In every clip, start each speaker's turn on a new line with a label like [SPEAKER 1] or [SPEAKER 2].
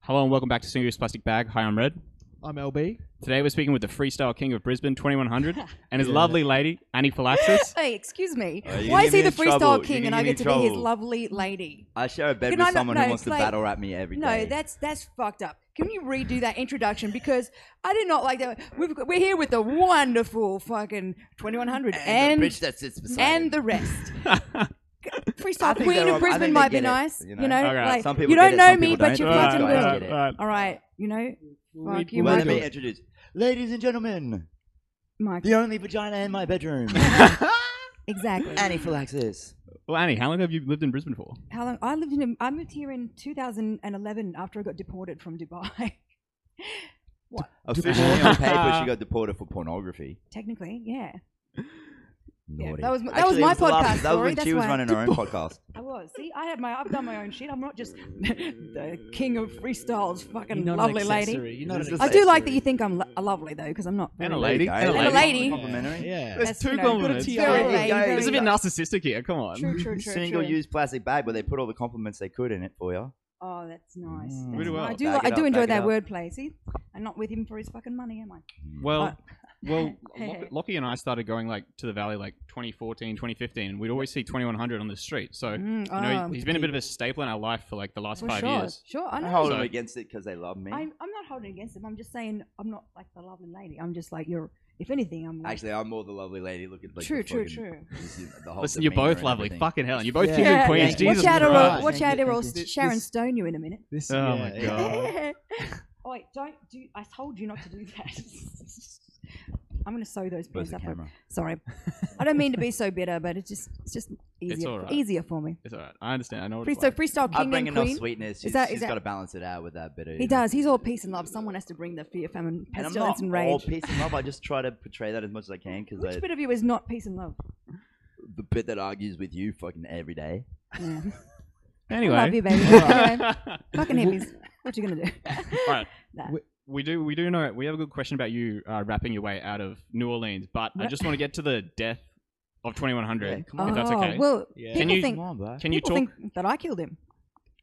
[SPEAKER 1] Hello and welcome back to Singer's Plastic Bag. Hi, I'm Red.
[SPEAKER 2] I'm LB.
[SPEAKER 1] Today we're speaking with the freestyle king of Brisbane 2100 and his lovely lady, Anaphylaxis.
[SPEAKER 3] Hey, excuse me.
[SPEAKER 4] Oh, you're
[SPEAKER 3] Why
[SPEAKER 4] gonna
[SPEAKER 3] is he
[SPEAKER 4] get
[SPEAKER 3] the
[SPEAKER 4] me in
[SPEAKER 3] freestyle
[SPEAKER 4] trouble. You're
[SPEAKER 3] king
[SPEAKER 4] gonna
[SPEAKER 3] and I
[SPEAKER 4] get me
[SPEAKER 3] get to
[SPEAKER 4] in
[SPEAKER 3] be his
[SPEAKER 4] trouble.
[SPEAKER 3] lovely lady?
[SPEAKER 4] I share a bed
[SPEAKER 3] Can
[SPEAKER 4] with
[SPEAKER 3] I not-
[SPEAKER 4] someone
[SPEAKER 3] no,
[SPEAKER 4] who wants
[SPEAKER 3] it's
[SPEAKER 4] to
[SPEAKER 3] like-
[SPEAKER 4] battle rap me every day.
[SPEAKER 3] No, that's that's fucked up. Can you redo that introduction because I did not like that. We've, got- we're here with the wonderful fucking 2100
[SPEAKER 4] and,
[SPEAKER 3] and
[SPEAKER 4] the bitch that sits beside
[SPEAKER 3] and
[SPEAKER 4] him.
[SPEAKER 3] the rest.
[SPEAKER 4] I
[SPEAKER 3] Freestyle
[SPEAKER 4] think
[SPEAKER 3] Queen
[SPEAKER 4] they're all- I
[SPEAKER 3] of Brisbane
[SPEAKER 4] think
[SPEAKER 3] might
[SPEAKER 4] they
[SPEAKER 3] be
[SPEAKER 4] get it,
[SPEAKER 3] nice.
[SPEAKER 4] you
[SPEAKER 3] You
[SPEAKER 4] know?
[SPEAKER 3] know,
[SPEAKER 1] Okay.
[SPEAKER 3] like,
[SPEAKER 4] Some people
[SPEAKER 3] you
[SPEAKER 4] get
[SPEAKER 3] don't
[SPEAKER 4] it,
[SPEAKER 3] know
[SPEAKER 4] some
[SPEAKER 3] me,
[SPEAKER 4] people
[SPEAKER 3] but you
[SPEAKER 4] don't.
[SPEAKER 1] Alright,
[SPEAKER 3] fucking
[SPEAKER 4] Guys
[SPEAKER 3] will.
[SPEAKER 4] get it.
[SPEAKER 1] alright.
[SPEAKER 3] All right, you know, fuck you,
[SPEAKER 4] well, let
[SPEAKER 3] Michael.
[SPEAKER 4] me introduce, ladies and gentlemen,
[SPEAKER 3] Mike.
[SPEAKER 4] the only vagina in my bedroom,
[SPEAKER 3] Exactly.
[SPEAKER 4] anaphylaxis.
[SPEAKER 1] Well, Annie, how long have you lived in Brisbane for?
[SPEAKER 3] How long? I lived in. I moved here in 2011 after I got deported from Dubai.
[SPEAKER 4] Officially on paper, she got deported for pornography.
[SPEAKER 3] Technically, yeah, Yeah,
[SPEAKER 4] Naughty.
[SPEAKER 3] that was- that was
[SPEAKER 4] Actually, it
[SPEAKER 3] my
[SPEAKER 4] the last-
[SPEAKER 3] podcast
[SPEAKER 4] That was when
[SPEAKER 3] story,
[SPEAKER 4] she
[SPEAKER 3] that's
[SPEAKER 4] was
[SPEAKER 3] why-
[SPEAKER 4] running her own podcast.
[SPEAKER 3] I was. See, I had my. I've done my own shit. I'm not just the king of freestyles. Fucking
[SPEAKER 2] You're not an
[SPEAKER 3] lovely lady.
[SPEAKER 2] accessory. You're not
[SPEAKER 4] This
[SPEAKER 2] an
[SPEAKER 4] is
[SPEAKER 3] I do like that you think I'm lo- lovely though, because I'm not.
[SPEAKER 1] And a
[SPEAKER 3] very-
[SPEAKER 1] lady.
[SPEAKER 4] There you go.
[SPEAKER 3] And a lady.
[SPEAKER 4] Complimentary.
[SPEAKER 2] Yeah.
[SPEAKER 1] There's
[SPEAKER 3] That's,
[SPEAKER 1] two
[SPEAKER 3] you know,
[SPEAKER 1] compliments.
[SPEAKER 2] good
[SPEAKER 1] It's
[SPEAKER 2] Yeah,
[SPEAKER 3] Very
[SPEAKER 2] there you
[SPEAKER 3] lady.
[SPEAKER 2] go.
[SPEAKER 3] very
[SPEAKER 1] a bit
[SPEAKER 3] lady.
[SPEAKER 1] narcissistic here. Come on.
[SPEAKER 3] True, true, true.
[SPEAKER 4] Single
[SPEAKER 3] true.
[SPEAKER 4] use plastic bag, but they put all the compliments they could in it for you.
[SPEAKER 3] Oh, that's nice.
[SPEAKER 4] Mm.
[SPEAKER 3] That's
[SPEAKER 1] Really
[SPEAKER 3] nice.
[SPEAKER 1] well.
[SPEAKER 3] I do.
[SPEAKER 4] Back
[SPEAKER 3] Like,
[SPEAKER 4] it
[SPEAKER 3] I do
[SPEAKER 4] up,
[SPEAKER 3] enjoy
[SPEAKER 4] back it
[SPEAKER 3] that
[SPEAKER 4] up.
[SPEAKER 3] wordplay. See, I'm not with him for his fucking money, am I?
[SPEAKER 1] Well, well,
[SPEAKER 3] Uh, Hey,
[SPEAKER 1] Lock-
[SPEAKER 3] hey.
[SPEAKER 1] Lockie and I started going like to the valley like 2014, 2015, and we'd always see 2100 on the street. So
[SPEAKER 3] Mm,
[SPEAKER 1] you know,
[SPEAKER 3] oh,
[SPEAKER 1] he's been a bit of a staple in our life for like the last
[SPEAKER 3] for
[SPEAKER 1] five
[SPEAKER 3] sure.
[SPEAKER 1] years.
[SPEAKER 3] Sure, I
[SPEAKER 4] I
[SPEAKER 3] know.
[SPEAKER 4] hold
[SPEAKER 1] So-
[SPEAKER 4] them against it because they love me.
[SPEAKER 3] I'm, I'm not holding against him. I'm just saying I'm not like the lovely lady. I'm just like you're. If anything, I'm like,
[SPEAKER 4] Actually, I'm more the lovely lady. Look at like
[SPEAKER 3] true,
[SPEAKER 4] the
[SPEAKER 3] true,
[SPEAKER 4] fucking-
[SPEAKER 3] true.
[SPEAKER 4] just, you know, the whole
[SPEAKER 1] Listen, you're
[SPEAKER 4] demeanor
[SPEAKER 1] both
[SPEAKER 4] and
[SPEAKER 1] lovely.
[SPEAKER 4] everything.
[SPEAKER 1] Fucking hell, you're both
[SPEAKER 2] Yeah.
[SPEAKER 1] king and
[SPEAKER 2] Yeah.
[SPEAKER 1] queens.
[SPEAKER 4] Watch
[SPEAKER 1] Jesus
[SPEAKER 3] watch out, or
[SPEAKER 1] Christ.
[SPEAKER 2] Christ.
[SPEAKER 3] watch out, or
[SPEAKER 2] Thank you.
[SPEAKER 3] Sharon
[SPEAKER 2] This-
[SPEAKER 3] Stone you in a minute.
[SPEAKER 2] This,
[SPEAKER 1] Oh
[SPEAKER 2] yeah,
[SPEAKER 1] my
[SPEAKER 2] yeah.
[SPEAKER 1] God.
[SPEAKER 3] oh wait, don't do. I told you not to do that. I'm gonna sew those
[SPEAKER 4] Where's
[SPEAKER 3] pants
[SPEAKER 4] the
[SPEAKER 3] up.
[SPEAKER 4] camera?
[SPEAKER 3] Sorry, I don't mean to be so bitter, but it's just it's just easier
[SPEAKER 1] all right.
[SPEAKER 3] easier for me.
[SPEAKER 1] It's all right. I understand. I know what
[SPEAKER 3] Free,
[SPEAKER 1] it's
[SPEAKER 3] so
[SPEAKER 1] like.
[SPEAKER 3] freestyle
[SPEAKER 4] I
[SPEAKER 3] king
[SPEAKER 4] bring
[SPEAKER 3] and
[SPEAKER 4] enough
[SPEAKER 3] queen.
[SPEAKER 4] sweetness. She's,
[SPEAKER 3] that- is
[SPEAKER 4] she's
[SPEAKER 3] that-
[SPEAKER 4] got to balance it out with that bit of.
[SPEAKER 3] He does. He's all peace and love. Someone has to bring the fear, famine,
[SPEAKER 4] And I'm
[SPEAKER 3] pestilence,
[SPEAKER 4] not
[SPEAKER 3] and,
[SPEAKER 4] all
[SPEAKER 3] rage.
[SPEAKER 4] peace and love. I just try to portray that as much as I can because
[SPEAKER 3] Which bit of you is not peace and love?
[SPEAKER 4] the bit that argues with you fucking every day.
[SPEAKER 3] Yeah.
[SPEAKER 1] Anyway,
[SPEAKER 3] Love you, baby. Anyway,
[SPEAKER 1] All
[SPEAKER 3] fucking hippies. What you gonna do?
[SPEAKER 1] right.
[SPEAKER 3] Nah.
[SPEAKER 1] We, we do we do know we have a good question about you uh, rapping your way out of New Orleans, but I
[SPEAKER 3] What?
[SPEAKER 1] just want to get to the death of 2100.
[SPEAKER 4] Yeah, come
[SPEAKER 3] oh,
[SPEAKER 1] if that's okay.
[SPEAKER 3] well,
[SPEAKER 2] Yeah.
[SPEAKER 3] people
[SPEAKER 1] Can you-
[SPEAKER 3] think
[SPEAKER 4] on, bro.
[SPEAKER 1] can you
[SPEAKER 3] people
[SPEAKER 1] talk?
[SPEAKER 3] think that I killed him.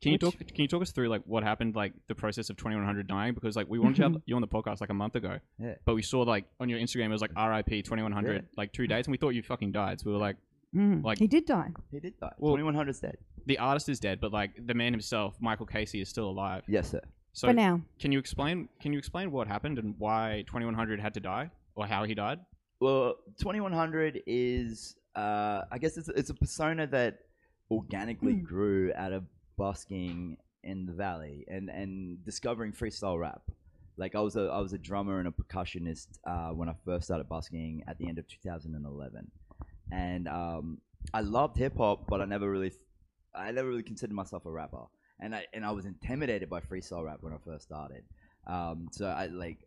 [SPEAKER 1] Can you
[SPEAKER 3] which-
[SPEAKER 1] talk? Can you talk us through like what happened, like the process of 2100 dying? Because like we wanted to have you on the podcast like a month ago,
[SPEAKER 4] Yeah.
[SPEAKER 1] but we saw like on your Instagram it was like RIP 2100 like two days, and we thought you fucking died. So we were like,
[SPEAKER 3] Mm.
[SPEAKER 1] Like-
[SPEAKER 3] he did die.
[SPEAKER 4] He did that.
[SPEAKER 1] Well-
[SPEAKER 4] 2100's dead.
[SPEAKER 1] the artist is dead, but like the man himself, Michael Casey, is still alive.
[SPEAKER 4] Yes, sir.
[SPEAKER 1] So
[SPEAKER 3] for now.
[SPEAKER 1] Can you explain? Can you explain what happened and why 2100 had to die or how he died?
[SPEAKER 4] Well, 2100 is, uh, I guess it's, it's a persona that organically
[SPEAKER 3] Mm.
[SPEAKER 4] grew out of busking in the valley and, and discovering freestyle rap. Like I was a I was a drummer and a percussionist uh, when I first started busking at the end of 2011, and um, I loved hip hop, but I never really I never really considered myself a rapper, and I and I was intimidated by freestyle rap when I first started. Um, so I like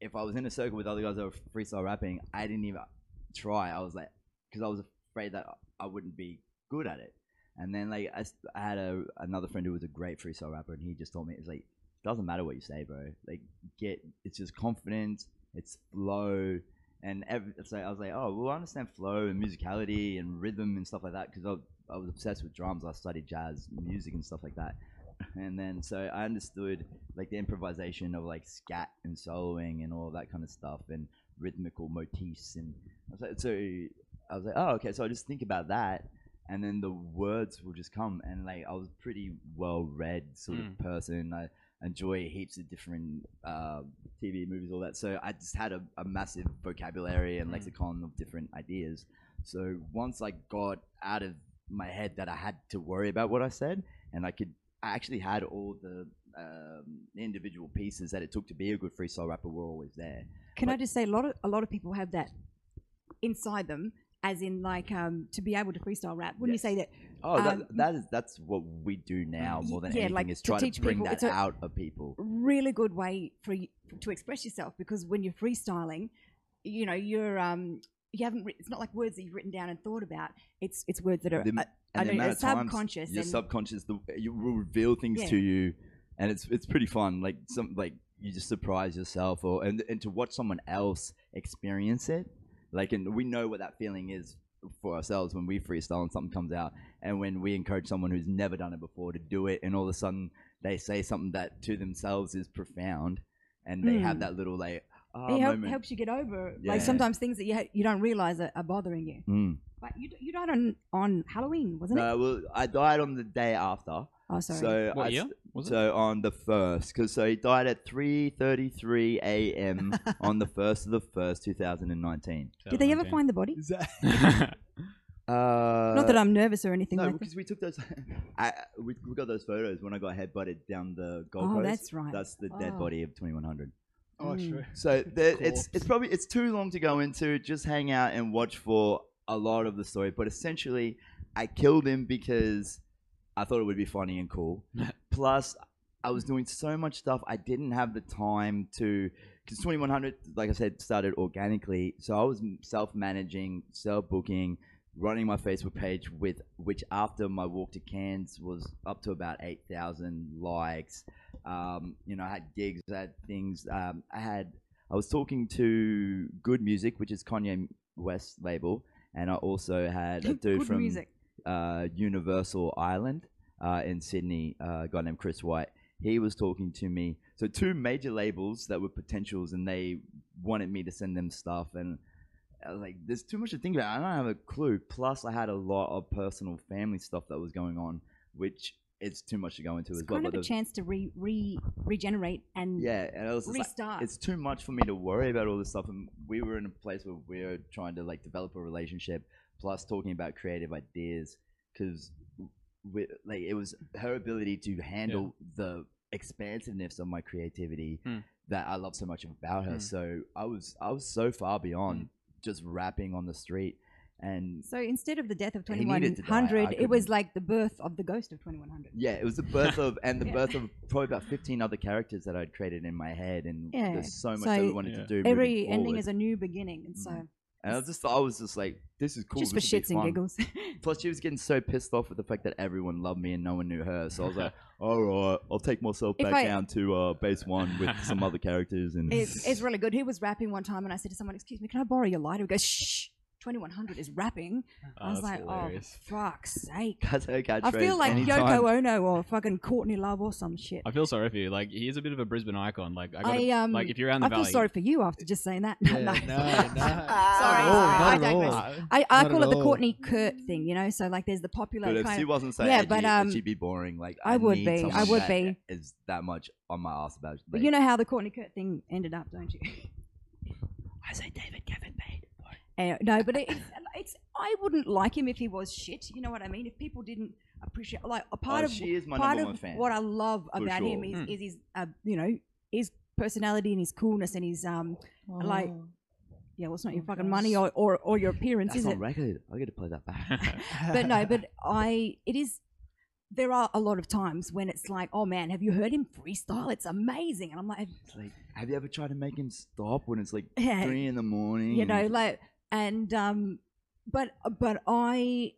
[SPEAKER 4] if I was in a circle with other guys that were freestyle rapping, I didn't even try. I was like, because I was afraid that I wouldn't be good at it. And then like I, s- I had a another friend who was a great freestyle rapper, and he just told me it's like doesn't matter what you say, bro. Like get it's just confidence, it's flow, and every, so I was like, oh, well, I understand flow and musicality and rhythm and stuff like that because I, I was obsessed with drums. I studied jazz music and stuff like that, and then so I understood like the improvisation of like scat and soloing and all that kind of stuff and rhythmical motifs and I was like, so I was like, oh, okay. So I just think about that, and then the words will just come. And like I was a pretty well read sort
[SPEAKER 1] Mm.
[SPEAKER 4] of person. I enjoy heaps of different uh, TV movies, all that. So I just had a, a massive vocabulary and
[SPEAKER 1] Mm.
[SPEAKER 4] lexicon of different ideas. So once I got out of my head that I had to worry about what I said, and I could, I actually had all the um, individual pieces that it took to be a good freestyle rapper were always there.
[SPEAKER 3] Can I
[SPEAKER 4] Like-
[SPEAKER 3] just say a lot of a lot of people have that inside them, as in like um, to be able to freestyle rap. Wouldn't
[SPEAKER 4] Yes.
[SPEAKER 3] you say that?
[SPEAKER 4] Oh,
[SPEAKER 3] Um,
[SPEAKER 4] that, that is that's what we do now more than
[SPEAKER 3] yeah,
[SPEAKER 4] anything
[SPEAKER 3] like,
[SPEAKER 4] is
[SPEAKER 3] to
[SPEAKER 4] try to,
[SPEAKER 3] teach
[SPEAKER 4] bring
[SPEAKER 3] people-
[SPEAKER 4] that
[SPEAKER 3] it's a-
[SPEAKER 4] out of people.
[SPEAKER 3] Really good way for you to express yourself because when you're freestyling, you know you're um, you haven't. writ- It's not like words that you've written down and thought about. It's it's words that are.
[SPEAKER 4] The-
[SPEAKER 3] uh, I don't know, subconscious
[SPEAKER 4] your
[SPEAKER 3] and-
[SPEAKER 4] subconscious, the, you will reveal things
[SPEAKER 3] Yeah.
[SPEAKER 4] to you, and it's it's pretty fun. Like some like you just surprise yourself, or and and to watch someone else experience it. Like, and we know what that feeling is for ourselves when we freestyle and something comes out, and when we encourage someone who's never done it before to do it, and all of a sudden they say something that to themselves is profound, and they have
[SPEAKER 3] Mm.
[SPEAKER 4] that little like ah
[SPEAKER 3] it help,
[SPEAKER 4] moment.
[SPEAKER 3] helps you get over
[SPEAKER 4] Yeah.
[SPEAKER 3] like sometimes things that you ha- you don't realize are, are bothering you.
[SPEAKER 4] Mm.
[SPEAKER 3] But you, d- you died on on Halloween, wasn't it?
[SPEAKER 4] No, Uh, well, I died on the day after.
[SPEAKER 3] Oh, sorry.
[SPEAKER 4] So I
[SPEAKER 5] What
[SPEAKER 4] s-
[SPEAKER 5] year was it?
[SPEAKER 4] So on the first, because so he died at 3:33
[SPEAKER 5] um,
[SPEAKER 4] a.m. on the first of the first, 2019.
[SPEAKER 3] Did they ever find the body?
[SPEAKER 5] find?
[SPEAKER 4] Uh,
[SPEAKER 3] Not that I'm nervous or anything
[SPEAKER 4] no,
[SPEAKER 3] like that.
[SPEAKER 4] because we took those. I, we, we got those photos when I got headbutted down the Gold
[SPEAKER 3] Oh,
[SPEAKER 4] Coast.
[SPEAKER 3] that's right.
[SPEAKER 4] That's the dead
[SPEAKER 3] Oh.
[SPEAKER 4] body of 2100.
[SPEAKER 1] Oh, true.
[SPEAKER 4] So there, it's
[SPEAKER 1] Corpse.
[SPEAKER 4] it's probably it's too long to go into. Just hang out and watch for a lot of the story. But essentially, I killed him because I thought it would be funny and cool. Plus, I was doing so much stuff. I didn't have the time to because 2100, like I said, started organically. So I was self managing, self booking, running my Facebook page with which after my walk to Cairns was up to about 8,000 likes. Um, you know, I had gigs, I had things. Um, I had I was talking to Good Music, which is Kanye West's label, and I also had a dude
[SPEAKER 3] Good
[SPEAKER 4] from
[SPEAKER 3] music.
[SPEAKER 4] uh, Universal Island uh, in Sydney, uh, a guy named Chris White. He was talking to me. So two major labels that were potentials, and they wanted me to send them stuff. And I was like, "There's too much to think about. I don't have a clue." Plus, I had a lot of personal family stuff that was going on, which it's too much to go into
[SPEAKER 3] It's
[SPEAKER 4] as well.
[SPEAKER 3] kind of
[SPEAKER 4] but
[SPEAKER 3] a
[SPEAKER 4] the-
[SPEAKER 3] chance to re, re regenerate and
[SPEAKER 4] yeah, and I was just like,
[SPEAKER 3] restart.
[SPEAKER 4] it's too much for me to worry about all this stuff. And we were in a place where we are trying to like develop a relationship, plus talking about creative ideas, because like it was her ability to handle the expansiveness of my creativity
[SPEAKER 5] Hmm.
[SPEAKER 4] that I love so much about her.
[SPEAKER 5] Hmm.
[SPEAKER 4] So I was I was so far
[SPEAKER 3] Hmm.
[SPEAKER 4] beyond just rapping on the street, and
[SPEAKER 3] so instead of the death of
[SPEAKER 4] He needed to die. I
[SPEAKER 3] 2100, it was
[SPEAKER 4] couldn't-
[SPEAKER 3] like the birth of the ghost of 2100.
[SPEAKER 4] yeah, it was the birth of and the
[SPEAKER 3] Yeah.
[SPEAKER 4] birth of probably about fifteen other characters that I'd created in my head, and
[SPEAKER 3] Yeah.
[SPEAKER 4] there's so much
[SPEAKER 3] So
[SPEAKER 4] that we wanted
[SPEAKER 5] Yeah.
[SPEAKER 4] to do. moving
[SPEAKER 3] Every ending
[SPEAKER 4] forward.
[SPEAKER 3] is a new beginning, and so
[SPEAKER 4] Mhm. And I just, I was just like, this is cool.
[SPEAKER 3] just for
[SPEAKER 4] this would be
[SPEAKER 3] shits and
[SPEAKER 4] fun.
[SPEAKER 3] giggles.
[SPEAKER 4] Plus, she was getting so pissed off with the fact that everyone loved me and no one knew her. So I was like, all right, I'll take myself
[SPEAKER 3] If
[SPEAKER 4] back
[SPEAKER 3] I-
[SPEAKER 4] down to uh, base one with some other characters. And
[SPEAKER 3] it's, it's really good. He was rapping one time, and I said to someone, "Excuse me, can I borrow your lighter?" He goes, "Shh, 2100 is rapping." I was like, "Oh, fuck's sake!"
[SPEAKER 4] that's her catchphrase.
[SPEAKER 3] I feel like
[SPEAKER 4] anytime.
[SPEAKER 3] Yoko Ono or fucking Courtney Love or some shit.
[SPEAKER 5] I feel sorry for you. Like he is a bit of a Brisbane icon. Like I,
[SPEAKER 3] I,
[SPEAKER 5] gotta,
[SPEAKER 3] um,
[SPEAKER 5] like if you're out in the
[SPEAKER 3] I feel
[SPEAKER 5] valley,
[SPEAKER 3] sorry for you after just saying that.
[SPEAKER 1] Yeah,
[SPEAKER 3] No.
[SPEAKER 1] no, no.
[SPEAKER 3] Sorry,
[SPEAKER 1] Oh,
[SPEAKER 3] sorry, I
[SPEAKER 1] not at
[SPEAKER 3] digress.
[SPEAKER 1] all.
[SPEAKER 3] I, I
[SPEAKER 1] Not
[SPEAKER 3] call
[SPEAKER 1] at
[SPEAKER 3] it the
[SPEAKER 1] all.
[SPEAKER 3] Courtney Kurt thing, you know. So like, there's the popular
[SPEAKER 4] But if
[SPEAKER 3] kind
[SPEAKER 4] she
[SPEAKER 3] of
[SPEAKER 4] wasn't so
[SPEAKER 3] Yeah,
[SPEAKER 4] edgy,
[SPEAKER 3] but,
[SPEAKER 4] then
[SPEAKER 3] um,
[SPEAKER 4] she'd be boring. Like
[SPEAKER 3] I would
[SPEAKER 4] need
[SPEAKER 3] be. I
[SPEAKER 4] someone
[SPEAKER 3] would
[SPEAKER 4] that
[SPEAKER 3] be.
[SPEAKER 4] Is that much on my ass about?
[SPEAKER 3] But
[SPEAKER 4] like,
[SPEAKER 3] you know how the Courtney Kurt thing ended up, don't you? I say David Gavin paid. Uh, no, but it, it's, it's I wouldn't like him if he was shit. You know what I mean? If people didn't appreciate, like a part
[SPEAKER 4] oh,
[SPEAKER 3] of
[SPEAKER 4] she is my
[SPEAKER 3] part
[SPEAKER 4] number one
[SPEAKER 3] of
[SPEAKER 4] fan.
[SPEAKER 3] what I love about him is,
[SPEAKER 5] sure.
[SPEAKER 3] is his, uh, you know, his personality and his coolness and his um, like, yeah, well, it's not your
[SPEAKER 1] Oh,
[SPEAKER 3] fucking
[SPEAKER 1] yes.
[SPEAKER 3] money or, or, or your appearance,
[SPEAKER 4] that's
[SPEAKER 3] is
[SPEAKER 4] on
[SPEAKER 3] it?
[SPEAKER 4] record. I get to play that back.
[SPEAKER 3] but no, but I it is there are a lot of times when it's like, oh man, have you heard him freestyle? It's amazing. And I'm like,
[SPEAKER 4] It's like, have you ever tried to make him stop when it's like
[SPEAKER 3] yeah,
[SPEAKER 4] three in the morning?
[SPEAKER 3] you
[SPEAKER 4] and
[SPEAKER 3] know,
[SPEAKER 4] he's
[SPEAKER 3] like and um but but I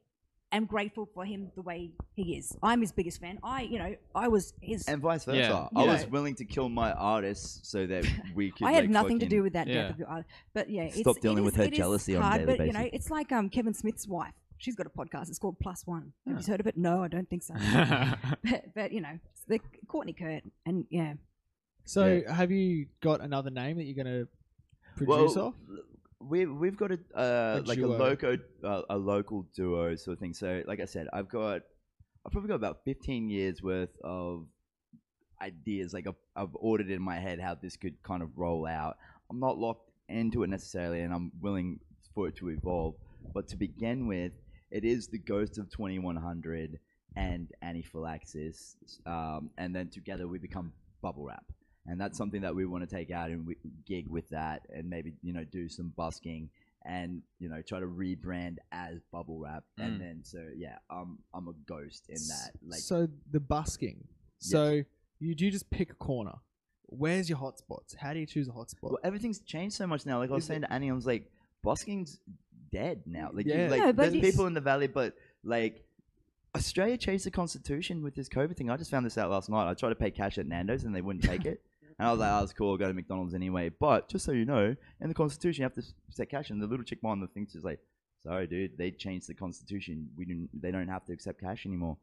[SPEAKER 3] am grateful for him the way he is. I'm his biggest fan. I, you know, I was his
[SPEAKER 4] and vice versa.
[SPEAKER 5] Yeah.
[SPEAKER 4] I
[SPEAKER 3] You
[SPEAKER 4] was
[SPEAKER 3] know.
[SPEAKER 4] willing to kill my artists so that we could.
[SPEAKER 3] I had
[SPEAKER 4] like,
[SPEAKER 3] nothing to
[SPEAKER 4] fucking-
[SPEAKER 3] do with that
[SPEAKER 5] Yeah.
[SPEAKER 3] death of your eye. But yeah, it's,
[SPEAKER 4] Stop
[SPEAKER 3] it
[SPEAKER 4] dealing
[SPEAKER 3] is-
[SPEAKER 4] with her
[SPEAKER 3] it is
[SPEAKER 4] jealousy on a
[SPEAKER 3] hard,
[SPEAKER 4] daily
[SPEAKER 3] but, You know,
[SPEAKER 4] basis.
[SPEAKER 3] it's like um, Kevin Smith's wife. She's got a podcast. It's called Plus One. Have
[SPEAKER 5] Huh.
[SPEAKER 3] you heard of it? No, I don't think so.
[SPEAKER 5] I
[SPEAKER 3] but, but you know, it's the Courtney Kurt and yeah,
[SPEAKER 1] So, have you got another name that you're going to produce
[SPEAKER 4] Well,
[SPEAKER 1] off?
[SPEAKER 4] we we've got a, uh,
[SPEAKER 1] A
[SPEAKER 4] like a
[SPEAKER 1] duo.
[SPEAKER 4] local uh, a local duo sort of thing. So like I said, I've got I've probably got about fifteen years worth of ideas. Like I've, I've ordered in my head how this could kind of roll out. I'm not locked into it necessarily, and I'm willing for it to evolve. But to begin with, it is the ghost of 2100 and anaphylaxis, um, and then together we become bubble wrap. And that's something that we want to take out and we gig with that, and maybe you know do some busking and you know try to rebrand as bubble wrap.
[SPEAKER 5] Mm.
[SPEAKER 4] And then so yeah, I'm I'm a ghost in that. Like
[SPEAKER 1] so the busking.
[SPEAKER 4] Yes.
[SPEAKER 1] So you do you just pick a corner. Where's your hotspots? How do you choose a hotspot?
[SPEAKER 4] Well, everything's changed so much now. Like I was
[SPEAKER 1] Is
[SPEAKER 4] saying to Annie, I was like, busking's dead now. Like, you,
[SPEAKER 1] Yeah.
[SPEAKER 4] like
[SPEAKER 3] No, but
[SPEAKER 4] there's
[SPEAKER 3] it's-
[SPEAKER 4] people in the valley, but like Australia changed the constitution with this COVID thing. I just found this out last night. I tried to pay cash at Nando's and they wouldn't take it. And I was like, oh, it's cool. I'll go to McDonald's anyway. But just so you know, in the constitution, you have to s- set cash. And the little chick behind the thing is like, sorry, dude, they changed the constitution. We didn't. They don't have to accept cash anymore.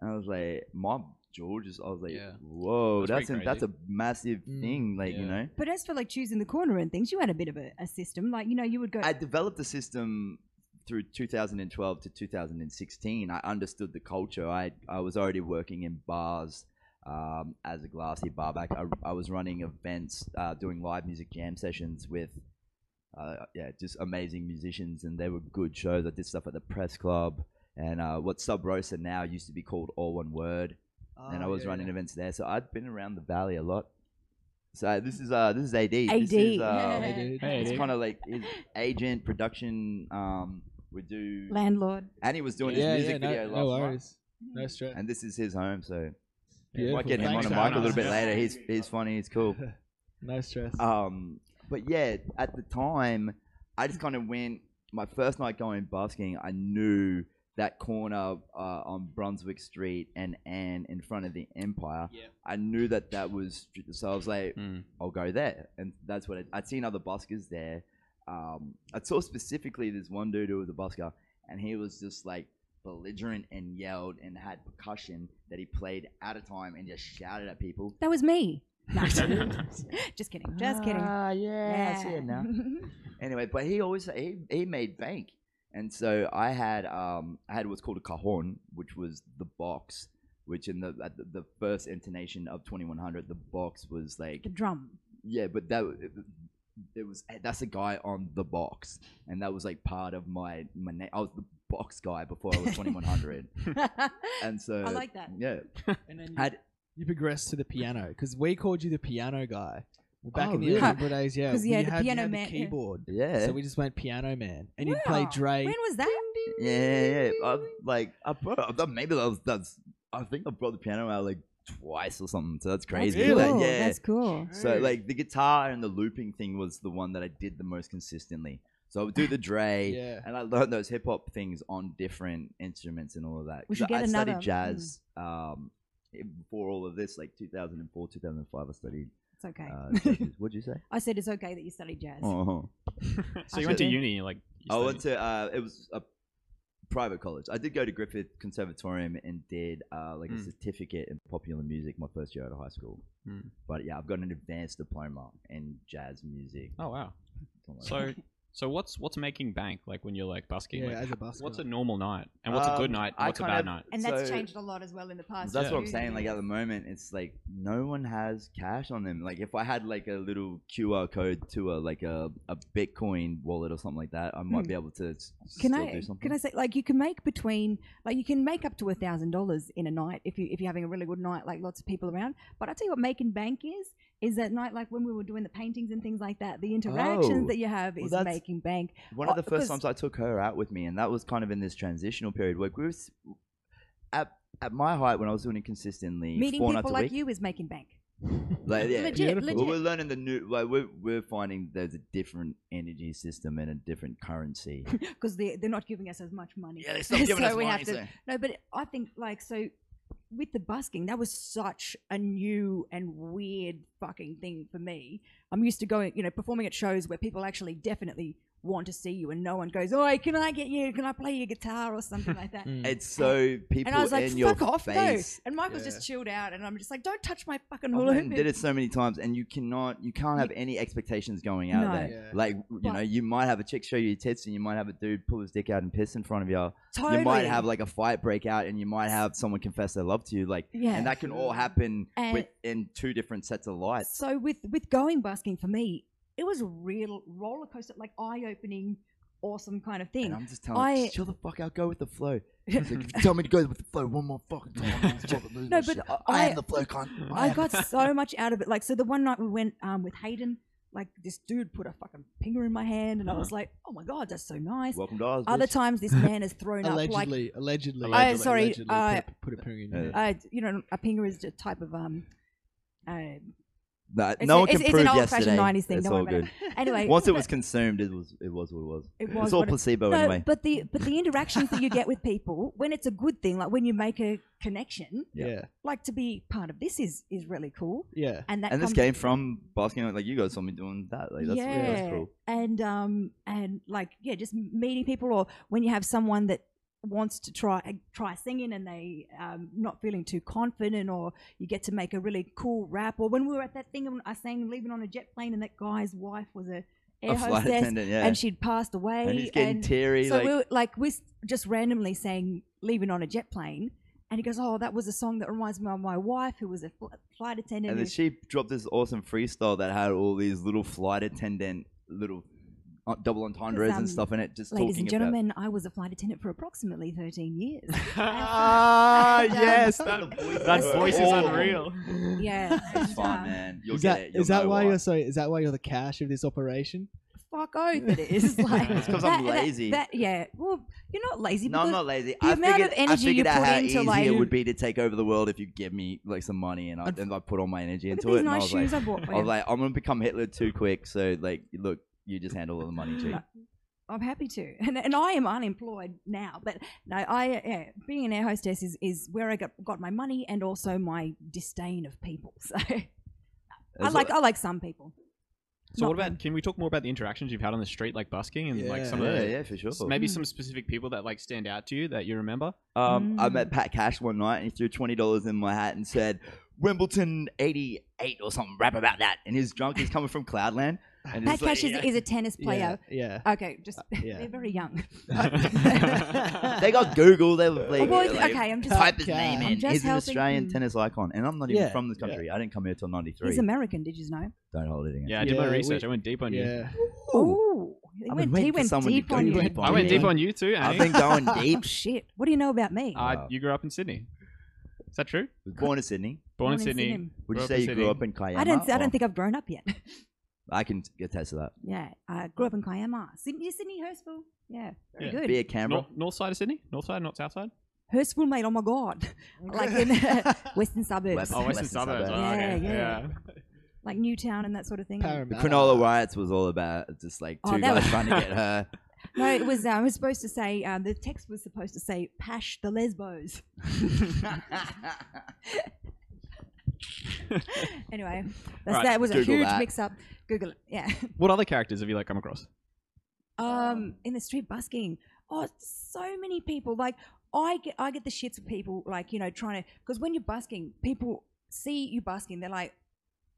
[SPEAKER 4] And I was like, my George. is- I was like,
[SPEAKER 5] Yeah.
[SPEAKER 4] whoa,
[SPEAKER 5] That's
[SPEAKER 4] that's
[SPEAKER 5] pretty
[SPEAKER 4] a, that's a
[SPEAKER 5] crazy.
[SPEAKER 4] massive
[SPEAKER 1] Mm.
[SPEAKER 4] thing. Like you
[SPEAKER 5] Yeah.
[SPEAKER 4] know,
[SPEAKER 3] But as for like choosing the corner and things, you had a bit of a, a system. Like you know, you would go.
[SPEAKER 4] I developed the system through 2012 to 2016. I understood the culture. I I was already working in bars. Um, as a glassy barback, I, I was running events, uh, doing live music jam sessions with, uh, yeah, just amazing musicians, and they were good shows. I did stuff at the Press Club, and uh, what Sub Rosa now used to be called All One Word. and
[SPEAKER 1] Oh,
[SPEAKER 4] I was
[SPEAKER 1] Ah,
[SPEAKER 4] running events there. So I'd been around the valley a lot. So this is uh this is AD. This is,
[SPEAKER 3] AD.
[SPEAKER 4] uh,
[SPEAKER 3] Yeah.
[SPEAKER 5] Hey,
[SPEAKER 4] It's
[SPEAKER 5] dude.
[SPEAKER 4] kind of like his agent production. Um, would do,
[SPEAKER 3] landlord.
[SPEAKER 4] and he was doing
[SPEAKER 1] yeah,
[SPEAKER 4] his music
[SPEAKER 1] yeah, no,
[SPEAKER 4] video last
[SPEAKER 1] no
[SPEAKER 4] month.
[SPEAKER 1] worries. No stress.
[SPEAKER 4] And this is his home, so we
[SPEAKER 1] Beautiful.
[SPEAKER 4] might get him
[SPEAKER 5] Thanks
[SPEAKER 4] on a mic
[SPEAKER 5] for
[SPEAKER 4] a
[SPEAKER 5] having
[SPEAKER 4] little
[SPEAKER 5] us.
[SPEAKER 4] bit later. He's he's funny. He's cool.
[SPEAKER 1] no stress.
[SPEAKER 4] Um, but yeah, at the time, I just kind of went. My first night going busking, I knew that corner uh, on Brunswick Street and Ann in front of the Empire.
[SPEAKER 1] Yeah.
[SPEAKER 4] I knew that that was. So I was like,
[SPEAKER 5] Mm.
[SPEAKER 4] I'll go there. And that's what I, I'd seen other buskers there. Um, I saw specifically this one dude who was a busker, and he was just like belligerent and yelled and had percussion that he played at a time and just shouted at people.
[SPEAKER 3] That was me. No, just kidding. Just kidding.
[SPEAKER 4] Ah, yeah, I see it now.
[SPEAKER 3] Yeah.
[SPEAKER 4] Anyway, but he always he, he made bank, and so I had um I had what's called a cajon, which was the box, which in the at the, the first intonation of twenty one hundred, the box was like
[SPEAKER 3] the drum.
[SPEAKER 4] yeah, but that it, it was that's a guy on the box, and that was like part of my my na- I was the box guy before I was twenty one hundred,
[SPEAKER 3] I
[SPEAKER 4] and so
[SPEAKER 3] like that.
[SPEAKER 4] yeah,
[SPEAKER 1] and then
[SPEAKER 4] had
[SPEAKER 1] you progressed to the piano because we called you the piano guy back
[SPEAKER 4] Oh,
[SPEAKER 1] in the
[SPEAKER 4] really?
[SPEAKER 1] Alhambra days. Yeah,
[SPEAKER 3] 'Cause,
[SPEAKER 1] we
[SPEAKER 3] yeah, the piano
[SPEAKER 1] you had
[SPEAKER 3] man, yeah.
[SPEAKER 1] keyboard.
[SPEAKER 4] yeah,
[SPEAKER 1] So we just went piano man, and you'd play
[SPEAKER 3] Wow.
[SPEAKER 1] Drake.
[SPEAKER 3] When was that?
[SPEAKER 4] yeah, yeah, yeah. I, like I brought I thought maybe that was that's I think I brought the piano out like twice or something, so that's crazy.
[SPEAKER 1] cool.
[SPEAKER 4] Like,
[SPEAKER 3] That's cool.
[SPEAKER 4] yeah, Uh,
[SPEAKER 3] That's cool.
[SPEAKER 4] So like the guitar and the looping thing was the one that I did the most consistently. So I would do the Dre,
[SPEAKER 1] Yeah.
[SPEAKER 4] and I learned those hip hop things on different instruments and all of that.
[SPEAKER 3] We
[SPEAKER 4] 'Cause
[SPEAKER 3] should
[SPEAKER 4] I
[SPEAKER 3] get
[SPEAKER 4] studied
[SPEAKER 3] another, Mm.
[SPEAKER 4] jazz um, before all of this, like 2004, 2005. I studied.
[SPEAKER 3] It's okay.
[SPEAKER 4] Uh, jazz. What'd you say?
[SPEAKER 3] I said it's okay that you study jazz.
[SPEAKER 4] Oh,
[SPEAKER 5] so you went to
[SPEAKER 3] Absolutely.
[SPEAKER 5] uni, like. you
[SPEAKER 4] I went
[SPEAKER 5] studied-
[SPEAKER 4] to. Uh, it was a private college. I did go to Griffith Conservatorium and did uh, like a
[SPEAKER 5] Mm.
[SPEAKER 4] certificate in popular music my first year out of high school.
[SPEAKER 5] Mm.
[SPEAKER 4] But yeah, I've got an advanced diploma in jazz music.
[SPEAKER 5] Oh wow.
[SPEAKER 4] something like
[SPEAKER 5] So, so what's what's making bank like when you're like busking?
[SPEAKER 1] yeah,
[SPEAKER 5] like,
[SPEAKER 1] as a busker.
[SPEAKER 5] what's a normal night and what's a good
[SPEAKER 4] Um,
[SPEAKER 5] night
[SPEAKER 4] I
[SPEAKER 5] and what's a
[SPEAKER 4] kind
[SPEAKER 5] bad
[SPEAKER 4] of-
[SPEAKER 5] night?
[SPEAKER 3] And that's
[SPEAKER 4] So-
[SPEAKER 3] changed a lot as well in the past.
[SPEAKER 4] That's what
[SPEAKER 3] too.
[SPEAKER 4] I'm saying. Like at the moment, it's like no one has cash on them. Like if I had like a little QR code to a like a, a Bitcoin wallet or something like that, I might
[SPEAKER 3] Hmm.
[SPEAKER 4] be able to s-
[SPEAKER 3] can
[SPEAKER 4] still
[SPEAKER 3] I
[SPEAKER 4] do something.
[SPEAKER 3] can I say like you can make between like you can make up to a thousand dollars in a night if you if you're having a really good night like lots of people around. But I tell you what making bank is is that night like when we were doing the paintings and things like that. The interactions
[SPEAKER 4] Oh.
[SPEAKER 3] that you have
[SPEAKER 4] Well,
[SPEAKER 3] is
[SPEAKER 4] that's-
[SPEAKER 3] making bank.
[SPEAKER 4] One of
[SPEAKER 3] Oh,
[SPEAKER 4] the first
[SPEAKER 3] because-
[SPEAKER 4] times I took her out with me, and that was kind of in this transitional period where we were s- at at my height when I was doing it consistently,
[SPEAKER 3] Meeting
[SPEAKER 4] four
[SPEAKER 3] people
[SPEAKER 4] nights a
[SPEAKER 3] like
[SPEAKER 4] week.
[SPEAKER 3] you is making bank.
[SPEAKER 4] Like, yeah.
[SPEAKER 3] Legit,
[SPEAKER 1] Beautiful.
[SPEAKER 3] legit.
[SPEAKER 4] Well, we're learning the new. Like we're we're finding there's a different energy system and a different currency.
[SPEAKER 3] because they they're not giving us as much money.
[SPEAKER 4] yeah, they stopped giving
[SPEAKER 3] so
[SPEAKER 4] us
[SPEAKER 3] we
[SPEAKER 4] money.
[SPEAKER 3] have to
[SPEAKER 4] so-
[SPEAKER 3] no, but I think like so with the busking that was such a new and weird fucking thing for me. I'm used to going, you know, performing at shows where people actually definitely want to see you, and no one goes, "Oh, can I get you? Can I play your guitar or something like that?"
[SPEAKER 1] Mm.
[SPEAKER 4] It's so people
[SPEAKER 3] And I was like,
[SPEAKER 4] in your
[SPEAKER 3] "Fuck off,
[SPEAKER 4] face.
[SPEAKER 3] no!" And Michael's
[SPEAKER 1] Yeah.
[SPEAKER 3] just chilled out, and I'm just like, "Don't touch my fucking
[SPEAKER 4] I
[SPEAKER 3] hula
[SPEAKER 4] went and
[SPEAKER 3] hoop."
[SPEAKER 4] Oh, did it so many times, and you cannot, you can't have any expectations going out
[SPEAKER 3] No.
[SPEAKER 4] there.
[SPEAKER 1] Yeah.
[SPEAKER 4] Like you know,
[SPEAKER 3] But-
[SPEAKER 4] you might have a chick show you your tits, and you might have a dude pull his dick out and piss in front of you.
[SPEAKER 3] Totally.
[SPEAKER 4] You might have like a fight break out, and you might have someone confess their love to you. Like,
[SPEAKER 3] yeah.
[SPEAKER 4] and that can all happen
[SPEAKER 3] And-
[SPEAKER 4] within two different sets of lights.
[SPEAKER 3] So with with going busking for me, it was a real roller coaster, like eye opening, awesome kind of thing.
[SPEAKER 4] And I'm just telling, I,
[SPEAKER 3] I-
[SPEAKER 4] chill the fuck out, go with the flow. It's like, if you tell me to go with the flow one more fucking time. I'm just fucking losing
[SPEAKER 3] No,
[SPEAKER 4] my
[SPEAKER 3] but
[SPEAKER 4] shit.
[SPEAKER 3] I-
[SPEAKER 4] I am the flow cunt.
[SPEAKER 3] I
[SPEAKER 4] am-
[SPEAKER 3] got so much out of it. Like, so the one night we went um, with Hayden, like this dude put a fucking finger in my hand, and I
[SPEAKER 4] Uh-huh.
[SPEAKER 3] was like, "Oh my god, that's so nice."
[SPEAKER 4] Welcome to ours.
[SPEAKER 3] Other
[SPEAKER 4] bitch.
[SPEAKER 3] times, this man has thrown up like,
[SPEAKER 1] allegedly, allegedly,
[SPEAKER 5] I-
[SPEAKER 1] allegedly,
[SPEAKER 3] sorry,
[SPEAKER 1] allegedly
[SPEAKER 3] I-
[SPEAKER 1] put, a, put a ping in your
[SPEAKER 4] Uh,
[SPEAKER 1] hand.
[SPEAKER 3] uh, you know, a pinger is a type of um. Uh,
[SPEAKER 4] No,
[SPEAKER 3] it's,
[SPEAKER 4] no
[SPEAKER 3] a-
[SPEAKER 4] one
[SPEAKER 3] it's,
[SPEAKER 4] can
[SPEAKER 3] it's
[SPEAKER 4] prove
[SPEAKER 3] an old-fashioned
[SPEAKER 4] yesterday.
[SPEAKER 3] '90s thing.
[SPEAKER 4] It's
[SPEAKER 3] don't worry
[SPEAKER 4] all
[SPEAKER 3] about
[SPEAKER 4] good.
[SPEAKER 3] It. Anyway,
[SPEAKER 4] Once it
[SPEAKER 3] but-
[SPEAKER 4] was consumed, it was it was what it was.
[SPEAKER 3] It was
[SPEAKER 4] it's all
[SPEAKER 3] what it-
[SPEAKER 4] placebo
[SPEAKER 3] no,
[SPEAKER 4] anyway.
[SPEAKER 3] but the but the interactions that you get with people when it's a good thing, like when you make a connection,
[SPEAKER 4] yeah.
[SPEAKER 1] yeah,
[SPEAKER 3] like to be part of this is is really cool,
[SPEAKER 1] yeah.
[SPEAKER 3] and that
[SPEAKER 4] and this
[SPEAKER 3] comes-
[SPEAKER 4] came from basking like you guys saw me doing that. Like that's, yeah. that's cool.
[SPEAKER 3] and um and like yeah just meeting people or when you have someone that wants to try try singing and they um, not feeling too confident, or you get to make a really cool rap. Or when we were at that thing, and I sang "Leaving on a Jet Plane," and that guy's wife was a air
[SPEAKER 4] a flight
[SPEAKER 3] hostess,
[SPEAKER 4] attendant, yeah.
[SPEAKER 3] and she'd passed away.
[SPEAKER 4] And he's getting
[SPEAKER 3] and-
[SPEAKER 4] teary.
[SPEAKER 3] so
[SPEAKER 4] like,
[SPEAKER 3] we were like we s- just randomly sang "Leaving on a Jet Plane," and he goes, "Oh, that was a song that reminds me of my wife, who was a fl- flight attendant."
[SPEAKER 4] and
[SPEAKER 3] who-
[SPEAKER 4] then she dropped this awesome freestyle that had all these little flight attendant little uh, double entendres
[SPEAKER 3] um,
[SPEAKER 4] and stuff in it. Just
[SPEAKER 3] Ladies
[SPEAKER 4] talking
[SPEAKER 3] and
[SPEAKER 4] about-
[SPEAKER 3] gentlemen, I was a flight attendant for approximately 13 years.
[SPEAKER 5] ah,
[SPEAKER 3] And, um,
[SPEAKER 5] yes, that, that
[SPEAKER 3] is
[SPEAKER 5] voice is
[SPEAKER 3] awful.
[SPEAKER 5] unreal.
[SPEAKER 3] yeah.
[SPEAKER 4] It's
[SPEAKER 3] and,
[SPEAKER 4] fine,
[SPEAKER 3] um,
[SPEAKER 4] man. You'll
[SPEAKER 1] is
[SPEAKER 4] get
[SPEAKER 1] that
[SPEAKER 4] it. You'll
[SPEAKER 1] is that
[SPEAKER 4] know
[SPEAKER 1] why you're so? Is that why you're the cash of this operation?
[SPEAKER 3] Fuck oath it is. Like,
[SPEAKER 5] It's
[SPEAKER 4] 'cause I'm
[SPEAKER 3] that- that-
[SPEAKER 4] lazy.
[SPEAKER 3] That, yeah. Well, you're not lazy.
[SPEAKER 4] No, I'm
[SPEAKER 3] because-
[SPEAKER 4] not lazy.
[SPEAKER 3] the
[SPEAKER 4] I
[SPEAKER 3] amount
[SPEAKER 4] figured,
[SPEAKER 3] of energy
[SPEAKER 4] I
[SPEAKER 3] you
[SPEAKER 4] figured out
[SPEAKER 3] put
[SPEAKER 4] how
[SPEAKER 3] into,
[SPEAKER 4] easy
[SPEAKER 3] like-
[SPEAKER 4] it would be to take over the world if you give me like some money and I,
[SPEAKER 1] Unf-
[SPEAKER 4] and I put all my energy
[SPEAKER 3] Look at
[SPEAKER 4] into
[SPEAKER 3] these
[SPEAKER 4] it.
[SPEAKER 3] nice
[SPEAKER 4] and I was
[SPEAKER 3] shoes
[SPEAKER 4] like,
[SPEAKER 3] I bought for
[SPEAKER 4] I
[SPEAKER 3] you.
[SPEAKER 4] was like, I'm gonna become Hitler too quick. So like, look, you just handle all the money, too.
[SPEAKER 3] I'm happy to, and and I am unemployed now. But no, I yeah, being an air hostess is, is where I got got my money and also my disdain of people. So I like I like some people.
[SPEAKER 5] So
[SPEAKER 3] Not
[SPEAKER 5] what about? Can we talk more about the interactions you've had on the street, like busking and like some
[SPEAKER 4] yeah,
[SPEAKER 5] of the
[SPEAKER 4] yeah, for sure.
[SPEAKER 5] s- maybe some specific people that like stand out to you that you remember?
[SPEAKER 4] Um, I
[SPEAKER 3] Mm.
[SPEAKER 4] met Pat Cash one night and he threw twenty dollars in my hat and said, "Wimbledon '88 or something. Rap about that." And he's drunk. He's coming from Cloudland. And he's
[SPEAKER 3] Pat
[SPEAKER 4] like,
[SPEAKER 3] Cash is, is a tennis player.
[SPEAKER 1] Yeah.
[SPEAKER 3] Okay, just
[SPEAKER 1] yeah.
[SPEAKER 3] they're very young.
[SPEAKER 1] yeah.
[SPEAKER 4] They got Google. They were like,
[SPEAKER 3] Well, it's-
[SPEAKER 4] like,
[SPEAKER 3] okay, I'm just
[SPEAKER 4] type his name
[SPEAKER 1] I'm
[SPEAKER 4] in.
[SPEAKER 3] just
[SPEAKER 4] He's an
[SPEAKER 3] helping-
[SPEAKER 4] Australian
[SPEAKER 3] mm.
[SPEAKER 4] tennis icon, and I'm not even
[SPEAKER 1] Yeah,
[SPEAKER 4] from this
[SPEAKER 1] yeah.
[SPEAKER 4] country. I didn't come here till '93.
[SPEAKER 3] he's American. Did you know?
[SPEAKER 4] Don't hold it against.
[SPEAKER 5] Yeah, I did my
[SPEAKER 1] Yeah,
[SPEAKER 5] research.
[SPEAKER 1] we-
[SPEAKER 5] I went deep on you.
[SPEAKER 1] yeah.
[SPEAKER 3] Oh, he
[SPEAKER 4] I've been
[SPEAKER 3] went,
[SPEAKER 4] waiting
[SPEAKER 3] he
[SPEAKER 4] for
[SPEAKER 3] went
[SPEAKER 4] someone to
[SPEAKER 3] deep
[SPEAKER 4] go
[SPEAKER 3] on you.
[SPEAKER 4] deep
[SPEAKER 5] I went
[SPEAKER 1] Yeah.
[SPEAKER 5] deep on you too,
[SPEAKER 4] I've
[SPEAKER 5] Annie.
[SPEAKER 4] been going
[SPEAKER 3] Oh
[SPEAKER 4] deep.
[SPEAKER 3] shit! What do you know about me?
[SPEAKER 5] Uh,
[SPEAKER 4] Wow.
[SPEAKER 5] you grew up in Sydney. Is that true?
[SPEAKER 4] Was born in Sydney.
[SPEAKER 3] Born
[SPEAKER 5] Born, in
[SPEAKER 3] in
[SPEAKER 5] Sydney.
[SPEAKER 3] Sydney.
[SPEAKER 4] Would
[SPEAKER 5] grew
[SPEAKER 4] you
[SPEAKER 5] up
[SPEAKER 4] say
[SPEAKER 5] in
[SPEAKER 4] you grew
[SPEAKER 5] Sydney.
[SPEAKER 4] up in Kayama?
[SPEAKER 3] I don't. I
[SPEAKER 4] or-
[SPEAKER 3] don't think I've grown up yet.
[SPEAKER 4] I can attest to that.
[SPEAKER 3] yeah, I grew up in Kiama, Sydney, Sydney Hurstville. Yeah, very
[SPEAKER 5] Yeah.
[SPEAKER 3] good.
[SPEAKER 4] Be a camera.
[SPEAKER 5] North, north side of Sydney? North side, not south side?
[SPEAKER 3] Hurstville, mate. Oh my god, like in western suburbs,
[SPEAKER 5] Oh,
[SPEAKER 4] Western
[SPEAKER 5] western suburbs.
[SPEAKER 4] suburbs.
[SPEAKER 5] Oh, okay.
[SPEAKER 3] Yeah, yeah.
[SPEAKER 5] yeah.
[SPEAKER 3] like Newtown and that sort of thing.
[SPEAKER 4] The
[SPEAKER 1] Parramatta.
[SPEAKER 4] Cronulla riots was all about just like
[SPEAKER 3] Ah. Oh,
[SPEAKER 4] two
[SPEAKER 3] that
[SPEAKER 4] guys
[SPEAKER 3] was-
[SPEAKER 4] trying to get her.
[SPEAKER 3] No, it was. Uh, I was supposed to say um, the text was supposed to say "Pash the Lesbos." anyway, that's,
[SPEAKER 5] Right,
[SPEAKER 3] that was
[SPEAKER 4] Google
[SPEAKER 3] a huge
[SPEAKER 4] that.
[SPEAKER 3] mix-up. Google it. Yeah.
[SPEAKER 5] What other characters have you like come across?
[SPEAKER 3] um, in the street busking. Oh, so many people. Like I get, I get the shits with people. Like you know, trying to because when you're busking, people see you busking. They're like,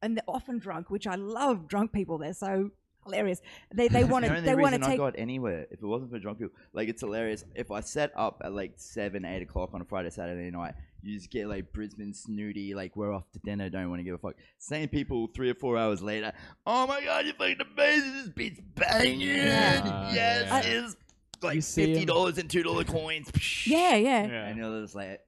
[SPEAKER 3] and they're often drunk, which I love drunk people. They're so hilarious. They they want
[SPEAKER 4] the
[SPEAKER 3] to
[SPEAKER 4] only
[SPEAKER 3] they want to
[SPEAKER 4] reason I
[SPEAKER 3] take.
[SPEAKER 4] got anywhere. If it wasn't for drunk people, like it's hilarious. If I set up at like seven, eight o'clock on a Friday, Saturday night, you just get like Brisbane snooty, like we're off to dinner, don't want to give a fuck. Same people three or four hours later. Oh my god, you're fucking amazing! This beat's banging.
[SPEAKER 5] Yeah.
[SPEAKER 4] Yes,
[SPEAKER 5] I-
[SPEAKER 4] it's
[SPEAKER 1] You
[SPEAKER 4] like
[SPEAKER 1] see 'em.
[SPEAKER 4] fifty dollars and two dollar coins.
[SPEAKER 3] Yeah, yeah,
[SPEAKER 4] and you're just like,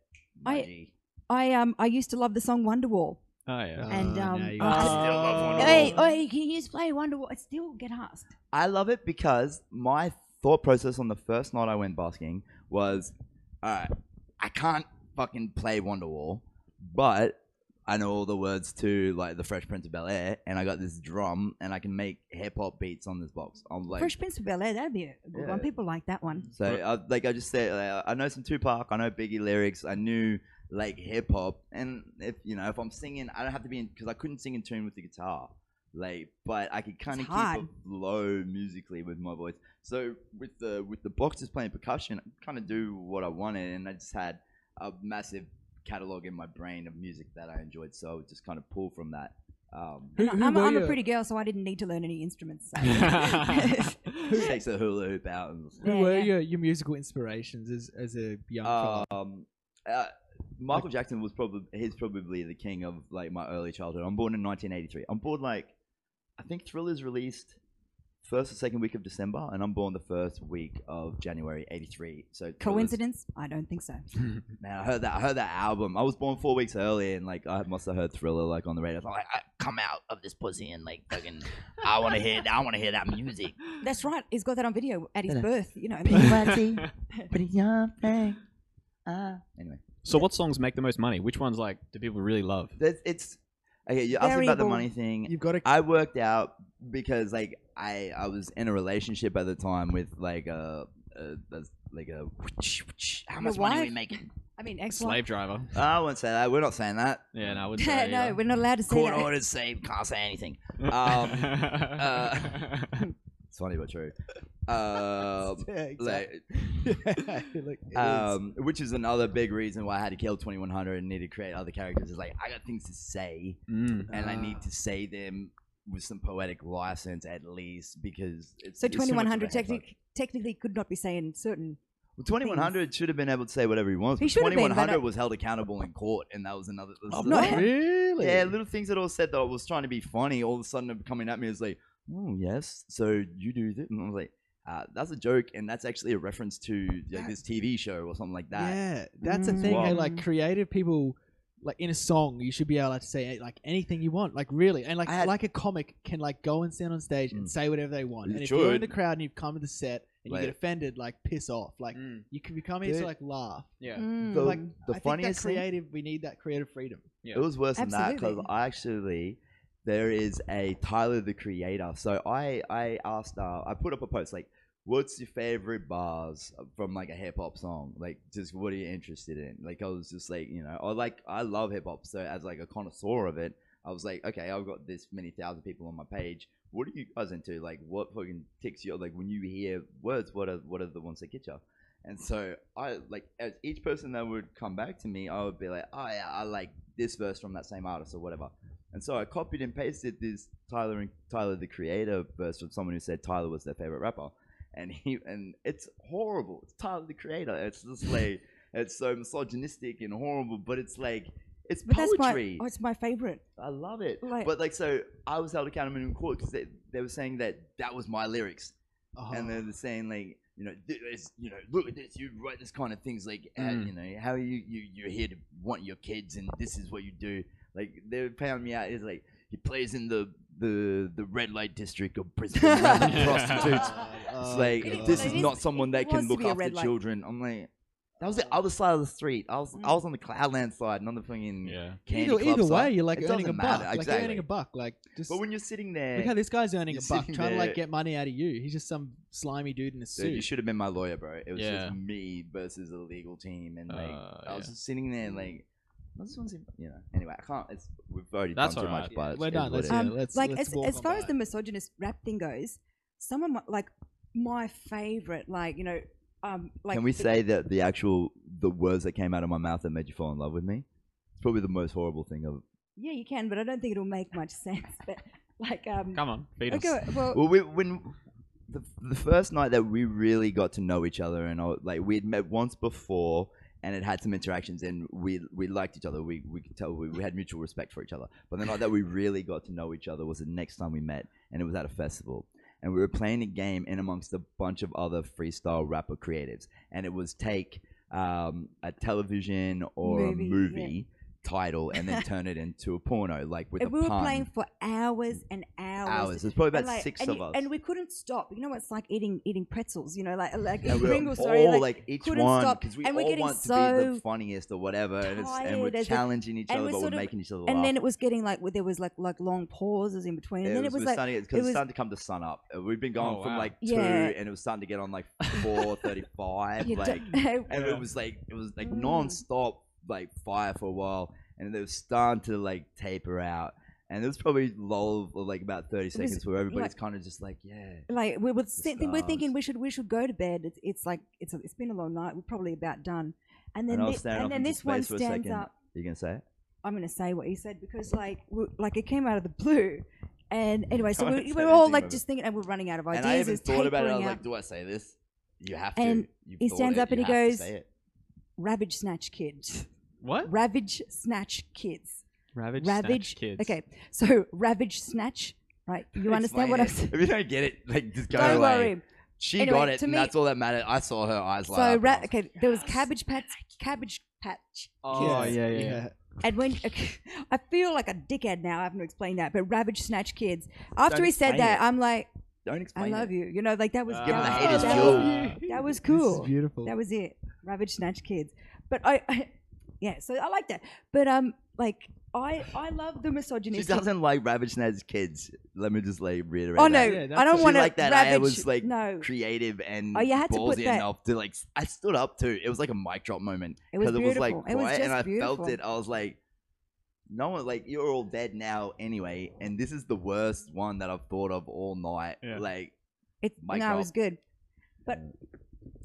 [SPEAKER 3] I-
[SPEAKER 4] mudgy.
[SPEAKER 3] I um I used to love the song Wonderwall.
[SPEAKER 5] Oh, yeah.
[SPEAKER 3] And,
[SPEAKER 1] Oh,
[SPEAKER 3] um,
[SPEAKER 1] now you
[SPEAKER 3] I
[SPEAKER 1] got-
[SPEAKER 4] still love Wonderwall.
[SPEAKER 3] Hey, hey, can you just play Wonderwall? I still get asked.
[SPEAKER 4] I love it because my thought process on the first night I went basking was, all right, I can't fucking play Wonderwall, but I know all the words to like the Fresh Prince of Bel Air, and I got this drum, and I can make hip hop beats on this box. I'm like,
[SPEAKER 3] Fresh Prince of Bel Air, that'd be a good one.
[SPEAKER 4] Yeah.
[SPEAKER 3] People like that one.
[SPEAKER 4] so I, like I just said, like, I know some Tupac, I know Biggie lyrics, I knew like hip hop, and if you know if I'm singing, I don't have to be in because I couldn't sing in tune with the guitar, like, but I could kind of
[SPEAKER 3] It's
[SPEAKER 4] keep
[SPEAKER 3] hard.
[SPEAKER 4] it low musically with my voice. So with the with the boxes playing percussion, I kind of do what I wanted, and I just had a massive catalog in my brain of music that I enjoyed, so I would just kind of pull from that. Um,
[SPEAKER 1] Who-
[SPEAKER 3] And
[SPEAKER 1] who
[SPEAKER 3] I'm,
[SPEAKER 1] were
[SPEAKER 3] I'm a
[SPEAKER 1] you?
[SPEAKER 3] pretty girl, so I didn't need to learn any instruments. So.
[SPEAKER 4] takes the hula hoop out and
[SPEAKER 1] Who
[SPEAKER 3] Yeah,
[SPEAKER 1] were
[SPEAKER 3] yeah.
[SPEAKER 1] your, your musical inspirations as, as a young fella?
[SPEAKER 4] Um, uh, Michael Jackson was probably he's probably the king of like my early childhood. I'm born in 1983. I'm born like I think Thriller's released first or second week of December, and I'm born the first week of January '83. So Thriller's-
[SPEAKER 3] Coincidence? I don't think so.
[SPEAKER 4] Man, I heard that. I heard that album. I was born four weeks early, and like I must have heard Thriller like on the radio. I'm like, I come out of this pussy and like fucking. I want to hear. I want to hear that music.
[SPEAKER 3] That's right. He's got that on video at his
[SPEAKER 4] Yeah.
[SPEAKER 3] birth. You know.
[SPEAKER 4] Pretty young thing. Uh, anyway.
[SPEAKER 5] so what songs make the most money? Which ones like do people really love?
[SPEAKER 4] That's it's okay. You asked me about the
[SPEAKER 3] Variable.
[SPEAKER 4] money thing.
[SPEAKER 1] You've got to.
[SPEAKER 4] I worked out because like I I was in a relationship at the time with like a, a, a like a how much money
[SPEAKER 3] Your
[SPEAKER 4] are we
[SPEAKER 3] wife?
[SPEAKER 4] making?
[SPEAKER 3] I mean, excellent.
[SPEAKER 5] Slave Driver.
[SPEAKER 4] I won't say that. We're not saying that.
[SPEAKER 5] Yeah, no, I wouldn't say
[SPEAKER 3] no, we're not allowed to say
[SPEAKER 4] Court
[SPEAKER 3] that.
[SPEAKER 4] orders say can't say anything.
[SPEAKER 5] Um,
[SPEAKER 4] It's funny but true. Um,
[SPEAKER 1] yeah, exactly.
[SPEAKER 4] like,
[SPEAKER 1] yeah, like, it is.
[SPEAKER 4] um, which is another big reason why I had to kill 2100 and need to create other characters. Is like I got things to say,
[SPEAKER 5] Mm.
[SPEAKER 4] and I
[SPEAKER 1] Ah.
[SPEAKER 4] need to say them with some poetic license at least because it's
[SPEAKER 3] So
[SPEAKER 4] it's too much of a
[SPEAKER 3] 2100
[SPEAKER 4] head fuck.
[SPEAKER 3] technic- technically could not be saying certain.
[SPEAKER 4] Well, 2100 should have been able to say whatever he wants.
[SPEAKER 3] He
[SPEAKER 4] But
[SPEAKER 3] should have been, but
[SPEAKER 4] 2100
[SPEAKER 3] I-
[SPEAKER 4] was held accountable in court, and that was another. that was
[SPEAKER 1] Oh,
[SPEAKER 4] another-
[SPEAKER 3] no.
[SPEAKER 1] really?
[SPEAKER 4] Yeah, little things that all said that I was trying to be funny, all of a sudden are coming at me is like, oh, yes, so you do this. And I was like, uh, that's a joke, and that's actually a reference to like this TV show or something like that.
[SPEAKER 1] Yeah, that's a
[SPEAKER 3] Mm.
[SPEAKER 1] thing. eh,
[SPEAKER 3] Wow.
[SPEAKER 1] like creative people, like in a song, you should be able to say eh, like anything you want, like really, and like
[SPEAKER 4] I had-
[SPEAKER 1] like a comic can like go and stand on stage
[SPEAKER 4] Mm.
[SPEAKER 1] and say whatever they want.
[SPEAKER 4] You
[SPEAKER 1] and if you're in
[SPEAKER 4] should.
[SPEAKER 1] the crowd and you've come to the set and you
[SPEAKER 4] Like-
[SPEAKER 1] get offended, like piss off. Like
[SPEAKER 5] Mm.
[SPEAKER 1] you can you come here to
[SPEAKER 4] Dude.
[SPEAKER 1] like laugh.
[SPEAKER 5] Yeah.
[SPEAKER 3] Mm.
[SPEAKER 4] The,
[SPEAKER 1] Like,
[SPEAKER 4] the
[SPEAKER 1] I
[SPEAKER 4] funniest
[SPEAKER 1] think that
[SPEAKER 4] thing,
[SPEAKER 1] creative. We need that creative freedom.
[SPEAKER 5] Yeah.
[SPEAKER 4] it was worse than that because
[SPEAKER 3] Absolutely.
[SPEAKER 4] I actually, there is a Tyler the Creator. So I, I asked, uh, I put up a post like, what's your favorite bars from like a hip hop song? Like, just what are you interested in? Like, I was just like, you know, I like, I love hip hop. So as like a connoisseur of it, I was like, okay, I've got this many thousand people on my page. What are you guys into? Like, what fucking ticks you? Like, when you hear words, what are what are the ones that get you? And so I like as each person that would come back to me, I would be like, oh yeah, I like this verse from that same artist or whatever. And so I copied and pasted this Tyler and Tyler the Creator verse from someone who said Tyler was their favorite rapper, and he and it's horrible. It's Tyler the Creator. It's just like it's so misogynistic and horrible, but it's like it's
[SPEAKER 3] But that's my,
[SPEAKER 4] poetry.
[SPEAKER 3] oh, it's my favorite.
[SPEAKER 4] I love it.
[SPEAKER 3] Like-
[SPEAKER 4] but like, so I was held accountable in court because they, they were saying that that was my lyrics,
[SPEAKER 1] Oh,
[SPEAKER 4] and they're saying like, you know, "Th- it's, you know, look at this. You write this kind of things like, uh,
[SPEAKER 5] Mm.
[SPEAKER 4] you know, how you you you're here to want your kids, and this is what you do. Like they found me out. It's like he plays in the the the red light district of Brisbane, around the
[SPEAKER 5] Yeah.
[SPEAKER 3] Uh,
[SPEAKER 4] prostitutes.
[SPEAKER 1] Oh,
[SPEAKER 4] It's like
[SPEAKER 3] God.
[SPEAKER 4] this
[SPEAKER 3] It
[SPEAKER 4] is
[SPEAKER 3] is-
[SPEAKER 4] not someone that
[SPEAKER 3] it
[SPEAKER 4] can
[SPEAKER 3] wants to
[SPEAKER 4] look
[SPEAKER 3] be a
[SPEAKER 4] after
[SPEAKER 3] red light. Oh.
[SPEAKER 4] children. I'm like. That was the other side of the street. I was
[SPEAKER 3] Mm.
[SPEAKER 4] I was on the cloudland side, not the fucking
[SPEAKER 5] Yeah.
[SPEAKER 4] candy
[SPEAKER 1] either,
[SPEAKER 4] club
[SPEAKER 1] either
[SPEAKER 4] side.
[SPEAKER 1] way, you're like
[SPEAKER 4] It
[SPEAKER 1] earning a
[SPEAKER 4] doesn't
[SPEAKER 1] buck.
[SPEAKER 4] matter,
[SPEAKER 1] Like you're earning a buck. Like just
[SPEAKER 4] But when you're sitting there,
[SPEAKER 1] look how this guy's earning
[SPEAKER 4] you're
[SPEAKER 1] a buck,
[SPEAKER 4] sitting
[SPEAKER 1] trying to
[SPEAKER 4] there-
[SPEAKER 1] like get money out of you. He's just some slimy dude in a suit.
[SPEAKER 4] Dude, you should have been my lawyer, bro. It was
[SPEAKER 5] Yeah.
[SPEAKER 4] just me versus a legal team, and like
[SPEAKER 5] Uh,
[SPEAKER 4] I was
[SPEAKER 5] yeah.
[SPEAKER 4] just sitting there, and, like I just want to, see, you know. Anyway, I can't. It's we've already
[SPEAKER 5] That's
[SPEAKER 4] done too
[SPEAKER 5] alright.
[SPEAKER 4] much,
[SPEAKER 5] Yeah,
[SPEAKER 4] but
[SPEAKER 1] we're
[SPEAKER 4] it's
[SPEAKER 1] done.
[SPEAKER 4] what
[SPEAKER 1] Let's
[SPEAKER 4] it
[SPEAKER 1] Yeah,
[SPEAKER 3] um,
[SPEAKER 1] let's-
[SPEAKER 3] like
[SPEAKER 1] let's
[SPEAKER 3] as,
[SPEAKER 1] walk
[SPEAKER 3] as
[SPEAKER 1] on
[SPEAKER 3] far
[SPEAKER 1] by.
[SPEAKER 3] as the misogynist rap thing goes, someone mi- like my favorite, like you know, um,
[SPEAKER 4] is.
[SPEAKER 3] like
[SPEAKER 4] Can we
[SPEAKER 3] the-
[SPEAKER 4] say that the actual the words that came out of my mouth that made you fall in love with me? It's probably the most horrible thing of.
[SPEAKER 3] Yeah, you can, but I don't think it'll make much sense. But like, um,
[SPEAKER 5] Come on, feed us.
[SPEAKER 3] okay, well,
[SPEAKER 4] Well, we, when the, the first night that we really got to know each other, and I, like we had met once before, and had had some interactions, and we we liked each other. We we could tell we, we had mutual respect for each other. But the night that we really got to know each other was the next time we met, and it was at a festival. And we were playing a game in amongst a bunch of other freestyle rapper creatives, and it was take um, a television or
[SPEAKER 3] Movie,
[SPEAKER 4] a
[SPEAKER 3] yeah.
[SPEAKER 4] movie title and then turn it into a porno, like with
[SPEAKER 3] and
[SPEAKER 4] a
[SPEAKER 3] we were
[SPEAKER 4] pun.
[SPEAKER 3] playing for hours and hours.
[SPEAKER 4] hours. There's probably
[SPEAKER 3] And,
[SPEAKER 4] about
[SPEAKER 3] like-
[SPEAKER 4] six
[SPEAKER 3] and
[SPEAKER 4] of
[SPEAKER 3] you-
[SPEAKER 4] us.
[SPEAKER 3] and we couldn't stop. You know, it's like eating eating pretzels. You know, like like
[SPEAKER 4] And we were
[SPEAKER 3] Pringles. Sorry,
[SPEAKER 4] all,
[SPEAKER 3] like,
[SPEAKER 4] like, each
[SPEAKER 3] couldn't
[SPEAKER 4] one
[SPEAKER 3] stop.
[SPEAKER 4] because we
[SPEAKER 3] And we're
[SPEAKER 4] all
[SPEAKER 3] getting
[SPEAKER 4] want to be the
[SPEAKER 3] so
[SPEAKER 4] funniest or whatever, and, it's, and
[SPEAKER 3] tired
[SPEAKER 4] we're
[SPEAKER 3] as a-
[SPEAKER 4] challenging each
[SPEAKER 3] and
[SPEAKER 4] other,
[SPEAKER 3] we're
[SPEAKER 4] but we're
[SPEAKER 3] sort of-
[SPEAKER 4] making each other laugh.
[SPEAKER 3] and then it was getting like there was like like long pauses in between, and then it was like
[SPEAKER 4] starting
[SPEAKER 3] it
[SPEAKER 4] because it's
[SPEAKER 3] was-
[SPEAKER 4] starting to come to sun up. Uh, We've been going
[SPEAKER 5] Oh,
[SPEAKER 4] from
[SPEAKER 5] wow.
[SPEAKER 4] like two,
[SPEAKER 3] Yeah.
[SPEAKER 4] and it was starting to get on like four thirty-five,
[SPEAKER 3] you
[SPEAKER 4] like,
[SPEAKER 3] don't-
[SPEAKER 4] and
[SPEAKER 5] Yeah.
[SPEAKER 4] it was like it was like
[SPEAKER 3] Mm.
[SPEAKER 4] non-stop like fire for a while, and it was starting to like taper out. And there was probably lull of like about thirty
[SPEAKER 3] was
[SPEAKER 4] seconds where everybody's
[SPEAKER 3] like-
[SPEAKER 4] kind of just like, yeah,
[SPEAKER 3] like we were
[SPEAKER 4] The
[SPEAKER 3] think, we're
[SPEAKER 4] stars.
[SPEAKER 3] thinking we should we should go to bed. It's, it's like it's it's been a long night. We're probably about done. And then
[SPEAKER 4] And I was
[SPEAKER 3] thi-
[SPEAKER 4] staring off
[SPEAKER 3] and then
[SPEAKER 4] into
[SPEAKER 3] this one
[SPEAKER 4] space for a
[SPEAKER 3] stands
[SPEAKER 4] second.
[SPEAKER 3] up.
[SPEAKER 4] you gonna say it?
[SPEAKER 3] I'm gonna say what he said because like we, like it came out of the blue, and anyway, so
[SPEAKER 4] Don't
[SPEAKER 3] we,
[SPEAKER 4] say
[SPEAKER 3] we're all
[SPEAKER 4] anything
[SPEAKER 3] like
[SPEAKER 4] about
[SPEAKER 3] just thinking, and we're running out of ideas.
[SPEAKER 4] and I even
[SPEAKER 3] it's
[SPEAKER 4] thought about it. I
[SPEAKER 3] tapering
[SPEAKER 4] was
[SPEAKER 3] out.
[SPEAKER 4] like, "Do I say this? You have to."
[SPEAKER 3] And
[SPEAKER 4] You've
[SPEAKER 3] he
[SPEAKER 4] thought
[SPEAKER 3] stands
[SPEAKER 4] it.
[SPEAKER 3] up and
[SPEAKER 4] You
[SPEAKER 3] he
[SPEAKER 4] have to
[SPEAKER 3] goes-
[SPEAKER 4] say it."
[SPEAKER 3] Ravage Snatch Kids.
[SPEAKER 5] What?
[SPEAKER 3] Ravage Snatch Kids.
[SPEAKER 5] Ravage,
[SPEAKER 3] Ravage
[SPEAKER 5] Snatch kids.
[SPEAKER 3] Okay, so Ravage Snatch, right? You
[SPEAKER 4] Explain
[SPEAKER 3] understand what
[SPEAKER 4] it.
[SPEAKER 3] I'm saying?
[SPEAKER 4] If you don't get it, like just go
[SPEAKER 3] Don't
[SPEAKER 4] away.
[SPEAKER 3] worry.
[SPEAKER 4] She
[SPEAKER 3] Anyway,
[SPEAKER 4] got it,
[SPEAKER 3] to
[SPEAKER 4] and
[SPEAKER 3] me-
[SPEAKER 4] that's all that mattered. I saw her eyes light
[SPEAKER 3] So
[SPEAKER 4] up.
[SPEAKER 3] ra- okay, there was Cabbage Patch, Cabbage Patch,
[SPEAKER 5] Oh, yeah, yeah.
[SPEAKER 3] and when okay, I feel like a dickhead now, I haven't explained that, but Ravage Snatch Kids. After
[SPEAKER 4] Don't
[SPEAKER 3] he said
[SPEAKER 4] explain
[SPEAKER 3] that,
[SPEAKER 4] it.
[SPEAKER 3] I'm like,
[SPEAKER 4] Don't
[SPEAKER 3] I
[SPEAKER 4] explain.
[SPEAKER 3] love
[SPEAKER 4] it.
[SPEAKER 3] you. You know, like that was
[SPEAKER 5] Ah.
[SPEAKER 4] Give him the
[SPEAKER 3] that
[SPEAKER 4] haters
[SPEAKER 3] was-
[SPEAKER 4] fuel.
[SPEAKER 3] uh, That was
[SPEAKER 1] This
[SPEAKER 3] cool.
[SPEAKER 1] is beautiful.
[SPEAKER 3] That was it. Ravage Snatch Kids. But I, I yeah, so I like that. But um like I I love the
[SPEAKER 4] She
[SPEAKER 3] misogynistic.
[SPEAKER 4] doesn't like Ravage Snaz's kids. Let me just like reiterate.
[SPEAKER 3] oh
[SPEAKER 4] that.
[SPEAKER 3] no,
[SPEAKER 1] Yeah, that's
[SPEAKER 3] I don't
[SPEAKER 4] She
[SPEAKER 3] want to
[SPEAKER 4] liked that I
[SPEAKER 3] ravage.
[SPEAKER 4] was, like,
[SPEAKER 3] no,
[SPEAKER 4] creative and
[SPEAKER 3] Oh, you had to
[SPEAKER 4] ballsy
[SPEAKER 3] put that-
[SPEAKER 4] enough to like. s- I stood up too. It was like a mic drop moment
[SPEAKER 3] it was
[SPEAKER 4] it was
[SPEAKER 3] beautiful.
[SPEAKER 4] like
[SPEAKER 3] it was
[SPEAKER 4] quiet,
[SPEAKER 3] just
[SPEAKER 4] and I
[SPEAKER 3] beautiful.
[SPEAKER 4] felt it. I was like, no one like you're all dead now anyway, and this is the worst one that I've thought of all night.
[SPEAKER 5] Yeah.
[SPEAKER 4] Like
[SPEAKER 3] It,
[SPEAKER 4] Mic
[SPEAKER 3] no, it
[SPEAKER 4] drop. Mm.
[SPEAKER 3] was good. But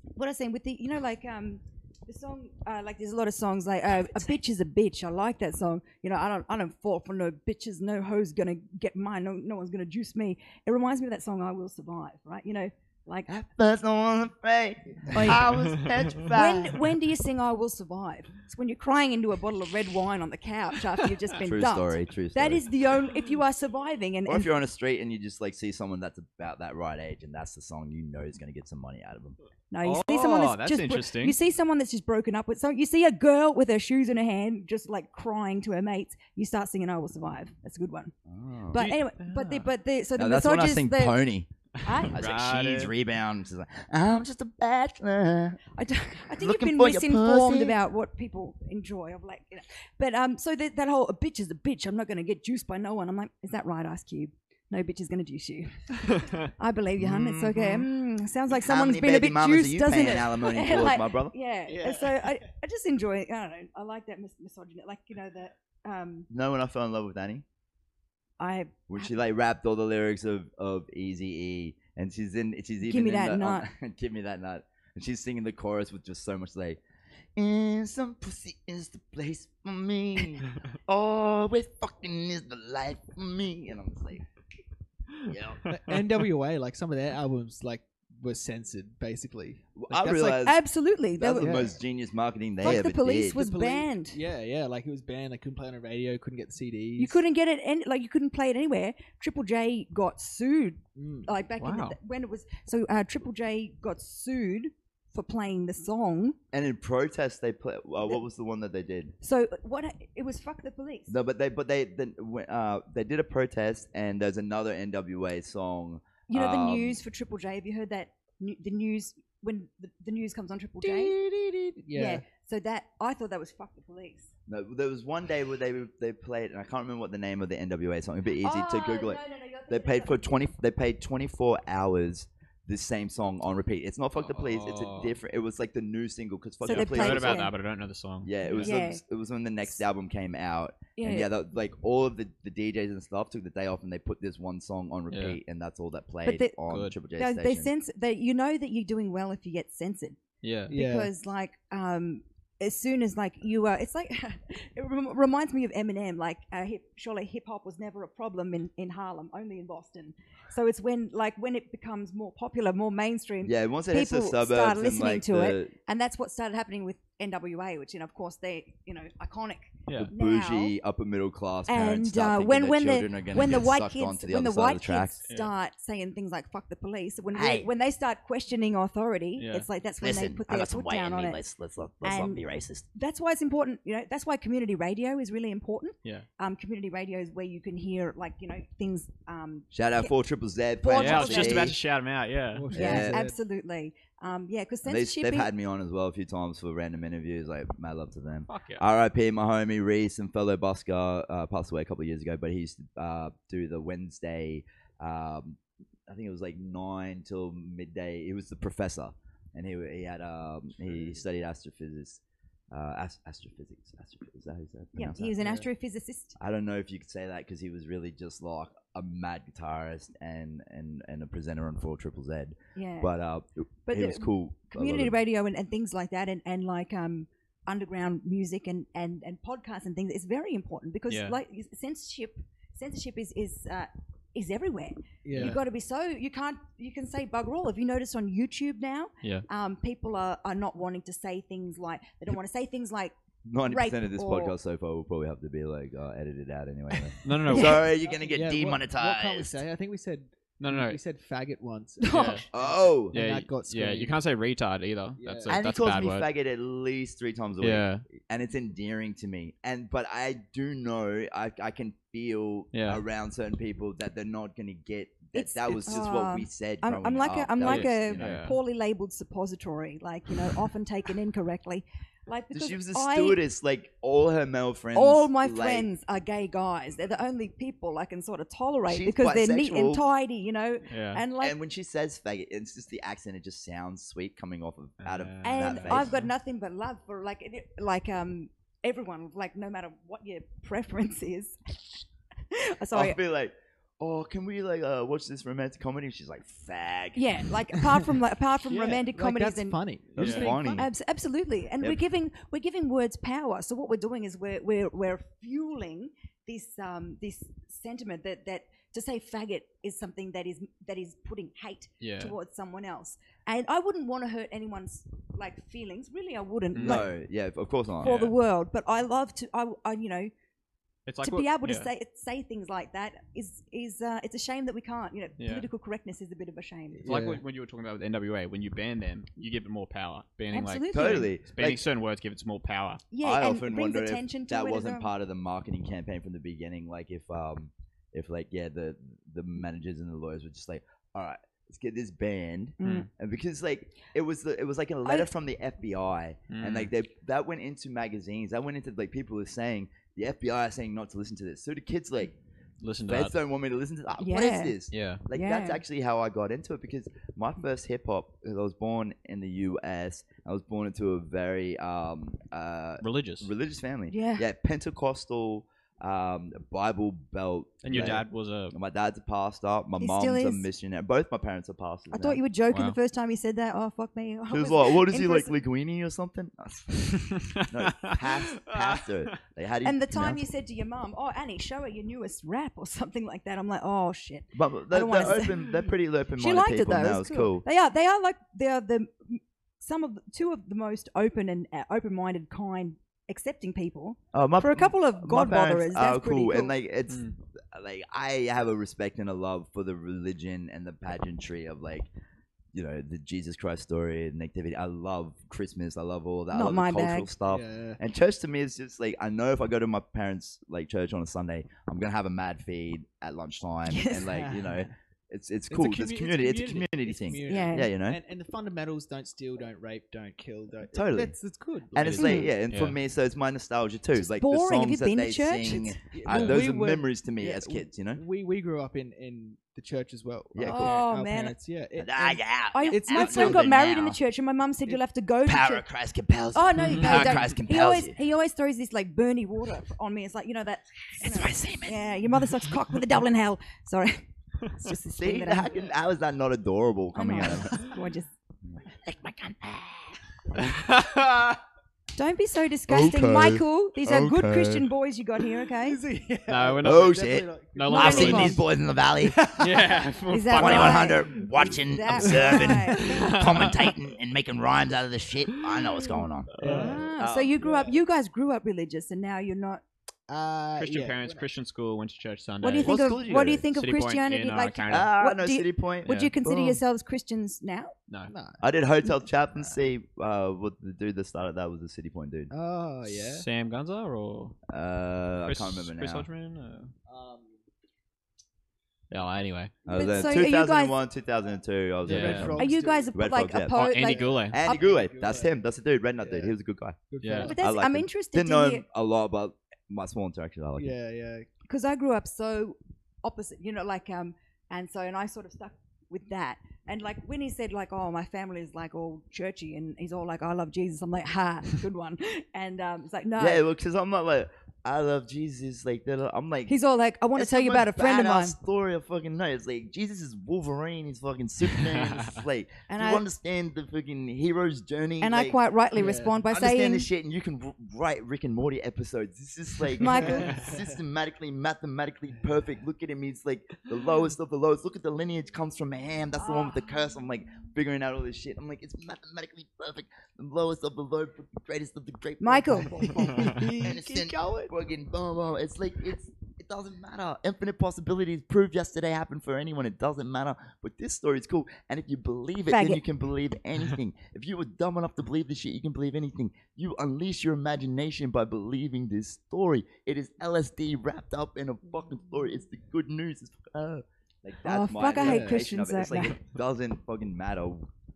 [SPEAKER 3] what I was saying with the, you know, like um, the song, uh, like there's a lot of songs like uh, a bitch is a bitch. I like that song. You know, I don't, I don't fall for no bitches. No hoe's gonna get mine. No, no one's gonna juice me. It reminds me of that song, I Will Survive. Right? You know, like
[SPEAKER 2] First I was afraid.
[SPEAKER 3] Like-
[SPEAKER 2] I was petrified.
[SPEAKER 3] when when do you sing I Will Survive? It's when you're crying into a bottle of red wine on the couch after you've just been
[SPEAKER 4] True
[SPEAKER 3] dumped.
[SPEAKER 4] story. True story.
[SPEAKER 3] That is the only if you are surviving and,
[SPEAKER 4] Or
[SPEAKER 3] and
[SPEAKER 4] if you're on a street and you just like see someone that's about that right age, and that's the song you know is going to get some money out of them.
[SPEAKER 3] No, you see someone
[SPEAKER 5] Oh,
[SPEAKER 3] that's,
[SPEAKER 5] that's
[SPEAKER 3] just bro-
[SPEAKER 5] interesting.
[SPEAKER 3] you see someone that's just broken up with. So you see a girl with her shoes in her hand, just like crying to her mates. You start singing "I Will Survive." That's a good one.
[SPEAKER 4] Oh.
[SPEAKER 3] But
[SPEAKER 5] Do you-
[SPEAKER 3] anyway, but the but the so the
[SPEAKER 4] No, that's when I
[SPEAKER 3] misogynists
[SPEAKER 4] sing
[SPEAKER 3] that
[SPEAKER 4] Pony. I
[SPEAKER 3] I,
[SPEAKER 4] was
[SPEAKER 5] Got
[SPEAKER 4] like, she's
[SPEAKER 5] it.
[SPEAKER 4] rebound. She's like,
[SPEAKER 2] I'm just a bachelor.
[SPEAKER 3] I, don't- I think
[SPEAKER 2] Looking
[SPEAKER 3] you've been
[SPEAKER 2] for your
[SPEAKER 3] misinformed
[SPEAKER 2] pussy.
[SPEAKER 3] about what people enjoy. Of like, you know. but um, so that that whole a bitch is a bitch. I'm not going to get juiced by no one. I'm like, is that right, Ice Cube? No bitch is going to juice you. I believe you, hun. It's okay. Mm, sounds like
[SPEAKER 4] How
[SPEAKER 3] someone's
[SPEAKER 4] many
[SPEAKER 3] been a
[SPEAKER 4] baby
[SPEAKER 3] bit
[SPEAKER 4] mamas
[SPEAKER 3] juiced,
[SPEAKER 4] are you
[SPEAKER 3] doesn't
[SPEAKER 4] paying
[SPEAKER 3] it?
[SPEAKER 4] alimony
[SPEAKER 3] Yeah,
[SPEAKER 4] towards,
[SPEAKER 3] like-
[SPEAKER 4] my brother?
[SPEAKER 3] Yeah.
[SPEAKER 2] Yeah.
[SPEAKER 3] So I, I just enjoy. I don't know. I like that mis- misogyny. Like you know that. Um,
[SPEAKER 4] No, when I fell in love with Annie,
[SPEAKER 3] I
[SPEAKER 4] when she like rapped all the lyrics of of Easy E, and she's in, she's even
[SPEAKER 3] me
[SPEAKER 4] in
[SPEAKER 3] that
[SPEAKER 4] the,
[SPEAKER 3] nut.
[SPEAKER 4] on- give me that nut, and she's singing the chorus with just so much like,
[SPEAKER 2] And some pussy is the place for me. Always fucking is the life for me.
[SPEAKER 4] and I'm just like, yeah.
[SPEAKER 1] NWA, like some of their albums, like were censored basically.
[SPEAKER 4] Well,
[SPEAKER 1] Like,
[SPEAKER 4] I
[SPEAKER 1] that's like-
[SPEAKER 4] realized
[SPEAKER 3] absolutely. They
[SPEAKER 4] that was
[SPEAKER 3] were,
[SPEAKER 4] the
[SPEAKER 1] Yeah.
[SPEAKER 4] most genius marketing they
[SPEAKER 3] Fuck the
[SPEAKER 4] ever
[SPEAKER 3] police
[SPEAKER 4] did.
[SPEAKER 3] was
[SPEAKER 1] The police-
[SPEAKER 3] banned.
[SPEAKER 1] Yeah, yeah, like it was banned. They couldn't play on the radio. Couldn't get the CDs.
[SPEAKER 3] you couldn't get it. Any, like you couldn't play it anywhere. Triple J got sued.
[SPEAKER 1] Mm.
[SPEAKER 3] Like back in the,
[SPEAKER 5] Wow.
[SPEAKER 3] when it was. So uh, Triple J got sued for playing the song.
[SPEAKER 4] and in protest, they put uh, what was the one that they did?
[SPEAKER 3] So uh, what? It was fuck the police.
[SPEAKER 4] No, but they but they then when, uh they did a protest and there's another NWA song.
[SPEAKER 3] you know the
[SPEAKER 4] um,
[SPEAKER 3] news for Triple J. Have you heard that? New, the news when the, the news comes on Triple J.
[SPEAKER 1] Yeah.
[SPEAKER 3] So that I thought that was fuck the police.
[SPEAKER 4] No, there was one day where they they played and I can't remember what the name of the NWA song. It'd be easy to
[SPEAKER 3] Oh,
[SPEAKER 4] Google it.
[SPEAKER 3] no, no, no, you're
[SPEAKER 4] They
[SPEAKER 3] thinking of
[SPEAKER 4] paid for twenty. They paid twenty four hours. The same song on repeat. It's not "Fuck the Police." It's a
[SPEAKER 5] Oh.
[SPEAKER 4] different. It was like the new single because "Fuck
[SPEAKER 3] So
[SPEAKER 4] the
[SPEAKER 3] they
[SPEAKER 5] I
[SPEAKER 4] Police."
[SPEAKER 3] played
[SPEAKER 5] heard
[SPEAKER 4] was
[SPEAKER 5] about
[SPEAKER 4] on-
[SPEAKER 3] Yeah.
[SPEAKER 5] that, but I don't know the song.
[SPEAKER 4] Yeah, it was.
[SPEAKER 3] Yeah.
[SPEAKER 4] It was when the next album came out.
[SPEAKER 3] Yeah.
[SPEAKER 4] And yeah, that, like all of the, the DJs and stuff took the day off and they put this one song on
[SPEAKER 5] Yeah.
[SPEAKER 4] repeat and that's all that played
[SPEAKER 3] they-
[SPEAKER 4] on
[SPEAKER 5] Good.
[SPEAKER 4] Triple J
[SPEAKER 3] No,
[SPEAKER 4] station.
[SPEAKER 3] they censor. They, you know that you're doing well if you get censored
[SPEAKER 5] Yeah.
[SPEAKER 1] Yeah.
[SPEAKER 3] because, like, um, as soon as like you are, it's like it rem- reminds me of Eminem. Like, uh, hip, surely hip hop was never a problem in in Harlem, only in Boston. So it's when like when it becomes more popular, more mainstream,
[SPEAKER 4] yeah, once it hits the
[SPEAKER 3] people
[SPEAKER 4] suburbs
[SPEAKER 3] started
[SPEAKER 4] and
[SPEAKER 3] listening
[SPEAKER 4] like
[SPEAKER 3] to
[SPEAKER 4] the,
[SPEAKER 3] and that's what started happening with NWA, which you know, of course, they you know, iconic.
[SPEAKER 5] Yeah.
[SPEAKER 4] the bougie upper middle class parents
[SPEAKER 3] And,
[SPEAKER 4] start
[SPEAKER 3] uh,
[SPEAKER 4] thinking
[SPEAKER 3] when-
[SPEAKER 4] their
[SPEAKER 3] when the-
[SPEAKER 4] children are going
[SPEAKER 3] when
[SPEAKER 4] to
[SPEAKER 3] the
[SPEAKER 4] get
[SPEAKER 3] white
[SPEAKER 4] sucked
[SPEAKER 3] kids,
[SPEAKER 4] onto the
[SPEAKER 3] when
[SPEAKER 4] other
[SPEAKER 3] the
[SPEAKER 4] side
[SPEAKER 3] white
[SPEAKER 4] of the track.
[SPEAKER 3] kids
[SPEAKER 5] Yeah.
[SPEAKER 3] start saying things like "fuck the police," when
[SPEAKER 2] Hey.
[SPEAKER 3] when they start questioning authority,
[SPEAKER 5] Yeah.
[SPEAKER 3] it's like that's when they
[SPEAKER 2] Listen,
[SPEAKER 3] put
[SPEAKER 2] I
[SPEAKER 3] their
[SPEAKER 2] got some
[SPEAKER 3] foot
[SPEAKER 2] weight
[SPEAKER 3] down
[SPEAKER 2] in
[SPEAKER 3] on
[SPEAKER 2] me.
[SPEAKER 3] it.
[SPEAKER 2] Let's, let's, not, let's
[SPEAKER 3] And-
[SPEAKER 2] not be racist.
[SPEAKER 3] that's why it's important. You know, that's why community radio is really important.
[SPEAKER 5] Yeah.
[SPEAKER 3] Um, community radio is where you can hear like you know things. Um,
[SPEAKER 4] Shout out four triple Z.
[SPEAKER 3] Four
[SPEAKER 5] Yeah, I was
[SPEAKER 3] Triple
[SPEAKER 5] just
[SPEAKER 3] J.
[SPEAKER 5] about to shout him out. Yeah.
[SPEAKER 1] Well,
[SPEAKER 4] Yeah.
[SPEAKER 3] yeah,
[SPEAKER 1] shit.
[SPEAKER 3] absolutely. Um, yeah, because
[SPEAKER 4] They,
[SPEAKER 3] censorship.
[SPEAKER 4] they've
[SPEAKER 3] is-
[SPEAKER 4] had me on as well a few times for random interviews. Like, mad love to them.
[SPEAKER 5] Fuck yeah.
[SPEAKER 4] R.I.P. My homie Reese and fellow busker uh, passed away a couple of years ago, but he used to uh, do the Wednesday. Um, I think it was like nine till midday. He was the professor, and he he had um, he studied astrophysics. Uh, ast- astrophysics, astrophysics. Is that, is that
[SPEAKER 3] yeah,
[SPEAKER 4] pronounced
[SPEAKER 3] he was
[SPEAKER 4] that?
[SPEAKER 3] an
[SPEAKER 1] Yeah.
[SPEAKER 3] astrophysicist.
[SPEAKER 4] I don't know if you could say that because he was really just like a mad guitarist and and and a presenter on Four Triple Z.
[SPEAKER 3] Yeah,
[SPEAKER 4] But uh,
[SPEAKER 3] but
[SPEAKER 4] he
[SPEAKER 3] the
[SPEAKER 4] was cool. I love
[SPEAKER 3] community
[SPEAKER 4] him.
[SPEAKER 3] radio and, and things like that, and and like um underground music and and and podcasts and things is very important because
[SPEAKER 5] Yeah.
[SPEAKER 3] like censorship censorship is is uh, is everywhere.
[SPEAKER 1] Yeah.
[SPEAKER 3] You've got to be so you can't you can say bugger all. Have you noticed on YouTube now?
[SPEAKER 5] Yeah.
[SPEAKER 3] Um, people are, are not wanting to say things like they don't want to say things like
[SPEAKER 4] Ninety percent of
[SPEAKER 3] rape
[SPEAKER 4] this
[SPEAKER 3] or-
[SPEAKER 4] podcast so far will probably have to be like uh, edited out anyway.
[SPEAKER 5] No, no, no.
[SPEAKER 4] Sorry, you're gonna get
[SPEAKER 1] Yeah, what-
[SPEAKER 2] demonetized.
[SPEAKER 1] What, can't we say? I think we said
[SPEAKER 5] No, no, no.
[SPEAKER 1] we said faggot once.
[SPEAKER 5] Yeah.
[SPEAKER 4] Oh,
[SPEAKER 1] And
[SPEAKER 5] Yeah,
[SPEAKER 1] that got
[SPEAKER 5] yeah, you
[SPEAKER 1] screened.
[SPEAKER 5] can't say retard either.
[SPEAKER 1] Yeah.
[SPEAKER 5] That's a,
[SPEAKER 4] and he
[SPEAKER 5] that's a
[SPEAKER 4] calls
[SPEAKER 5] bad
[SPEAKER 4] me
[SPEAKER 5] word.
[SPEAKER 4] faggot at least three times a week,
[SPEAKER 5] Yeah,
[SPEAKER 4] and it's endearing to me. And but I do know I, I can feel
[SPEAKER 5] Yeah.
[SPEAKER 4] around certain people that they're not gonna get that.
[SPEAKER 3] It's-
[SPEAKER 4] That was just what we
[SPEAKER 3] uh,
[SPEAKER 4] said.
[SPEAKER 3] I'm- I'm
[SPEAKER 4] growing
[SPEAKER 3] like a-
[SPEAKER 4] up.
[SPEAKER 3] I'm
[SPEAKER 4] That
[SPEAKER 3] like
[SPEAKER 4] was,
[SPEAKER 3] a-
[SPEAKER 4] you know,
[SPEAKER 5] Yeah.
[SPEAKER 3] poorly labeled suppository, like you know, often taken incorrectly. Like because
[SPEAKER 4] she was a
[SPEAKER 3] I-
[SPEAKER 4] stewardess. Like all her male friends,
[SPEAKER 3] all my
[SPEAKER 4] like,
[SPEAKER 3] friends are gay guys. They're the only people I can sort of tolerate
[SPEAKER 4] She's
[SPEAKER 3] because they're neat and
[SPEAKER 4] bisexual.
[SPEAKER 3] tidy, you know.
[SPEAKER 5] yeah.
[SPEAKER 3] And like,
[SPEAKER 4] and when she says faggot, it's just the accent. It just sounds sweet coming off of out of
[SPEAKER 5] Uh,
[SPEAKER 3] and
[SPEAKER 4] that face.
[SPEAKER 3] I've got nothing but love for like it- like um everyone, like no matter what your preference is.
[SPEAKER 4] I
[SPEAKER 3] Sorry,
[SPEAKER 4] feel like "Oh, can we like uh, watch this romantic comedy?" She's like, "Fag."
[SPEAKER 3] Yeah, like apart from like, apart from romantic
[SPEAKER 1] like,
[SPEAKER 3] comedies
[SPEAKER 1] that's
[SPEAKER 3] and
[SPEAKER 1] funny.
[SPEAKER 4] That's
[SPEAKER 5] Yeah.
[SPEAKER 4] funny.
[SPEAKER 3] Abs- absolutely, and
[SPEAKER 4] Yep.
[SPEAKER 3] we're giving we're giving words power. So what we're doing is we're we're, we're fueling this um, this sentiment that that to say faggot is something that is that is putting hate
[SPEAKER 5] Yeah.
[SPEAKER 3] towards someone else. And I wouldn't want to hurt anyone's like feelings. Really, I wouldn't.
[SPEAKER 5] Mm.
[SPEAKER 3] Like,
[SPEAKER 4] No, yeah, of course not.
[SPEAKER 3] for the
[SPEAKER 5] Yeah.
[SPEAKER 3] world, but I love to. I, I you know
[SPEAKER 5] It's like
[SPEAKER 3] to
[SPEAKER 5] what-
[SPEAKER 3] be able to
[SPEAKER 5] yeah.
[SPEAKER 3] say say things like that is is uh, it's a shame that we can't. You know,
[SPEAKER 5] Yeah.
[SPEAKER 3] political correctness is a bit of a shame.
[SPEAKER 5] It's like
[SPEAKER 1] Yeah.
[SPEAKER 5] what, when you were talking about with NWA, when you ban them, you give it more power. Banning
[SPEAKER 3] Absolutely.
[SPEAKER 5] like
[SPEAKER 4] Totally.
[SPEAKER 5] banning
[SPEAKER 4] Like,
[SPEAKER 5] certain words, give it some more power.
[SPEAKER 3] Yeah,
[SPEAKER 4] I
[SPEAKER 3] and
[SPEAKER 4] often
[SPEAKER 3] it brings
[SPEAKER 4] wonder if
[SPEAKER 3] attention to
[SPEAKER 4] that
[SPEAKER 3] it as
[SPEAKER 4] wasn't
[SPEAKER 3] well.
[SPEAKER 4] part of the marketing campaign from the beginning. Like if um if like yeah the the managers and the lawyers were just like, all right, let's get this banned,
[SPEAKER 3] Mm.
[SPEAKER 4] and because like it was the, it was like a letter from the FBI,
[SPEAKER 5] Mm.
[SPEAKER 4] and like they that went into magazines, that went into like people were saying the FBI are saying not to listen to this, so the kids like
[SPEAKER 5] Listen
[SPEAKER 4] feds don't want me to listen to that. What is
[SPEAKER 3] Yeah.
[SPEAKER 4] this?
[SPEAKER 5] Yeah.
[SPEAKER 4] Like that's
[SPEAKER 3] Yeah.
[SPEAKER 4] actually how I got into it because my first hip hop, 'cause I was born in the U.S. I was born into a very um uh
[SPEAKER 5] Religious.
[SPEAKER 4] religious family.
[SPEAKER 3] Yeah.
[SPEAKER 4] Yeah, Pentecostal, um, Bible Belt.
[SPEAKER 5] and your
[SPEAKER 4] like,
[SPEAKER 5] dad was a
[SPEAKER 4] My dad's a pastor. My
[SPEAKER 3] He
[SPEAKER 4] mom's
[SPEAKER 3] still
[SPEAKER 4] a
[SPEAKER 3] is.
[SPEAKER 4] missionary. Both my parents are pastors.
[SPEAKER 3] I
[SPEAKER 4] now.
[SPEAKER 3] thought you were joking
[SPEAKER 5] Wow.
[SPEAKER 3] the first time you said that. Oh fuck me! I
[SPEAKER 4] She was
[SPEAKER 3] was-
[SPEAKER 4] like, "What is
[SPEAKER 3] in
[SPEAKER 4] he like,
[SPEAKER 3] person.
[SPEAKER 4] linguini or something?" No, pas- pastor. Like, how do you?
[SPEAKER 3] and the time
[SPEAKER 4] pronounce
[SPEAKER 3] you said to your mum, "Oh Annie, show her your newest rap" or something like that. I'm like, "Oh shit."
[SPEAKER 4] it? But they're,
[SPEAKER 3] don't wanna
[SPEAKER 4] they're
[SPEAKER 3] say-
[SPEAKER 4] open. They're pretty open-minded
[SPEAKER 3] She liked it
[SPEAKER 4] people.
[SPEAKER 3] though.
[SPEAKER 4] now.
[SPEAKER 3] it was
[SPEAKER 4] It's
[SPEAKER 3] cool. They are. They are like they are the some of the, two of the most open and uh, open-minded, kind, accepting people.
[SPEAKER 4] Oh, my,
[SPEAKER 3] For a couple of
[SPEAKER 4] my
[SPEAKER 3] god botherers,
[SPEAKER 4] parents
[SPEAKER 3] that's
[SPEAKER 4] are
[SPEAKER 3] pretty
[SPEAKER 4] cool,
[SPEAKER 3] cool.
[SPEAKER 4] and like it's
[SPEAKER 1] Hmm.
[SPEAKER 5] Mm.
[SPEAKER 4] like I have a respect and a love for the religion and the pageantry of like you know the Jesus Christ story and nativity. I love Christmas. I love all that. I
[SPEAKER 3] Not
[SPEAKER 4] love
[SPEAKER 3] my
[SPEAKER 4] the cultural
[SPEAKER 3] bag.
[SPEAKER 4] stuff.
[SPEAKER 1] Yeah.
[SPEAKER 4] And church to me is just like I know if I go to my parents' like church on a Sunday, I'm gonna have a mad feed at lunchtime,
[SPEAKER 3] Yes.
[SPEAKER 4] and like you know, it's
[SPEAKER 1] It's
[SPEAKER 4] it's
[SPEAKER 1] a
[SPEAKER 4] cool.
[SPEAKER 1] commu-
[SPEAKER 4] it's community. It's a community
[SPEAKER 1] It's
[SPEAKER 4] thing.
[SPEAKER 1] community.
[SPEAKER 3] Yeah.
[SPEAKER 4] Yeah, you know.
[SPEAKER 1] And, and the fundamentals don't steal, don't rape, don't kill. Don't,
[SPEAKER 4] Totally.
[SPEAKER 1] That's, that's good.
[SPEAKER 4] and it's
[SPEAKER 5] is.
[SPEAKER 4] like yeah, and for
[SPEAKER 5] Yeah.
[SPEAKER 4] me, so it's my nostalgia too.
[SPEAKER 3] Just
[SPEAKER 4] like the
[SPEAKER 3] boring. Have
[SPEAKER 4] songs
[SPEAKER 3] you
[SPEAKER 4] that
[SPEAKER 3] been to
[SPEAKER 4] they
[SPEAKER 3] church?
[SPEAKER 4] sing,
[SPEAKER 1] It's- yeah,
[SPEAKER 4] uh,
[SPEAKER 1] well,
[SPEAKER 4] those
[SPEAKER 1] we
[SPEAKER 4] are
[SPEAKER 1] were-
[SPEAKER 4] memories to me
[SPEAKER 1] yeah,
[SPEAKER 4] as
[SPEAKER 1] w-
[SPEAKER 4] kids. You know.
[SPEAKER 1] We we grew up in in the church as well.
[SPEAKER 4] Yeah,
[SPEAKER 1] Like,
[SPEAKER 3] cool.
[SPEAKER 1] our
[SPEAKER 3] Oh, man.
[SPEAKER 1] parents, yeah. It-
[SPEAKER 4] ah,
[SPEAKER 1] and-
[SPEAKER 4] yeah.
[SPEAKER 3] I,
[SPEAKER 1] It's
[SPEAKER 3] my
[SPEAKER 1] not
[SPEAKER 3] friend got
[SPEAKER 4] building
[SPEAKER 3] married in
[SPEAKER 4] now.
[SPEAKER 3] the church, and my mum said, "You'll have to go to
[SPEAKER 4] Power
[SPEAKER 3] church."
[SPEAKER 4] of Christ compels.
[SPEAKER 3] Oh no, no,
[SPEAKER 4] Power of
[SPEAKER 3] don't.
[SPEAKER 4] Christ
[SPEAKER 3] He
[SPEAKER 4] compels
[SPEAKER 3] always
[SPEAKER 4] you.
[SPEAKER 3] he always throws this like Bernie water on me. It's like you know that. you
[SPEAKER 4] It's
[SPEAKER 3] know,
[SPEAKER 4] my semen.
[SPEAKER 3] Yeah, your mother sucks cock with the double in hell. Sorry, it's just this
[SPEAKER 4] See,
[SPEAKER 3] thing that I
[SPEAKER 4] how, can, how is that not adorable
[SPEAKER 3] I know,
[SPEAKER 4] coming out of
[SPEAKER 3] it's gorgeous.
[SPEAKER 2] Lick my cunt.
[SPEAKER 3] Don't be so disgusting,
[SPEAKER 4] Okay.
[SPEAKER 3] Michael. These are good
[SPEAKER 4] Okay.
[SPEAKER 3] Christian boys you got here. Okay.
[SPEAKER 1] Is he- yeah.
[SPEAKER 5] No, we're not-
[SPEAKER 4] Oh,
[SPEAKER 1] Definitely
[SPEAKER 4] shit.
[SPEAKER 1] not-
[SPEAKER 5] No
[SPEAKER 4] I've
[SPEAKER 3] I've
[SPEAKER 5] longer
[SPEAKER 3] seen
[SPEAKER 4] seen
[SPEAKER 3] Unbelievable.
[SPEAKER 4] these
[SPEAKER 5] religious.
[SPEAKER 3] these
[SPEAKER 4] boys in the valley.
[SPEAKER 5] Yeah.
[SPEAKER 3] Is that
[SPEAKER 5] Fuck
[SPEAKER 3] right?
[SPEAKER 5] off.
[SPEAKER 4] 2100 watching,
[SPEAKER 3] That's
[SPEAKER 4] observing,
[SPEAKER 3] right.
[SPEAKER 2] Commentating and making rhymes out of this shit. I know what's going on.
[SPEAKER 1] Yeah.
[SPEAKER 3] Ah, so you grew up. You guys grew up religious, and now you're not.
[SPEAKER 1] Uh,
[SPEAKER 5] Christian
[SPEAKER 1] yeah.
[SPEAKER 5] parents, Christian school, went to church Sunday.
[SPEAKER 3] What do you think
[SPEAKER 4] What
[SPEAKER 3] of?
[SPEAKER 4] school did you
[SPEAKER 3] What
[SPEAKER 4] go
[SPEAKER 3] do you
[SPEAKER 4] to?
[SPEAKER 3] think of
[SPEAKER 5] City Point
[SPEAKER 3] Christianity?
[SPEAKER 5] in, uh,
[SPEAKER 3] like,
[SPEAKER 5] Canada.
[SPEAKER 4] Ah,
[SPEAKER 3] What
[SPEAKER 4] no,
[SPEAKER 3] do you-
[SPEAKER 4] City Point.
[SPEAKER 3] would
[SPEAKER 5] yeah.
[SPEAKER 3] you consider
[SPEAKER 4] Oh.
[SPEAKER 3] yourselves Christians now?
[SPEAKER 5] no.
[SPEAKER 1] No.
[SPEAKER 4] I did Hotel
[SPEAKER 3] Mm.
[SPEAKER 4] Chaplaincy. Uh, what the dude that started that was the City Point dude.
[SPEAKER 1] Oh yeah.
[SPEAKER 5] Sam Gunzer or
[SPEAKER 4] Uh,
[SPEAKER 5] Chris,
[SPEAKER 4] I can't remember
[SPEAKER 5] Chris
[SPEAKER 4] now.
[SPEAKER 5] Hodgman? uh, Or...
[SPEAKER 1] Um,
[SPEAKER 5] Oh, anyway.
[SPEAKER 4] I was
[SPEAKER 3] But
[SPEAKER 4] in
[SPEAKER 3] so are you guys-
[SPEAKER 4] 2001, 2002. I was
[SPEAKER 5] Yeah.
[SPEAKER 4] in
[SPEAKER 5] Red
[SPEAKER 4] Red Frog.
[SPEAKER 3] Are you
[SPEAKER 1] Still-
[SPEAKER 3] guys
[SPEAKER 4] Red
[SPEAKER 3] like
[SPEAKER 4] Fox, yeah.
[SPEAKER 5] Oh,
[SPEAKER 3] opposed?
[SPEAKER 5] Andy
[SPEAKER 3] like,
[SPEAKER 5] Goulet.
[SPEAKER 4] Andy
[SPEAKER 3] Up-
[SPEAKER 4] Goulet. That's him. That's the dude. Red Nut dude.
[SPEAKER 1] Yeah.
[SPEAKER 4] He was a good guy.
[SPEAKER 1] good
[SPEAKER 5] Yeah.
[SPEAKER 1] fella.
[SPEAKER 3] But that's,
[SPEAKER 4] I like
[SPEAKER 3] I'm
[SPEAKER 4] him.
[SPEAKER 3] interested
[SPEAKER 4] Didn't
[SPEAKER 3] to
[SPEAKER 4] know
[SPEAKER 3] hear
[SPEAKER 4] him a lot, but my small interaction, I like him.
[SPEAKER 1] Yeah, yeah.
[SPEAKER 3] because I grew up so opposite, you know, like um, and so and I sort of stuck with that. And like when he said like, oh, my family is like all churchy, and he's all like, I love Jesus. I'm like, ha, good one. And um, it's like no,
[SPEAKER 4] Yeah, well, because I'm not like I love Jesus. Like that. uh, I'm like
[SPEAKER 3] he's all like, I want to
[SPEAKER 4] It's
[SPEAKER 3] tell
[SPEAKER 4] the
[SPEAKER 3] you
[SPEAKER 4] most
[SPEAKER 3] about a friend of
[SPEAKER 4] badass
[SPEAKER 3] mine.
[SPEAKER 4] Story of fucking no. It's like Jesus is Wolverine. He's fucking Superman. it's just like
[SPEAKER 3] And
[SPEAKER 4] you
[SPEAKER 3] I
[SPEAKER 4] understand the fucking hero's journey.
[SPEAKER 3] and
[SPEAKER 4] like,
[SPEAKER 3] I quite rightly
[SPEAKER 1] Yeah.
[SPEAKER 3] respond by
[SPEAKER 4] understand
[SPEAKER 3] saying,
[SPEAKER 4] this shit, and you can w- write Rick and Morty episodes. This is like
[SPEAKER 3] Michael.
[SPEAKER 4] systematically, mathematically perfect. Look at him. He's like the lowest of the lowest. Look at the lineage comes from Ham. That's the one with the curse. I'm like figuring out all this shit. I'm like it's mathematically perfect. The lowest of the low, but the greatest of the great.
[SPEAKER 3] Michael.
[SPEAKER 4] Keep going. Fucking boom, boom. It's like it's it doesn't matter. Infinite possibilities proved yesterday happened for anyone. It doesn't matter. But this story is cool. And if you believe it, then
[SPEAKER 3] Faggot.
[SPEAKER 4] you can believe anything. if you were dumb enough to believe this shit, you can believe anything. You unleash your imagination by believing this story. It is LSD wrapped up in a fucking story. It's the good news. It's uh, like that's
[SPEAKER 3] Oh,
[SPEAKER 4] my
[SPEAKER 3] fuck, I hate
[SPEAKER 4] interpretation of
[SPEAKER 3] Christians
[SPEAKER 4] it. It's
[SPEAKER 3] like
[SPEAKER 4] like it doesn't fucking matter.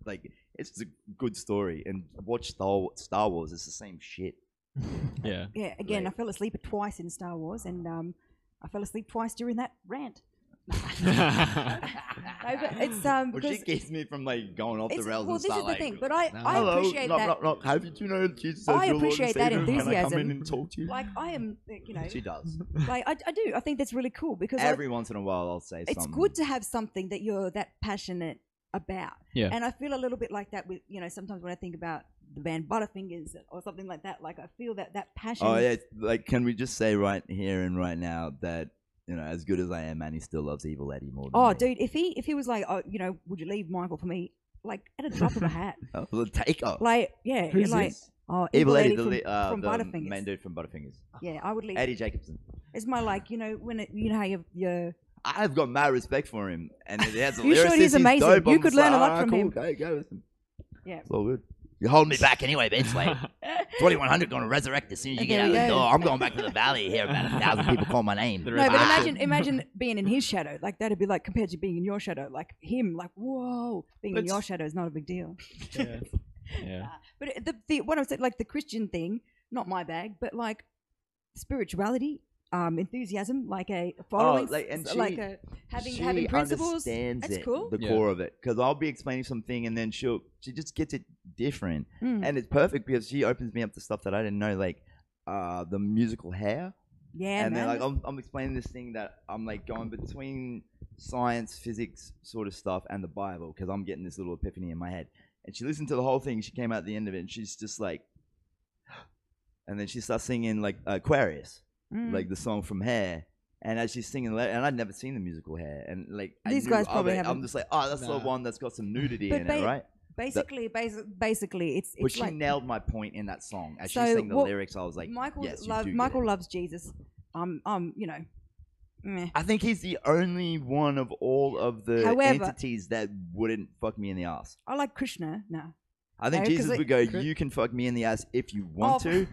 [SPEAKER 4] Like it's just a good story. And watch Star Star Wars. It's the same shit.
[SPEAKER 5] Yeah.
[SPEAKER 3] yeah, again,
[SPEAKER 4] Like-
[SPEAKER 3] I fell asleep twice in Star Wars, and um, I fell asleep twice during that rant. No, but it's um
[SPEAKER 2] Well,
[SPEAKER 3] because
[SPEAKER 2] she gets me from like going off the
[SPEAKER 3] it's-
[SPEAKER 2] rails
[SPEAKER 3] well,
[SPEAKER 2] and
[SPEAKER 3] this
[SPEAKER 2] start
[SPEAKER 3] is the
[SPEAKER 2] like,
[SPEAKER 3] thing, but I
[SPEAKER 1] No.
[SPEAKER 3] I
[SPEAKER 2] Hello,
[SPEAKER 3] appreciate
[SPEAKER 2] knock,
[SPEAKER 3] that.
[SPEAKER 2] knock, knock. Have you do you know Jesus? is
[SPEAKER 3] I
[SPEAKER 2] your Lord and
[SPEAKER 3] appreciate that
[SPEAKER 2] Savior? Can I come
[SPEAKER 3] enthusiasm.
[SPEAKER 2] in and talk to you?
[SPEAKER 3] Like I am, you know,
[SPEAKER 4] She does.
[SPEAKER 3] like I, I do. I think that's really cool because I,
[SPEAKER 4] Every once in a while, I'll say
[SPEAKER 3] it's
[SPEAKER 4] something.
[SPEAKER 3] good to have something that you're that passionate about.
[SPEAKER 5] Yeah.
[SPEAKER 3] And I feel a little bit like that with you know sometimes when I think about the band Butterfingers or something like that, like I feel that that passion.
[SPEAKER 4] Oh yeah, like can we just say right here and right now that you know, as good as I am, Manny still loves Evil Eddie more. Than
[SPEAKER 3] Oh,
[SPEAKER 4] me.
[SPEAKER 3] dude, if he if he was like, oh, you know, would you leave Michael for me? Like at a drop of a hat.
[SPEAKER 4] Oh, the take off.
[SPEAKER 3] Like yeah,
[SPEAKER 1] Who's
[SPEAKER 3] like
[SPEAKER 1] this?
[SPEAKER 3] oh,
[SPEAKER 4] Evil Eddie, the,
[SPEAKER 3] from,
[SPEAKER 4] li- uh,
[SPEAKER 3] from
[SPEAKER 4] the
[SPEAKER 3] Butterfingers.
[SPEAKER 4] main dude from Butterfingers,
[SPEAKER 3] Yeah, I would leave.
[SPEAKER 4] Eddie Jacobson.
[SPEAKER 3] It's my like, you know, when it, you know how you you
[SPEAKER 4] I've got mad respect for him, and he has a
[SPEAKER 3] You should,
[SPEAKER 4] lyricist,
[SPEAKER 3] he's amazing.
[SPEAKER 4] dope.
[SPEAKER 3] You
[SPEAKER 4] I'm
[SPEAKER 3] could
[SPEAKER 4] just
[SPEAKER 3] learn a
[SPEAKER 4] like,
[SPEAKER 3] lot
[SPEAKER 4] "Alright,
[SPEAKER 3] from
[SPEAKER 4] cool,
[SPEAKER 3] him."
[SPEAKER 4] Go, go with him.
[SPEAKER 3] Yeah.
[SPEAKER 4] it's all good.
[SPEAKER 2] You're holding me back anyway, bitch. Like 2100 going to resurrect as soon as you get
[SPEAKER 3] There
[SPEAKER 2] out
[SPEAKER 3] we
[SPEAKER 2] the
[SPEAKER 3] go.
[SPEAKER 2] door. I'm going back to the valley here. About a thousand people call my name.
[SPEAKER 5] The
[SPEAKER 3] No, but
[SPEAKER 5] Bye.
[SPEAKER 3] imagine imagine being in his shadow. Like that'd be like compared to being in your shadow. Like him, like whoa, being in
[SPEAKER 5] It's-
[SPEAKER 3] your shadow is not a big deal.
[SPEAKER 1] Yeah.
[SPEAKER 5] yeah.
[SPEAKER 3] But it- the, the what I'm saying, like the Christian thing, not my bag, but like spirituality, um, enthusiasm, like a following,
[SPEAKER 4] Oh, like, and
[SPEAKER 3] s- like
[SPEAKER 4] she-
[SPEAKER 3] a having
[SPEAKER 4] she
[SPEAKER 3] having principles.
[SPEAKER 4] understands
[SPEAKER 3] That's
[SPEAKER 4] it,
[SPEAKER 3] cool.
[SPEAKER 4] the
[SPEAKER 5] Yeah.
[SPEAKER 4] core of it. Because I'll be explaining something, and then she'll she just gets it different,
[SPEAKER 3] Mm,
[SPEAKER 4] and it's perfect because she opens me up to stuff that I didn't know, like uh, the musical hair.
[SPEAKER 3] yeah,
[SPEAKER 4] and
[SPEAKER 3] man.
[SPEAKER 4] then like oh, I'm, I'm explaining this thing that I'm like going between science, physics sort of stuff and the Bible because I'm getting this little epiphany in my head. And she listened to the whole thing. She came out at the end of it, and she's just like, and then she starts singing like Aquarius,
[SPEAKER 3] Mm.
[SPEAKER 4] like the song from Hair. And as she's singing, le- and I'd never seen the musical Hair, and like I
[SPEAKER 3] These
[SPEAKER 4] knew
[SPEAKER 3] guys
[SPEAKER 4] of
[SPEAKER 3] probably
[SPEAKER 4] it. I'm
[SPEAKER 3] haven't.
[SPEAKER 4] just like, oh, that's the
[SPEAKER 1] Nah.
[SPEAKER 4] one that's got some nudity in
[SPEAKER 3] But
[SPEAKER 4] it,
[SPEAKER 3] ba-
[SPEAKER 4] right?
[SPEAKER 3] basically, basi- basically, it's
[SPEAKER 4] But
[SPEAKER 3] it's
[SPEAKER 4] she
[SPEAKER 3] like
[SPEAKER 4] nailed my point in that song. As she
[SPEAKER 3] So
[SPEAKER 4] sang the
[SPEAKER 3] what-
[SPEAKER 4] lyrics, I was like,
[SPEAKER 3] Michael
[SPEAKER 4] yes, you
[SPEAKER 3] loves
[SPEAKER 4] do get
[SPEAKER 3] Michael
[SPEAKER 4] it.
[SPEAKER 3] loves Jesus. Um, um, you know, meh.
[SPEAKER 4] I think he's the only one of all of the
[SPEAKER 3] However-
[SPEAKER 4] entities that wouldn't fuck me in the ass.
[SPEAKER 3] I like Krishna. No,
[SPEAKER 4] I think
[SPEAKER 3] No, 'cause
[SPEAKER 4] Jesus
[SPEAKER 3] it-
[SPEAKER 4] would go, "You can fuck me in the ass if you want
[SPEAKER 3] Oh,
[SPEAKER 4] to."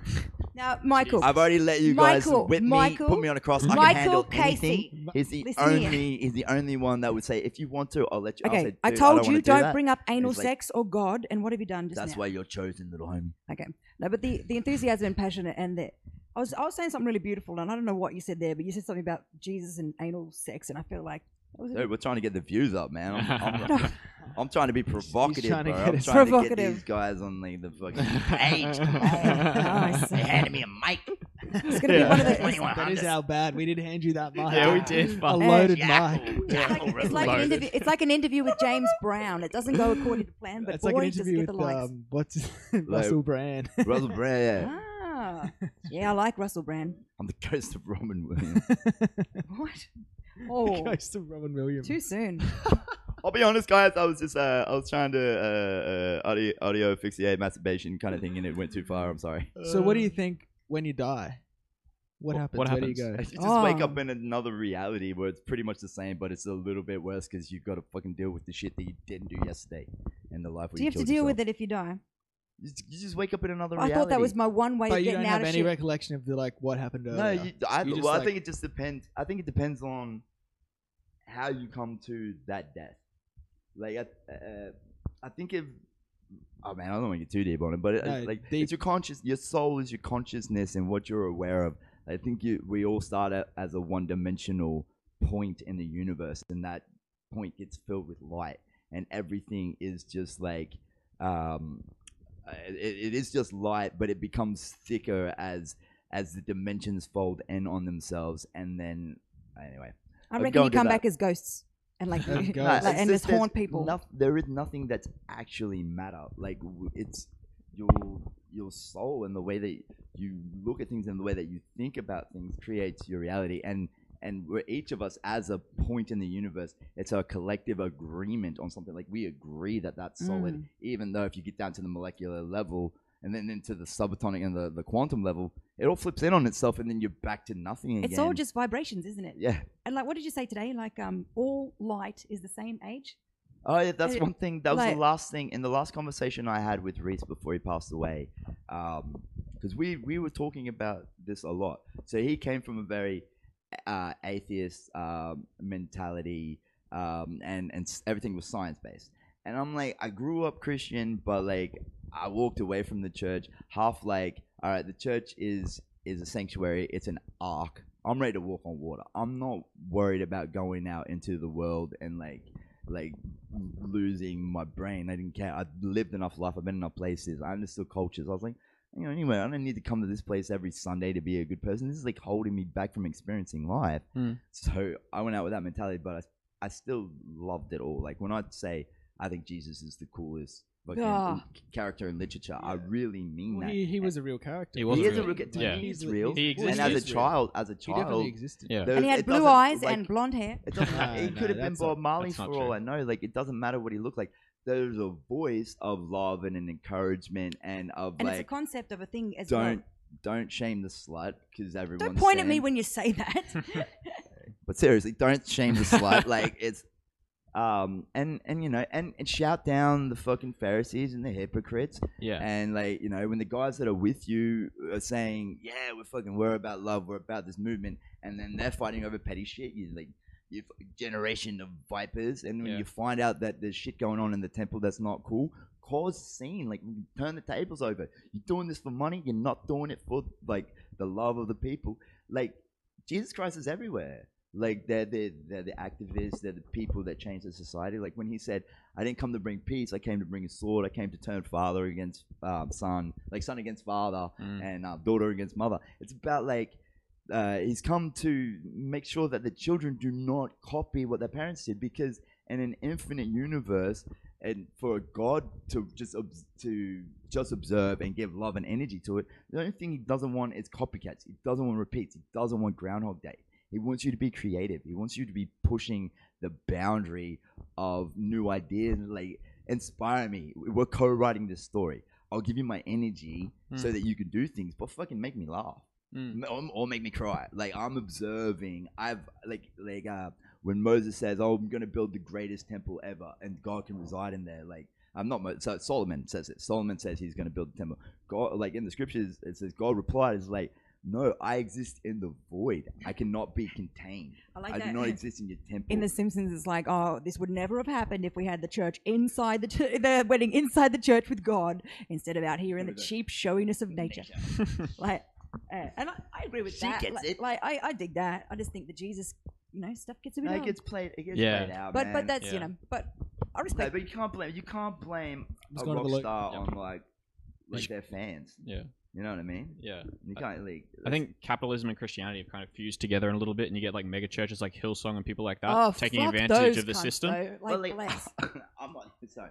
[SPEAKER 3] now Michael.
[SPEAKER 4] I've already let you guys
[SPEAKER 3] Michael,
[SPEAKER 4] whip me,
[SPEAKER 3] Michael,
[SPEAKER 4] put me on a cross. I can
[SPEAKER 3] Michael
[SPEAKER 4] handle
[SPEAKER 3] Casey.
[SPEAKER 4] anything. He's the
[SPEAKER 3] Listen
[SPEAKER 4] only.
[SPEAKER 3] here.
[SPEAKER 4] He's the only one that would say, "If you want to, I'll let you." I'll say,
[SPEAKER 3] Okay, I
[SPEAKER 4] "Dude,
[SPEAKER 3] told
[SPEAKER 4] don't
[SPEAKER 3] you
[SPEAKER 4] wanna do
[SPEAKER 3] don't
[SPEAKER 4] that."
[SPEAKER 3] bring up anal
[SPEAKER 4] He's like,
[SPEAKER 3] sex or God, and what have you done just
[SPEAKER 4] That's
[SPEAKER 3] now?
[SPEAKER 4] why you're chosen, little homie.
[SPEAKER 3] Okay, no, but the, the enthusiasm and passion and the I was I was saying something really beautiful, and I don't know what you said there, but you said something about Jesus and anal sex, and I feel like that was a-
[SPEAKER 4] Dude, we're trying to get the views up, man. I'm, I'm,
[SPEAKER 5] No.
[SPEAKER 4] I'm trying to be provocative,
[SPEAKER 1] trying to
[SPEAKER 4] bro.
[SPEAKER 1] get
[SPEAKER 4] I'm
[SPEAKER 1] us-
[SPEAKER 4] trying to get
[SPEAKER 3] Provocative.
[SPEAKER 4] these guys on like, the fucking.
[SPEAKER 2] Age, come
[SPEAKER 1] Oh.
[SPEAKER 3] Oh, Nice. uh,
[SPEAKER 2] They handed me a mic.
[SPEAKER 3] it's gonna be one of the.
[SPEAKER 2] 2100.
[SPEAKER 1] That is how bad we did hand you that mic.
[SPEAKER 5] Yeah, we did.
[SPEAKER 1] A
[SPEAKER 5] Fuck.
[SPEAKER 1] loaded
[SPEAKER 2] Jackal,
[SPEAKER 1] mic.
[SPEAKER 2] jackal
[SPEAKER 3] It's like, it's like an
[SPEAKER 2] reloaded.
[SPEAKER 3] interview. It's like an interview with James Brown. It doesn't go according to plan, but
[SPEAKER 1] It's
[SPEAKER 3] boy,
[SPEAKER 1] like an
[SPEAKER 3] does it
[SPEAKER 1] interview
[SPEAKER 3] get
[SPEAKER 1] with
[SPEAKER 3] the likes.
[SPEAKER 1] um, what's Russell Brand.
[SPEAKER 4] Russell Brand, yeah.
[SPEAKER 1] um,
[SPEAKER 3] ah, yeah, I like Russell Brand.
[SPEAKER 4] I'm the ghost of Robin Williams.
[SPEAKER 3] What? Oh,
[SPEAKER 1] Goes to Robin Williams.
[SPEAKER 3] too soon.
[SPEAKER 4] I'll be honest, guys. I was just uh, I was trying to uh, uh, audio, audio asphyxiate masturbation kind of thing, and it went too far. I'm sorry.
[SPEAKER 1] So what do you think when you die? What
[SPEAKER 5] Wh-
[SPEAKER 1] happens?
[SPEAKER 5] what
[SPEAKER 1] Where do you
[SPEAKER 5] happens?
[SPEAKER 1] go?
[SPEAKER 4] You just wake
[SPEAKER 3] Oh.
[SPEAKER 4] up in another reality where it's pretty much the same, but it's a little bit worse because you've got to fucking deal with the shit that you didn't do yesterday in the life. Where
[SPEAKER 3] Do you have to deal with it if you die?
[SPEAKER 4] You just, you just wake up in another
[SPEAKER 3] I
[SPEAKER 4] reality.
[SPEAKER 3] thought that was my one way
[SPEAKER 1] But
[SPEAKER 3] of
[SPEAKER 1] you
[SPEAKER 3] getting
[SPEAKER 1] don't
[SPEAKER 3] out
[SPEAKER 1] have
[SPEAKER 3] of
[SPEAKER 1] any
[SPEAKER 3] shit.
[SPEAKER 1] recollection of the like what happened earlier.
[SPEAKER 4] no. You, I,
[SPEAKER 1] You just,
[SPEAKER 4] well, I
[SPEAKER 1] like-
[SPEAKER 4] think it just depends. I think it depends on how you come to that death. Like, I, uh, I think if oh man, I don't want to get too deep on it, but it,
[SPEAKER 1] No,
[SPEAKER 4] like
[SPEAKER 1] deep.
[SPEAKER 4] it's your conscious, your soul is your consciousness and what you're aware of. I think you, we all start out as a one-dimensional point in the universe, and that point gets filled with light, and everything is just like. Um, uh, it, it is just light, but it becomes thicker as as the dimensions fold in on themselves, and then anyway,
[SPEAKER 3] I
[SPEAKER 4] I'd
[SPEAKER 3] reckon
[SPEAKER 4] go
[SPEAKER 3] you
[SPEAKER 4] and do
[SPEAKER 3] come
[SPEAKER 4] that.
[SPEAKER 3] back as ghosts and like,
[SPEAKER 1] And
[SPEAKER 3] like,
[SPEAKER 1] ghosts. Yes.
[SPEAKER 4] No, it's
[SPEAKER 3] and just
[SPEAKER 4] there's
[SPEAKER 3] haunt people.
[SPEAKER 4] noth- there is nothing that's actually matter. Like w- it's your your soul and the way that you look at things and the way that you think about things creates your reality. And and we're each of us as a point in the universe. It's our collective agreement on something. Like we agree that that's solid,
[SPEAKER 3] Mm.
[SPEAKER 4] even though if you get down to the molecular level and then into the subatomic and the, the quantum level, it all flips in on itself, and then you're back to nothing again.
[SPEAKER 3] It's all just vibrations, isn't it?
[SPEAKER 4] yeah.
[SPEAKER 3] And like, what did you say today? Like, um, all light is the same age.
[SPEAKER 4] Oh yeah, that's
[SPEAKER 3] It-
[SPEAKER 4] one thing. That was
[SPEAKER 3] like-
[SPEAKER 4] the last thing in the last conversation I had with Reese before he passed away, because we we were talking about this a lot. So he came from a very uh, atheist um, mentality, um, and and s- everything was science based. And I'm like, I grew up Christian, but like I walked away from the church half like, all right, the church is is a sanctuary. It's an ark. I'm ready to walk on water. I'm not worried about going out into the world and like like losing my brain. I didn't care. I've lived enough life. I've been enough places. I understood cultures. I was like, you know, anyway, I don't need to come to this place every Sunday to be a good person. This is like holding me back from experiencing life.
[SPEAKER 1] Mm.
[SPEAKER 4] So I went out with that mentality, but I, I still loved it all. Like when I say I think Jesus is the coolest fucking
[SPEAKER 3] Ah.
[SPEAKER 4] character in literature, I really mean
[SPEAKER 1] Well,
[SPEAKER 4] that.
[SPEAKER 1] he, he was a real character.
[SPEAKER 5] He was
[SPEAKER 4] He
[SPEAKER 5] a
[SPEAKER 4] is a
[SPEAKER 5] real-
[SPEAKER 4] real character.
[SPEAKER 5] yeah.
[SPEAKER 4] He's
[SPEAKER 1] a-
[SPEAKER 4] real.
[SPEAKER 5] He
[SPEAKER 1] well,
[SPEAKER 5] exists.
[SPEAKER 4] and as a
[SPEAKER 1] is real.
[SPEAKER 4] child, as a
[SPEAKER 1] he
[SPEAKER 4] child,
[SPEAKER 1] definitely existed.
[SPEAKER 5] Yeah.
[SPEAKER 4] there-
[SPEAKER 3] and he
[SPEAKER 4] Uh, it
[SPEAKER 3] had blue
[SPEAKER 4] doesn't,
[SPEAKER 3] eyes
[SPEAKER 4] like-
[SPEAKER 3] and blonde hair.
[SPEAKER 4] It doesn't.
[SPEAKER 1] No,
[SPEAKER 4] matter. it
[SPEAKER 1] no,
[SPEAKER 4] could have been
[SPEAKER 1] that's not-
[SPEAKER 4] Bob Marley
[SPEAKER 5] that's
[SPEAKER 4] for
[SPEAKER 5] not
[SPEAKER 4] all
[SPEAKER 5] true.
[SPEAKER 4] I know. Like it doesn't matter what he looked like. There's a voice of love and an encouragement and of
[SPEAKER 3] And it's a
[SPEAKER 4] like
[SPEAKER 3] concept of a thing as well.
[SPEAKER 4] don't don't shame the slut because everyone's
[SPEAKER 3] Don't point at me
[SPEAKER 4] saying-
[SPEAKER 3] when you say that.
[SPEAKER 4] but seriously, don't shame the slut. like it's um and and you know and, and shout down the fucking Pharisees and the hypocrites
[SPEAKER 5] yeah.
[SPEAKER 4] and like you know when the guys that are with you are saying yeah we're fucking we're about love we're about this movement and then they're fighting over petty shit you like you fucking generation of vipers and when
[SPEAKER 5] Yeah.
[SPEAKER 4] you find out that there's shit going on in the temple that's not cool cause a scene like turn the tables over you're doing this for money you're not doing it for like the love of the people like jesus christ is everywhere like they're the they're the activists they're the people that change the society like when he said I didn't come to bring peace. I came to bring a sword. I came to turn father against um, son, like son against father,
[SPEAKER 5] Mm.
[SPEAKER 4] and uh, daughter against mother. It's about like uh, he's come to make sure that the children do not copy what their parents did, because in an infinite universe, and for God to just obs- to just observe and give love and energy to it, the only thing he doesn't want is copycats. He doesn't want repeats. He doesn't want Groundhog Day. He wants you to be creative. He wants you to be pushing the boundary of new ideas. Like, inspire me. We're co-writing this story. I'll give you my energy so that you can do things, but fucking make me laugh
[SPEAKER 5] Mm.
[SPEAKER 4] or, or make me cry. Like I'm observing. I've like like uh, when Moses says, "Oh, I'm gonna build the greatest temple ever, and God can reside in there." Like I'm not. Mo- so Solomon says it. Solomon says he's gonna build the temple. God, like in the scriptures, it says God replied, "Is like." No, I exist in the void. I cannot be contained.
[SPEAKER 3] I like
[SPEAKER 4] I do
[SPEAKER 3] that.
[SPEAKER 4] not exist in your temple.
[SPEAKER 3] in The Simpsons, it's like, oh, this would never have happened if we had the church inside the ch- the wedding inside the church with God instead of out here in the
[SPEAKER 4] Over there.
[SPEAKER 3] cheap showiness of nature. like, uh, and I, I agree with
[SPEAKER 4] She
[SPEAKER 3] that.
[SPEAKER 4] gets
[SPEAKER 3] like,
[SPEAKER 4] it.
[SPEAKER 3] like, I, I dig that. I just think the Jesus, you know, stuff gets a bit.
[SPEAKER 4] No, it
[SPEAKER 3] old.
[SPEAKER 4] gets played. It gets
[SPEAKER 5] Yeah.
[SPEAKER 4] played out.
[SPEAKER 3] but
[SPEAKER 4] man.
[SPEAKER 3] but that's you
[SPEAKER 5] Yeah.
[SPEAKER 3] know, but I
[SPEAKER 4] No,
[SPEAKER 3] respect.
[SPEAKER 4] but you can't blame. You can't blame
[SPEAKER 1] It's
[SPEAKER 4] a
[SPEAKER 1] kind of
[SPEAKER 4] rock
[SPEAKER 1] a lo-
[SPEAKER 4] star
[SPEAKER 5] Yeah.
[SPEAKER 4] on like like
[SPEAKER 5] should-
[SPEAKER 4] their fans.
[SPEAKER 5] Yeah.
[SPEAKER 4] You know what I mean?
[SPEAKER 5] Yeah.
[SPEAKER 4] You can't like.
[SPEAKER 5] I think capitalism and Christianity have kind of fused together in a little bit, and you get like mega churches like Hillsong and people like that
[SPEAKER 3] oh,
[SPEAKER 5] taking
[SPEAKER 3] fuck
[SPEAKER 5] advantage
[SPEAKER 3] those
[SPEAKER 5] of the
[SPEAKER 3] cunts,
[SPEAKER 5] system.
[SPEAKER 3] though. Like,
[SPEAKER 4] Well, like-
[SPEAKER 3] bless.
[SPEAKER 4] I'm not. Sorry.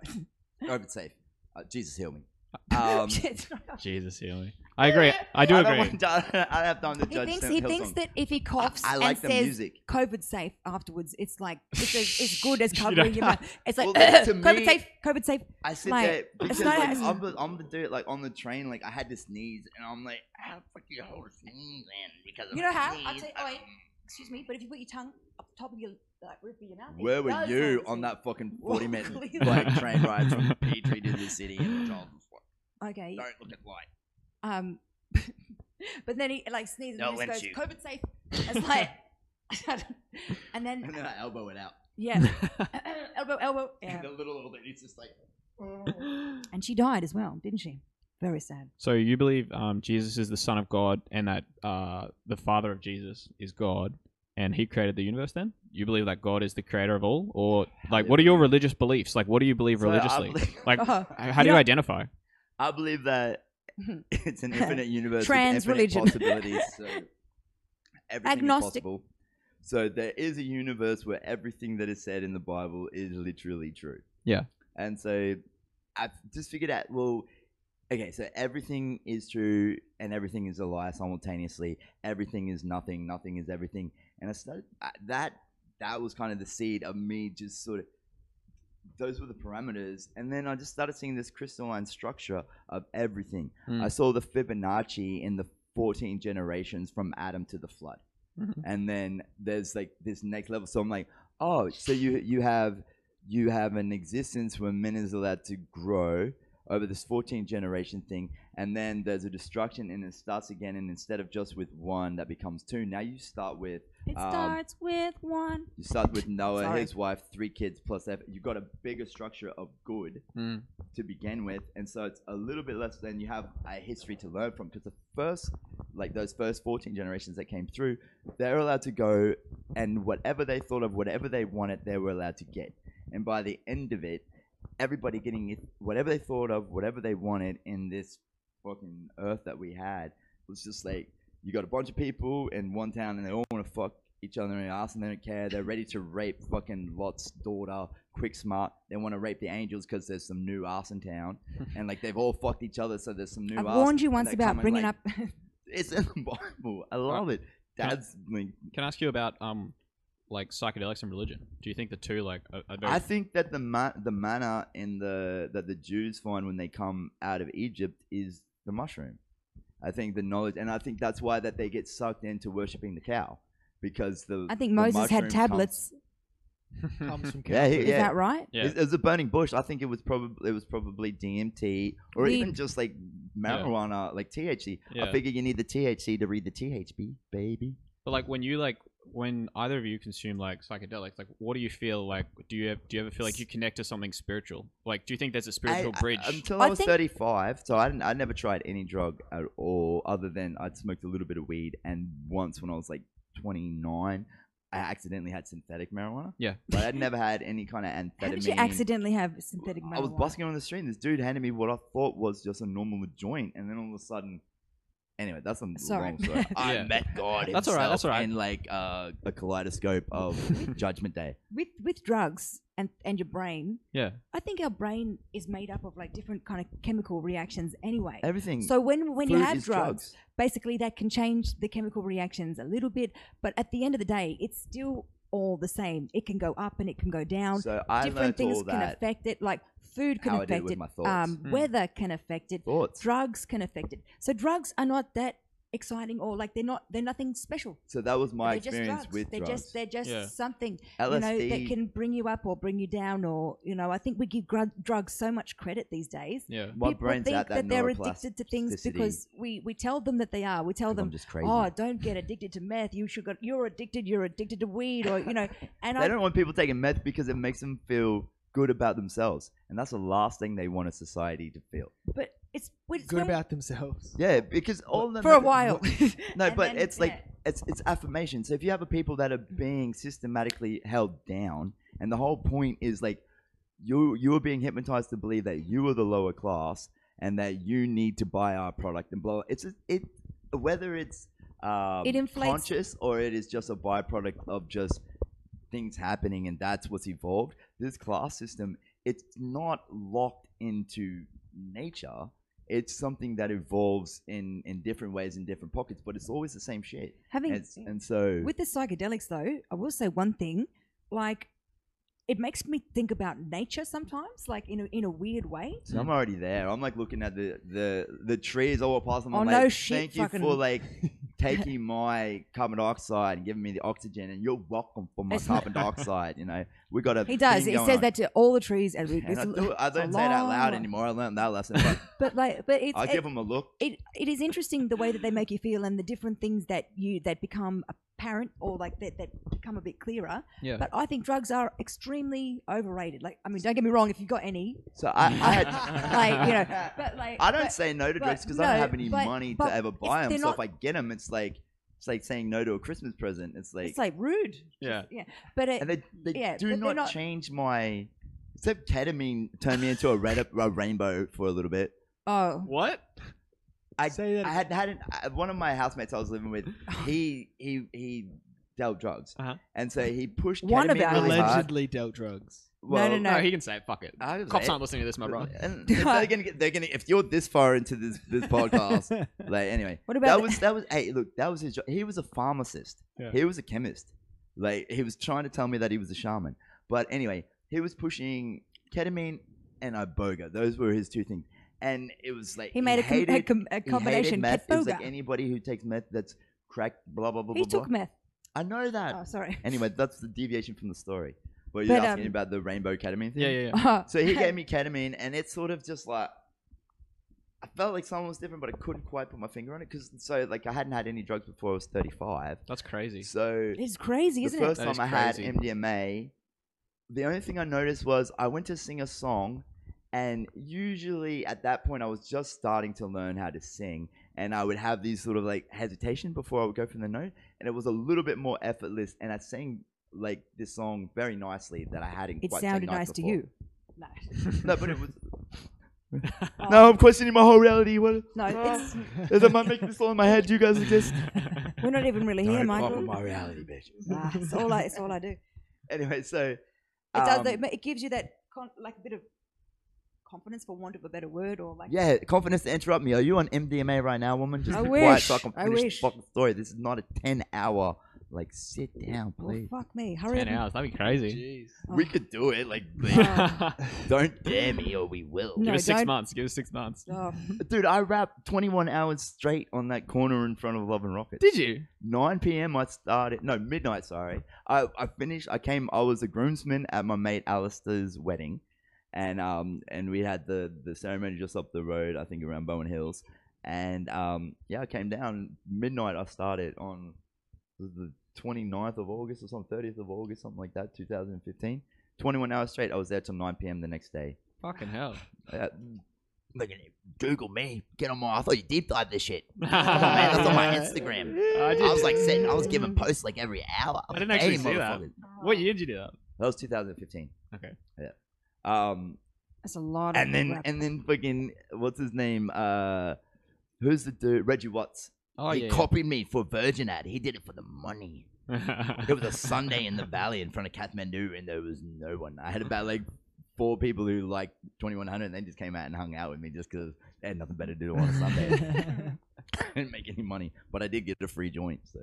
[SPEAKER 4] Open safe. Uh, Jesus heal me. Um,
[SPEAKER 3] Shit.
[SPEAKER 5] Jesus, heal me. I agree. I do
[SPEAKER 4] I Don't
[SPEAKER 5] agree.
[SPEAKER 4] want to, I don't have time to
[SPEAKER 3] he
[SPEAKER 4] judge
[SPEAKER 3] thinks
[SPEAKER 4] Sam
[SPEAKER 3] he
[SPEAKER 4] Hillsong.
[SPEAKER 3] thinks that if he
[SPEAKER 4] I,
[SPEAKER 3] coughs
[SPEAKER 4] I like
[SPEAKER 3] and
[SPEAKER 4] the
[SPEAKER 3] says
[SPEAKER 4] music.
[SPEAKER 3] COVID safe afterwards, it's like it's as, as good as
[SPEAKER 5] You
[SPEAKER 3] covering
[SPEAKER 5] don't-
[SPEAKER 3] your mouth. It's like
[SPEAKER 4] Well, that to
[SPEAKER 3] COVID
[SPEAKER 4] me-
[SPEAKER 3] safe, COVID safe.
[SPEAKER 4] I sit
[SPEAKER 3] like,
[SPEAKER 4] there because
[SPEAKER 3] not
[SPEAKER 4] like,
[SPEAKER 3] as-
[SPEAKER 4] I'm, the, I'm the dude like on the train. Like I had to sneeze, and I'm like,
[SPEAKER 2] How the fuck do you hold a sneeze in? Because
[SPEAKER 3] You know
[SPEAKER 2] of a
[SPEAKER 3] how? I'll
[SPEAKER 2] sneeze?
[SPEAKER 3] tell you- oh, wait. Excuse me, but if you put your tongue up the top of your like roof of your mouth, it
[SPEAKER 4] where were
[SPEAKER 3] does
[SPEAKER 4] you
[SPEAKER 3] sound
[SPEAKER 4] on
[SPEAKER 3] the
[SPEAKER 4] that fucking 40 minute
[SPEAKER 3] Clearly.
[SPEAKER 4] like train ride from Petrie to the city and Charleston?
[SPEAKER 3] same. Okay.
[SPEAKER 2] Don't look at light.
[SPEAKER 3] Um, but then he like sneezes
[SPEAKER 2] No
[SPEAKER 3] and he just
[SPEAKER 2] windshield.
[SPEAKER 3] goes COVID safe. It's like, and
[SPEAKER 4] And
[SPEAKER 3] then
[SPEAKER 4] then I elbow it out.
[SPEAKER 3] yeah, elbow elbow. Yeah.
[SPEAKER 4] And the little old lady's just like,
[SPEAKER 3] And she died as well, didn't she? Very sad.
[SPEAKER 5] So you believe um, Jesus is the Son of God, and that uh, the Father of Jesus is God, and He created the universe. Then you believe that God is the creator of all, or like what are your religious beliefs? Like what do you believe
[SPEAKER 4] So uh, I
[SPEAKER 5] religiously?
[SPEAKER 4] believe-
[SPEAKER 5] Like
[SPEAKER 3] Uh-huh.
[SPEAKER 5] h- how do
[SPEAKER 3] You
[SPEAKER 5] you
[SPEAKER 3] know-
[SPEAKER 5] identify?
[SPEAKER 4] I believe that it's an infinite universe
[SPEAKER 3] Trans
[SPEAKER 4] with infinite
[SPEAKER 3] religion.
[SPEAKER 4] possibilities. So everything
[SPEAKER 3] Agnostic.
[SPEAKER 4] is possible. So there is a universe where everything that is said in the Bible is literally true.
[SPEAKER 5] Yeah.
[SPEAKER 4] And so I've just figured out. Well, okay. So everything is true and everything is a lie simultaneously. Everything is nothing. Nothing is everything. And I started I- that. That was kind of the seed of me just sort of. Those were the parameters, and then I just started seeing this crystalline structure of everything.
[SPEAKER 5] Mm.
[SPEAKER 4] I saw the Fibonacci in the 14 generations from Adam to the flood.
[SPEAKER 5] Mhm.
[SPEAKER 4] And then there's like this next level. So I'm like, oh, so you you have you have an existence where men is allowed to grow over this 14 generation thing, and then there's a destruction, and it starts again. And instead of just with one, that becomes two. Now you start with
[SPEAKER 3] It
[SPEAKER 4] Um,
[SPEAKER 3] starts with one.
[SPEAKER 4] you start with Noah,
[SPEAKER 3] Sorry.
[SPEAKER 4] his wife, three kids plus. F. You've got a bigger structure of good to begin with, and so it's a little bit less than you have a history to learn from. Because the first, like those first fourteen generations that came through, they're allowed to go and whatever they thought of, whatever they wanted, they were allowed to get. And by the end of it, everybody getting it, whatever they thought of, whatever they wanted in this fucking earth that we had was just like you got a bunch of people in one town and they all want to fuck each other in the ass and they don't care. They're ready to rape fucking Lot's daughter, Quick Smart. They want to rape the angels because there's some new ass in town and like they've all fucked each other, so there's some new.
[SPEAKER 3] I
[SPEAKER 4] ass,
[SPEAKER 3] warned you
[SPEAKER 4] and
[SPEAKER 3] once
[SPEAKER 4] they
[SPEAKER 3] about
[SPEAKER 4] come and,
[SPEAKER 3] bringing
[SPEAKER 4] like,
[SPEAKER 3] up
[SPEAKER 4] It's in the Bible. I love it.
[SPEAKER 5] Can I-
[SPEAKER 4] Dad's like,
[SPEAKER 5] Can I ask you about um, like psychedelics and religion? Do you think the two like are, are very
[SPEAKER 4] I think that the ma- the manna in the that the Jews find when they come out of Egypt is the mushroom. I think the knowledge, and I think that's why that they get sucked into worshiping the cow because the.
[SPEAKER 3] I think
[SPEAKER 4] the
[SPEAKER 3] Moses
[SPEAKER 4] mushroom
[SPEAKER 3] had
[SPEAKER 4] comes-
[SPEAKER 3] tablets.
[SPEAKER 1] Comes from
[SPEAKER 4] Yeah, he-
[SPEAKER 1] Calvary.
[SPEAKER 3] Is
[SPEAKER 4] yeah.
[SPEAKER 3] that right?
[SPEAKER 5] yeah.
[SPEAKER 4] It, it was a burning bush. I think it was probably it was probably DMT or
[SPEAKER 3] We-
[SPEAKER 4] even just like marijuana, like THC.
[SPEAKER 5] Yeah.
[SPEAKER 4] I figure you need the THC to read the THB, baby.
[SPEAKER 5] But like when you like when either of you consume like psychedelics, like what do you feel like? Do you do you ever feel like you connect to something spiritual? Like do you think there's a spiritual
[SPEAKER 4] I- um, I-
[SPEAKER 5] bridge?
[SPEAKER 4] until
[SPEAKER 3] I
[SPEAKER 4] I was
[SPEAKER 3] think-
[SPEAKER 4] 35, so I, didn't, I never tried any drug at all, other than I'd smoked a little bit of weed. And once when I was like 29, I accidentally had synthetic marijuana.
[SPEAKER 5] Yeah.
[SPEAKER 4] But I'd never had any kind of amphetamine.
[SPEAKER 3] How did you accidentally have synthetic marijuana?
[SPEAKER 4] I was busking on the street, and this dude handed me what I thought was just a normal joint. And then all of a sudden, anyway, that's a
[SPEAKER 3] Sorry.
[SPEAKER 4] long story. I
[SPEAKER 5] Yeah.
[SPEAKER 4] met God
[SPEAKER 5] That's all right, that's
[SPEAKER 4] himself
[SPEAKER 5] all right.
[SPEAKER 4] in like uh, a kaleidoscope of Judgment Day.
[SPEAKER 3] with with drugs and and your brain.
[SPEAKER 5] yeah,
[SPEAKER 3] I think our brain is made up of like different kind of chemical reactions anyway.
[SPEAKER 4] Everything.
[SPEAKER 3] So when when you
[SPEAKER 4] food
[SPEAKER 3] have
[SPEAKER 4] is
[SPEAKER 3] drugs, basically that can change the chemical reactions a little bit, but at the end of the day, it's still all the same. It can go up and it can go down.
[SPEAKER 4] So I learned
[SPEAKER 3] different things
[SPEAKER 4] all
[SPEAKER 3] can
[SPEAKER 4] that.
[SPEAKER 3] affect it. Like food can
[SPEAKER 4] How I did
[SPEAKER 3] affect
[SPEAKER 4] with
[SPEAKER 3] it.
[SPEAKER 4] my thoughts.
[SPEAKER 3] Um,
[SPEAKER 5] Hmm.
[SPEAKER 3] Weather can affect it.
[SPEAKER 4] Thoughts.
[SPEAKER 3] Drugs can affect it. So drugs are not that exciting or like they're not they're nothing special.
[SPEAKER 4] So that was my
[SPEAKER 3] they're
[SPEAKER 4] experience
[SPEAKER 3] just drugs.
[SPEAKER 4] with
[SPEAKER 3] they're
[SPEAKER 4] drugs.
[SPEAKER 3] just they're just
[SPEAKER 5] Yeah.
[SPEAKER 3] something you
[SPEAKER 4] LSD.
[SPEAKER 3] know that can bring you up or bring you down or you know I think we give gr- drugs so much credit these days.
[SPEAKER 5] yeah.
[SPEAKER 4] my
[SPEAKER 3] People
[SPEAKER 4] brain's
[SPEAKER 3] think
[SPEAKER 4] at that
[SPEAKER 3] they're
[SPEAKER 4] neuroplasticity
[SPEAKER 3] addicted to things because we we tell them that they are. We tell
[SPEAKER 4] because I'm
[SPEAKER 3] them
[SPEAKER 4] just crazy.
[SPEAKER 3] Oh, don't get addicted to meth. You should go, you're addicted. You're addicted to weed, or you know. And
[SPEAKER 4] they
[SPEAKER 3] I,
[SPEAKER 4] don't want people taking meth because it makes them feel good about themselves, and that's the last thing they want a society to feel.
[SPEAKER 3] but it's, it's
[SPEAKER 1] Good
[SPEAKER 3] very-
[SPEAKER 1] about themselves.
[SPEAKER 4] Yeah, because all of them
[SPEAKER 3] for a while.
[SPEAKER 4] No,
[SPEAKER 3] And
[SPEAKER 4] but
[SPEAKER 3] then,
[SPEAKER 4] it's like
[SPEAKER 3] yeah.
[SPEAKER 4] it's it's affirmation. So if you have a people that are being systematically held down, and the whole point is like you you are being hypnotized to believe that you are the lower class and that you need to buy our product and blah. It's just- it whether it's um,
[SPEAKER 3] It inflates-
[SPEAKER 4] conscious or it is just a byproduct of just things happening and that's what's evolved. This class system, it's not locked into nature. It's something that evolves in in different ways in different pockets, but it's always the same shit.
[SPEAKER 3] having
[SPEAKER 4] And, it's- and so
[SPEAKER 3] with the psychedelics, though, I will say one thing: like, it makes me think about nature sometimes, like in a, in a weird way.
[SPEAKER 4] So I'm already there. I'm like looking at the the the trees. I walk past them. I'm
[SPEAKER 3] Oh,
[SPEAKER 4] like,
[SPEAKER 3] no shit,
[SPEAKER 4] Thank you
[SPEAKER 3] fucking-
[SPEAKER 4] for like taking my carbon dioxide and giving me the oxygen, and you're welcome for my
[SPEAKER 3] It's not-
[SPEAKER 4] carbon dioxide. You know, we got a.
[SPEAKER 3] He does.
[SPEAKER 4] thing
[SPEAKER 3] He
[SPEAKER 4] going
[SPEAKER 3] says
[SPEAKER 4] on.
[SPEAKER 3] that to all the trees, and we,
[SPEAKER 4] And I,
[SPEAKER 3] it's a-
[SPEAKER 4] do, I
[SPEAKER 3] it's a
[SPEAKER 4] don't say it out
[SPEAKER 3] long-
[SPEAKER 4] loud anymore. I learned that lesson. But
[SPEAKER 3] But like, but it's
[SPEAKER 4] I
[SPEAKER 3] it-
[SPEAKER 4] give them a look.
[SPEAKER 3] it, it is interesting the way that they make you feel and the different things that you that become apparent or like that that become a bit clearer.
[SPEAKER 5] Yeah.
[SPEAKER 3] But I think drugs are extremely overrated. Like, I mean, don't get me wrong, if you've got any,
[SPEAKER 4] So I, I had.
[SPEAKER 3] like you know, but like
[SPEAKER 4] I don't
[SPEAKER 3] but
[SPEAKER 4] say no to
[SPEAKER 3] but
[SPEAKER 4] drugs because I
[SPEAKER 3] no,
[SPEAKER 4] don't have any
[SPEAKER 3] but-
[SPEAKER 4] money
[SPEAKER 3] but
[SPEAKER 4] to ever
[SPEAKER 3] it's-
[SPEAKER 4] buy them.
[SPEAKER 3] they're
[SPEAKER 4] So
[SPEAKER 3] not-
[SPEAKER 4] if I get them, it's like it's like saying no to a Christmas present. It's like,
[SPEAKER 3] it's like rude.
[SPEAKER 5] Yeah.
[SPEAKER 3] But it,
[SPEAKER 4] and they, they
[SPEAKER 3] yeah, but
[SPEAKER 4] do
[SPEAKER 3] they're
[SPEAKER 4] not,
[SPEAKER 3] not-
[SPEAKER 4] change my. Except ketamine turned me into a red a rainbow for a little bit.
[SPEAKER 3] oh,
[SPEAKER 5] What?
[SPEAKER 4] I-
[SPEAKER 1] Say that
[SPEAKER 4] I had had an, I- one of my housemates I was living with. He he he dealt drugs,
[SPEAKER 5] Uh-huh.
[SPEAKER 4] and so he pushed
[SPEAKER 3] One of
[SPEAKER 4] ketamine
[SPEAKER 3] ours.
[SPEAKER 4] really hard.
[SPEAKER 1] Allegedly dealt drugs.
[SPEAKER 4] Well,
[SPEAKER 3] no, no,
[SPEAKER 5] No,
[SPEAKER 3] no.
[SPEAKER 5] Oh, he can say it. Fuck it.
[SPEAKER 4] I was
[SPEAKER 5] Cops
[SPEAKER 4] like-
[SPEAKER 5] aren't listening to this, my brother.
[SPEAKER 4] And if they're gonna get, they're gonna. If you're this far into this this podcast, like anyway,
[SPEAKER 3] What about
[SPEAKER 4] that
[SPEAKER 3] the-
[SPEAKER 4] was that was. Hey, look, that was his. job. He was a pharmacist.
[SPEAKER 5] Yeah.
[SPEAKER 4] He was a chemist. Like he was trying to tell me that he was a shaman. But anyway, he was pushing ketamine and iboga. Those were his two things. And it was like
[SPEAKER 3] he made a, com- a,
[SPEAKER 4] hated-
[SPEAKER 3] com-
[SPEAKER 4] he
[SPEAKER 3] a
[SPEAKER 4] hated
[SPEAKER 3] combination.
[SPEAKER 4] meth. It was like
[SPEAKER 3] Ketboga.
[SPEAKER 4] anybody who takes meth that's cracked. Blah blah blah
[SPEAKER 3] he
[SPEAKER 4] blah. blah.
[SPEAKER 3] took meth.
[SPEAKER 4] I know that.
[SPEAKER 3] Oh, sorry.
[SPEAKER 4] Anyway, that's the deviation from the story. Well, you're
[SPEAKER 3] But,
[SPEAKER 4] asking
[SPEAKER 3] um,
[SPEAKER 4] about the rainbow ketamine thing.
[SPEAKER 5] Yeah, yeah, yeah.
[SPEAKER 3] Oh,
[SPEAKER 4] So he gave me ketamine, and it's sort of just like I felt like someone was different, but I couldn't quite put my finger on it because so like I hadn't had any drugs before I was thirty five.
[SPEAKER 5] That's crazy.
[SPEAKER 4] So
[SPEAKER 3] It's crazy,
[SPEAKER 4] the
[SPEAKER 3] isn't
[SPEAKER 4] first
[SPEAKER 3] it?
[SPEAKER 5] That is
[SPEAKER 4] time I had
[SPEAKER 5] crazy.
[SPEAKER 4] MDMA, the only thing I noticed was I went to sing a song, And usually at that point, I was just starting to learn how to sing, and I would have these sort of like hesitation before I would go for the note, and it was a little bit more effortless. And I sang like this song very nicely that I hadn't.
[SPEAKER 3] It
[SPEAKER 4] quite sang
[SPEAKER 3] sounded
[SPEAKER 4] nights
[SPEAKER 3] nice to
[SPEAKER 4] before.
[SPEAKER 3] you. No.
[SPEAKER 4] No, but it was.
[SPEAKER 3] Oh,
[SPEAKER 4] No, I'm questioning my whole reality. What
[SPEAKER 3] No, it's,
[SPEAKER 4] is I might make this all in my head? Do you guys exist?
[SPEAKER 3] we're not even really here,
[SPEAKER 4] Don't
[SPEAKER 3] Michael.
[SPEAKER 4] cobble my reality, bitch.
[SPEAKER 3] Nah, it's all I. It's all I do. It
[SPEAKER 4] Anyway, so
[SPEAKER 3] does.
[SPEAKER 4] um,
[SPEAKER 3] That, it gives you that con- like a bit of confidence, for want of a better word, or like
[SPEAKER 4] Yeah, confidence to interrupt me. Are you on MDMA right now, woman? Just
[SPEAKER 3] I
[SPEAKER 4] be quiet
[SPEAKER 3] wish,
[SPEAKER 4] so I can
[SPEAKER 3] I
[SPEAKER 4] finish
[SPEAKER 3] wish.
[SPEAKER 4] the fucking story. This is not a ten-hour. Like, sit down,
[SPEAKER 3] Oh,
[SPEAKER 4] please.
[SPEAKER 3] fuck me. Hurry
[SPEAKER 5] Ten
[SPEAKER 3] up. and-
[SPEAKER 5] hours. That'd be crazy.
[SPEAKER 1] Jeez.
[SPEAKER 3] Oh.
[SPEAKER 4] We could do it. Like,
[SPEAKER 5] Give
[SPEAKER 4] don't dare me or we will.
[SPEAKER 3] No,
[SPEAKER 5] us six
[SPEAKER 3] don't-
[SPEAKER 5] months. Give us six months.
[SPEAKER 3] Oh,
[SPEAKER 4] Dude, I rapped 21 hours straight on that corner in front of Love and Rocket.
[SPEAKER 5] Did you?
[SPEAKER 4] 9 p.m. I started. No, midnight. Sorry. I, I finished. I came. I was a groomsman at my mate Alistair's wedding, and um and we had the the ceremony just up the road. I think around Bowen Hills, and um yeah, I came down midnight. I started on the 29th of August or something, 30th of August, something like that, 2015. 21 hours straight. I was there till 9 p.m. the next day.
[SPEAKER 5] Fucking hell.
[SPEAKER 4] Uh,
[SPEAKER 2] Look at it. Google me. Get on my. I thought you deep dive this shit.
[SPEAKER 5] Oh,
[SPEAKER 1] man,
[SPEAKER 2] that's on my Instagram.
[SPEAKER 5] I,
[SPEAKER 2] I
[SPEAKER 5] did-
[SPEAKER 2] was like sitting. I was giving posts like every hour.
[SPEAKER 5] I didn't actually
[SPEAKER 2] Hey,
[SPEAKER 5] see that.
[SPEAKER 2] motherfuckers.
[SPEAKER 5] What year did you do that?
[SPEAKER 4] That was 2015.
[SPEAKER 5] Okay.
[SPEAKER 4] Yeah. Um,
[SPEAKER 3] that's a lot. Of
[SPEAKER 4] and then
[SPEAKER 3] crap.
[SPEAKER 4] and then fucking what's his name? Uh, who's the dude? Reggie Watts.
[SPEAKER 5] Oh
[SPEAKER 2] he copied me for Virgin ad. He did it for the money. It was a Sunday in the valley in front of Kathmandu, and there was no one.
[SPEAKER 4] I had about like four people who liked 2100, and they just came out and hung out with me just because they had nothing better to do on a Sunday. I didn't make any money, but I did get a free joint. So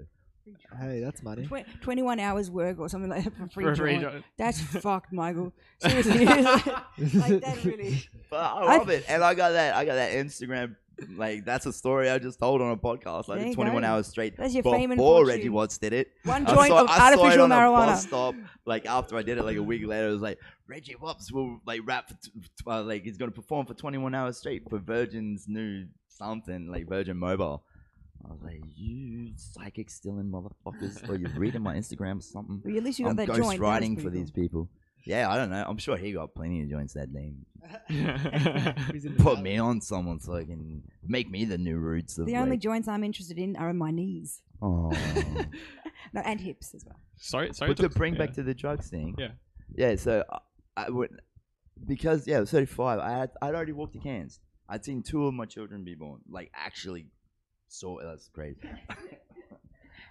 [SPEAKER 1] Hey, that's money.
[SPEAKER 3] Twen- 21 hours work or something like that for free.
[SPEAKER 5] For a free
[SPEAKER 3] joint.
[SPEAKER 5] joint.
[SPEAKER 3] That's fucked, Michael. Seriously. like that really.
[SPEAKER 4] but I
[SPEAKER 3] I-
[SPEAKER 4] love it, and I got that. I got that Instagram. Like that's a story I just told on a podcast. I
[SPEAKER 3] There
[SPEAKER 4] did
[SPEAKER 3] you
[SPEAKER 4] 21
[SPEAKER 3] go.
[SPEAKER 4] hours straight.
[SPEAKER 3] That's your fame and
[SPEAKER 4] Before Reggie
[SPEAKER 3] fortune.
[SPEAKER 4] Watts did it,
[SPEAKER 3] One
[SPEAKER 4] I
[SPEAKER 3] joint
[SPEAKER 4] saw-
[SPEAKER 3] of
[SPEAKER 4] I saw it
[SPEAKER 3] artificial
[SPEAKER 4] on a
[SPEAKER 3] marijuana.
[SPEAKER 4] bus stop, like after I did it, like a week later, it was like Reggie Wops will like rap, for t- t- uh, like he's gonna perform for 21 hours straight for Virgin's new something, like Virgin Mobile. I was like, you psychic stealing motherfuckers, or you're reading my Instagram or something.
[SPEAKER 3] Well, at least you got
[SPEAKER 4] I'm
[SPEAKER 3] that joint. That was
[SPEAKER 4] ghostwriting for
[SPEAKER 3] pretty
[SPEAKER 4] these people. Yeah, I don't know. I'm sure he got plenty of joints that name.
[SPEAKER 1] He's in the
[SPEAKER 4] Put
[SPEAKER 1] valley.
[SPEAKER 4] me on someone so I can make me the new roots
[SPEAKER 3] cool.
[SPEAKER 4] of
[SPEAKER 3] The only
[SPEAKER 4] like- Oh.
[SPEAKER 3] joints I'm interested in are in my knees.
[SPEAKER 4] Aw.
[SPEAKER 3] No, and hips as well.
[SPEAKER 5] Sorry, sorry.
[SPEAKER 4] but to
[SPEAKER 5] took-
[SPEAKER 4] bring
[SPEAKER 5] yeah.
[SPEAKER 4] back to the drugs thing.
[SPEAKER 5] Yeah.
[SPEAKER 4] Yeah. So I, I would because yeah, I was 35. I had I'd already walked to Cairns. I'd seen two of my children be born. Like actually, saw it. That's crazy.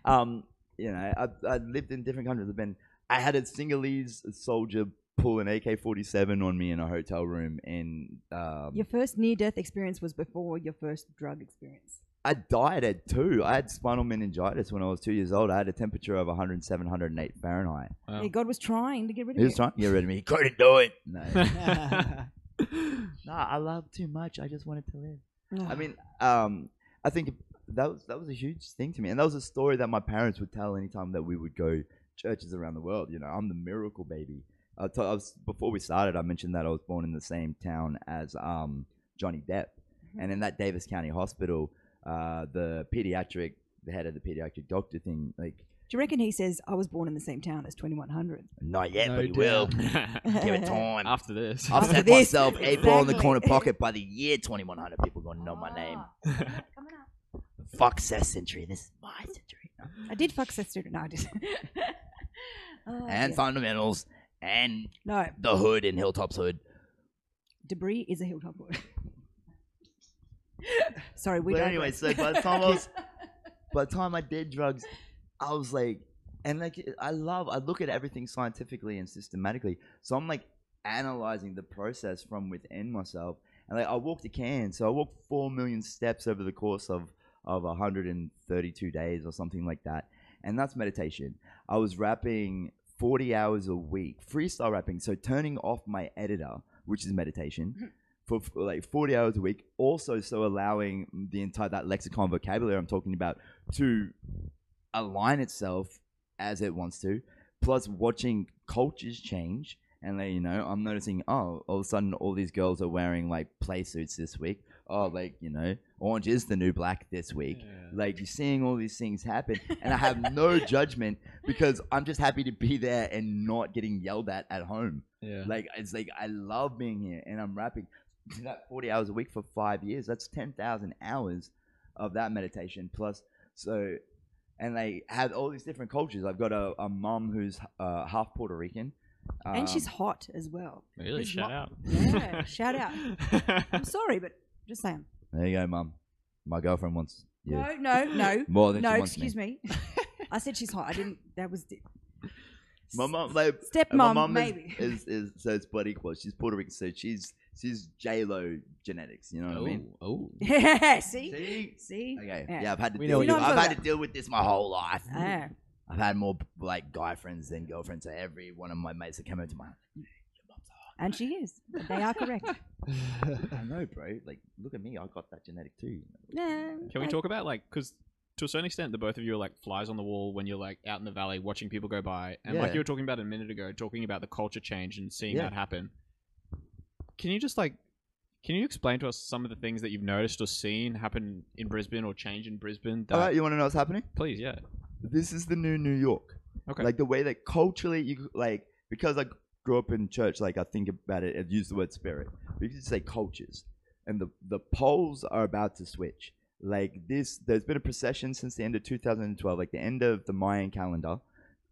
[SPEAKER 4] um, you know, I've I've lived in different countries. I've been. I had a Singhalese soldier pull an AK-47 on me in a hotel room in. Um,
[SPEAKER 3] Your first near death experience was before your first drug experience.
[SPEAKER 4] I died at two. I had spinal meningitis when I was two years old. I had a temperature of 107, 108 Fahrenheit.
[SPEAKER 5] Wow.
[SPEAKER 3] Yeah, God was trying to get rid of
[SPEAKER 4] He was
[SPEAKER 3] you.
[SPEAKER 4] trying to get rid of me. He couldn't do it. No.
[SPEAKER 1] That's
[SPEAKER 4] Nah, I love too much. I just wanted to live. I
[SPEAKER 3] Ugh.
[SPEAKER 4] mean, um, I think that was that was a huge thing to me, and that was a story that my parents would tell anytime that we would go churches around the world. You know, I'm the miracle baby. I to- I was, before we started, I mentioned that I was born in the same town as um, Johnny Depp, and in that Davis County Hospital, uh, the pediatric, the head of the pediatric doctor thing, like
[SPEAKER 3] Do you reckon he says I was born in the same town as 2100?
[SPEAKER 2] Not yet,
[SPEAKER 1] No
[SPEAKER 2] but he
[SPEAKER 1] doubt.
[SPEAKER 2] will. Give it time. I've,
[SPEAKER 5] After this.
[SPEAKER 2] I've
[SPEAKER 3] After
[SPEAKER 2] set
[SPEAKER 3] this,
[SPEAKER 2] myself a ball in the
[SPEAKER 3] exactly. Ah.
[SPEAKER 2] corner pocket. By the year 2100, people gonna know my name. Fuck Seth Century. This is my century.
[SPEAKER 3] I did fuck Seth Student. No, I didn't. Oh,
[SPEAKER 2] and
[SPEAKER 3] dear.
[SPEAKER 2] fundamentals and
[SPEAKER 3] no,
[SPEAKER 2] the hood in Hilltop's hood.
[SPEAKER 3] debris is a hilltop word. Sorry, we
[SPEAKER 4] but
[SPEAKER 3] don't.
[SPEAKER 4] anyway, so by the time I was, by the time I did drugs, I was like, and like I love, I look at everything scientifically and systematically. So I'm like analyzing the process from within myself, and like I walked to Cairns, so I walked four million steps over the course of of 132 days or something like that, and that's meditation. I was rapping 40 hours a week, freestyle rapping, so turning off my editor, which is meditation for f- like 40 hours a week also so allowing the entire that lexicon vocabulary i'm talking about to align itself as it wants to plus watching cultures change and then you know i'm noticing oh all of a sudden all these girls are wearing like play suits this week oh, like you know, orange is the new black this week. Like you're seeing all these things happen, and I have no judgment because I'm just happy to be there and not getting yelled at at home.
[SPEAKER 5] Yeah.
[SPEAKER 4] Like it's like I love being here and I'm rapping that 40 hours a week for 5 years. That's 10,000 hours of that meditation plus so and they had all these different cultures. I've got a, a mum who's uh, half Puerto Rican.
[SPEAKER 3] and she's
[SPEAKER 4] um,
[SPEAKER 3] hot as well.
[SPEAKER 5] Really?
[SPEAKER 3] His
[SPEAKER 5] Shout
[SPEAKER 3] mo-
[SPEAKER 5] out.
[SPEAKER 3] Yeah, shout out. I'm sorry, but just saying.
[SPEAKER 4] There you go, mum. My girlfriend wants you.
[SPEAKER 3] No, no, no,
[SPEAKER 4] More than
[SPEAKER 3] no.
[SPEAKER 4] she wants
[SPEAKER 3] Excuse me. I said she's hot. I didn't. That was
[SPEAKER 4] My mum like
[SPEAKER 3] stepmom.
[SPEAKER 4] And my mum is-
[SPEAKER 3] maybe.
[SPEAKER 4] is, is, so it's blood equal. She's Puerto Rican, so she's she's J Lo genetics. You know what I mean?
[SPEAKER 5] oh.
[SPEAKER 3] yeah. See.
[SPEAKER 4] See?
[SPEAKER 3] See.
[SPEAKER 4] Okay.
[SPEAKER 3] Yeah.
[SPEAKER 4] Yeah. I've had to
[SPEAKER 1] We
[SPEAKER 4] deal
[SPEAKER 1] know
[SPEAKER 4] with
[SPEAKER 3] what you're
[SPEAKER 4] I've
[SPEAKER 3] talking
[SPEAKER 4] had to
[SPEAKER 3] about.
[SPEAKER 4] deal with this my whole life.
[SPEAKER 3] Ah.
[SPEAKER 4] I've had more like guy friends than girlfriends. So every one of my mates that came over to my
[SPEAKER 3] and she is. They are correct.
[SPEAKER 4] I know, bro. Like, look at me. I got that genetic too.
[SPEAKER 3] Yeah,
[SPEAKER 5] Can we
[SPEAKER 3] I-
[SPEAKER 5] talk about like because to a certain extent the both of you are like flies on the wall when you're like out in the valley watching people go by and like
[SPEAKER 4] Yeah.
[SPEAKER 5] you were talking about a minute ago talking about the culture change and seeing
[SPEAKER 4] Yeah.
[SPEAKER 5] that happen. Can you just like can you explain to us some of the things that you've noticed or seen happen in Brisbane or change in Brisbane? That,
[SPEAKER 4] All right, you want to know what's happening?
[SPEAKER 5] Please, yeah.
[SPEAKER 4] This is the new New York.
[SPEAKER 5] Okay.
[SPEAKER 4] Like the way that culturally, you like because I grew up in church. Like I think about it and use the word spirit. We could say cultures, and the the poles are about to switch. Like this, there's been a procession since the end of 2012, like the end of the Mayan calendar,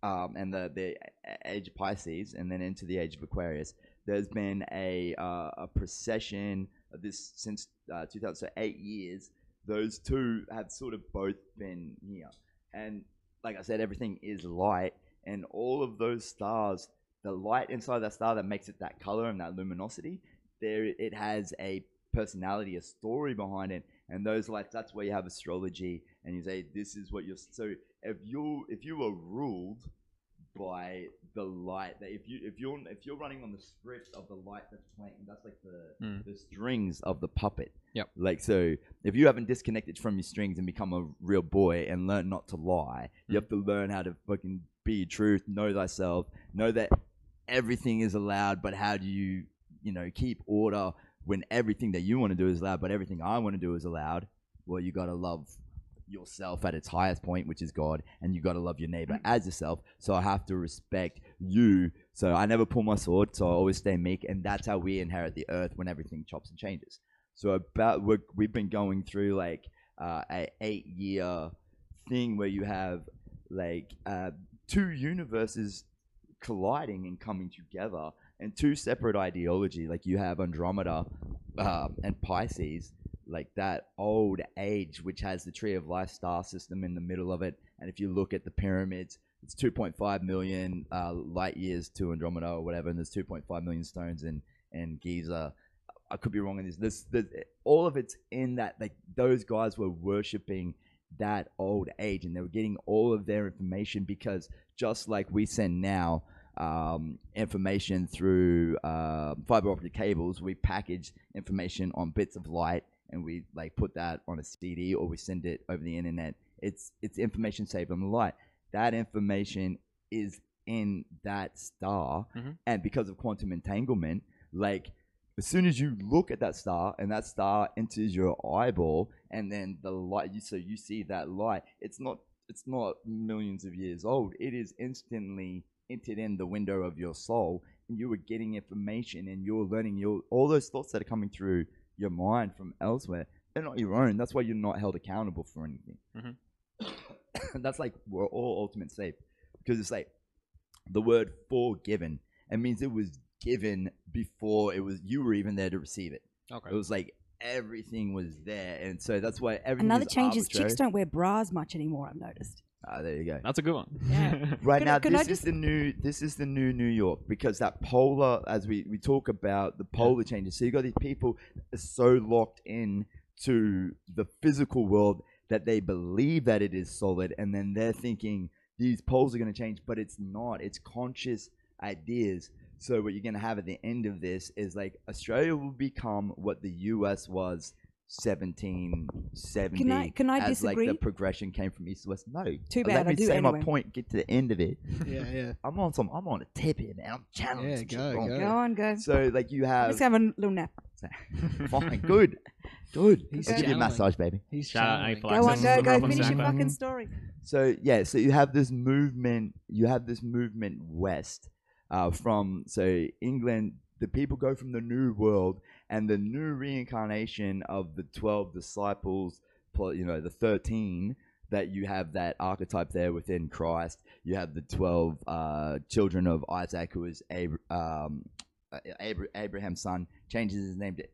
[SPEAKER 4] um, and the the a- age of Pisces, and then into the age of Aquarius. There's been a uh, a procession of this since uh, 2000, so eight years. Those two have sort of both been here, and like I said, everything is light, and all of those stars, the light inside that star that makes it that color and that luminosity, there it has a personality, a story behind it, and those lights. That's where you have astrology, and you say this is what you're. So if you if you are ruled by the light, that if you if you're if you're running on the script of the light that's playing, that's like the
[SPEAKER 5] Mm.
[SPEAKER 4] the strings of the puppet.
[SPEAKER 5] Yep.
[SPEAKER 4] Like so, if you haven't disconnected from your strings and become a real boy and learn not to lie, you
[SPEAKER 5] Mm.
[SPEAKER 4] have to learn how to fucking be your truth, know thyself, know that everything is allowed, but how do you, you know, keep order when everything that you want to do is allowed, but everything I want to do is allowed? Well, you got to love yourself at its highest point, which is God, and you got to love your neighbor as yourself. So I have to respect you. So I never pull my sword, so I always stay meek, and that's how we inherit the earth when everything chops and changes. So about we're, we've been going through like uh, a eight year thing where you have like uh, two universes colliding and coming together, and two separate ideology. Like you have Andromeda um, and Pisces, like that old age, which has the Tree of Life star system in the middle of it. And if you look at the pyramids, it's 2.5 million uh, light years to Andromeda or whatever, and there's 2.5 million stones in, in Giza. I could be wrong on this. This, this. All of it's in that, like, those guys were worshipping that old age and they were getting all of their information because just like we send now um, information through uh, fiber optic cables, we package information on bits of light and we like put that on a CD or we send it over the internet. It's it's information saved on the light. That information is in that star,
[SPEAKER 5] Mhm.
[SPEAKER 4] and because of quantum entanglement, like as soon as you look at that star and that star enters your eyeball, and then the light, you so you see that light. It's not it's not millions of years old. It is instantly entered in the window of your soul, and you are getting information, and you're learning your all those thoughts that are coming through your mind from elsewhere. They're not your own. That's why you're not held accountable for anything.
[SPEAKER 5] Mhm.
[SPEAKER 4] That's like we're all ultimate safe because it's like the word forgiven. It means it was given before it was you were even there to receive it.
[SPEAKER 5] Okay.
[SPEAKER 4] It was like everything was there, and so that's why everything.
[SPEAKER 3] Another
[SPEAKER 4] is
[SPEAKER 3] change is
[SPEAKER 4] arbitrary.
[SPEAKER 3] chicks don't wear bras much anymore. I've noticed.
[SPEAKER 4] Ah, there you go.
[SPEAKER 5] That's a good one.
[SPEAKER 3] Yeah.
[SPEAKER 4] right
[SPEAKER 3] Can I-
[SPEAKER 4] now
[SPEAKER 3] can I
[SPEAKER 4] this is
[SPEAKER 3] just-
[SPEAKER 4] the new this is the new new york because that polar as we we talk about the polar changes so you got these people that are so locked in to the physical world that they believe that it is solid and then they're thinking these poles are going to change but it's not it's conscious ideas so what you're going to have at the end of this is like australia will become what the us was 1770
[SPEAKER 3] Can I- can I
[SPEAKER 4] as like
[SPEAKER 3] disagree?
[SPEAKER 4] the progression came from east to west no
[SPEAKER 3] Too
[SPEAKER 4] let
[SPEAKER 3] bad.
[SPEAKER 4] me
[SPEAKER 3] I do
[SPEAKER 4] say
[SPEAKER 3] anyway.
[SPEAKER 4] my point get to the end of it
[SPEAKER 1] yeah, yeah.
[SPEAKER 4] I'm on some. I'm on a tip here, man. I'm channeling
[SPEAKER 1] Yeah,
[SPEAKER 4] some shit
[SPEAKER 1] go,
[SPEAKER 4] wrong.
[SPEAKER 1] go.
[SPEAKER 3] Go on, go.
[SPEAKER 4] So like you
[SPEAKER 3] I'm
[SPEAKER 4] have
[SPEAKER 3] just have a little nap.
[SPEAKER 2] Fine, good, good.
[SPEAKER 1] He's
[SPEAKER 2] I'll give you a
[SPEAKER 1] channeling.
[SPEAKER 2] massage, baby.
[SPEAKER 1] He's
[SPEAKER 5] Shout out
[SPEAKER 1] channeling.
[SPEAKER 5] Aphex.
[SPEAKER 3] Go on, go, go. Finish your
[SPEAKER 5] Samba.
[SPEAKER 3] fucking story.
[SPEAKER 4] so yeah so you have this movement you have this movement west uh, from so england the people go from the new world and the new reincarnation of the 12 disciples plus, you know the 13 that you have that archetype there within christ you have the 12 uh, children of isaac who is Ab- um, uh, Abra- abraham's son changes his name to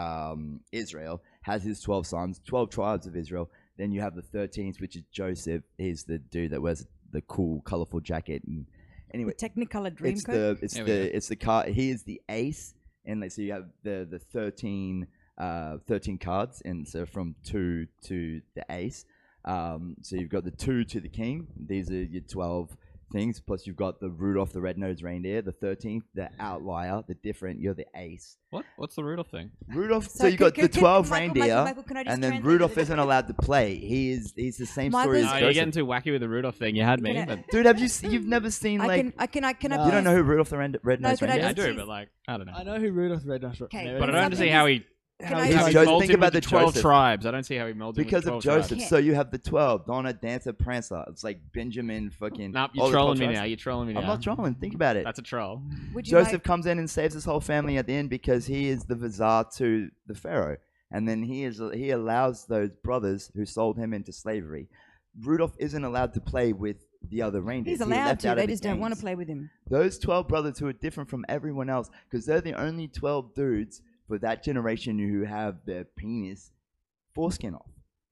[SPEAKER 4] um, israel has his 12 sons 12 tribes of israel then you have the 13th, which is Joseph. He's the dude that wears the cool, colorful jacket. And
[SPEAKER 3] The
[SPEAKER 4] anyway,
[SPEAKER 3] Technicolor dream
[SPEAKER 4] it's
[SPEAKER 3] coat.
[SPEAKER 4] the it's
[SPEAKER 5] There we
[SPEAKER 4] the it's the card. He is the ace, and like, so you have the the 13, uh, 13 cards, and so from two to the ace. Um, so you've got the two to the king. These are your 12 things. Plus you've got the Rudolph the Red-Nosed Reindeer, the 13th, the outlier, the different. You're the ace.
[SPEAKER 5] What? What's the Rudolph thing?
[SPEAKER 4] Rudolph. So,
[SPEAKER 3] So
[SPEAKER 4] you got
[SPEAKER 3] can-
[SPEAKER 4] the
[SPEAKER 3] can-
[SPEAKER 4] 12
[SPEAKER 3] Michael, Michael,
[SPEAKER 4] reindeer.
[SPEAKER 3] Michael, can I just
[SPEAKER 4] and then
[SPEAKER 3] translate
[SPEAKER 4] Rudolph
[SPEAKER 3] the-
[SPEAKER 4] isn't allowed to play. He is he's the same story
[SPEAKER 3] Michael's-
[SPEAKER 4] as
[SPEAKER 5] Oh, you're
[SPEAKER 4] Joseph.
[SPEAKER 5] getting too wacky with the Rudolph thing. You had me.
[SPEAKER 3] Can I-
[SPEAKER 5] But
[SPEAKER 4] Dude, have you se- you've never seen
[SPEAKER 3] I
[SPEAKER 4] like
[SPEAKER 3] can, I can, I can.
[SPEAKER 1] No.
[SPEAKER 3] I
[SPEAKER 4] you
[SPEAKER 3] please-
[SPEAKER 4] don't know who Rudolph the Red, Red
[SPEAKER 3] No,
[SPEAKER 4] Nose
[SPEAKER 3] can I
[SPEAKER 5] yeah, I
[SPEAKER 3] just-
[SPEAKER 4] Reindeer?
[SPEAKER 5] do,
[SPEAKER 3] please-
[SPEAKER 5] but like, I don't know.
[SPEAKER 1] I know who Rudolph the Red Nose.
[SPEAKER 3] Okay,
[SPEAKER 5] but I don't
[SPEAKER 3] Something
[SPEAKER 5] see
[SPEAKER 3] is-
[SPEAKER 5] how he,
[SPEAKER 3] Can
[SPEAKER 5] how
[SPEAKER 3] I
[SPEAKER 5] he
[SPEAKER 3] just-
[SPEAKER 4] Joseph-
[SPEAKER 5] molded
[SPEAKER 4] think about
[SPEAKER 5] with the,
[SPEAKER 4] the
[SPEAKER 5] 12
[SPEAKER 4] Joseph.
[SPEAKER 5] tribes. I don't see how he molded with
[SPEAKER 4] Because of
[SPEAKER 5] 12 tribes.
[SPEAKER 4] Joseph,
[SPEAKER 3] tribes.
[SPEAKER 4] so you have the twelve: Donna, Dancer, Prancer. It's like Benjamin, fucking.
[SPEAKER 5] Nah,
[SPEAKER 4] all
[SPEAKER 5] you're
[SPEAKER 4] the
[SPEAKER 5] trolling
[SPEAKER 4] 12
[SPEAKER 5] me
[SPEAKER 4] tribes.
[SPEAKER 5] now. You're trolling me now.
[SPEAKER 4] I'm not trolling. Think about it.
[SPEAKER 5] That's a troll.
[SPEAKER 3] Would you
[SPEAKER 4] Joseph
[SPEAKER 3] like-
[SPEAKER 4] comes in and saves his whole family at the end because he is the vizier to the pharaoh, and then he is he allows those brothers who sold him into slavery. Rudolph isn't allowed to play with the other reindeers.
[SPEAKER 3] He's
[SPEAKER 4] He
[SPEAKER 3] allowed
[SPEAKER 4] left
[SPEAKER 3] to.
[SPEAKER 4] out of
[SPEAKER 3] They
[SPEAKER 4] the
[SPEAKER 3] just don't want to
[SPEAKER 4] games.
[SPEAKER 3] play with him.
[SPEAKER 4] those 12 brothers who are different from everyone else because they're the only 12 dudes for that generation who have their penis foreskin off.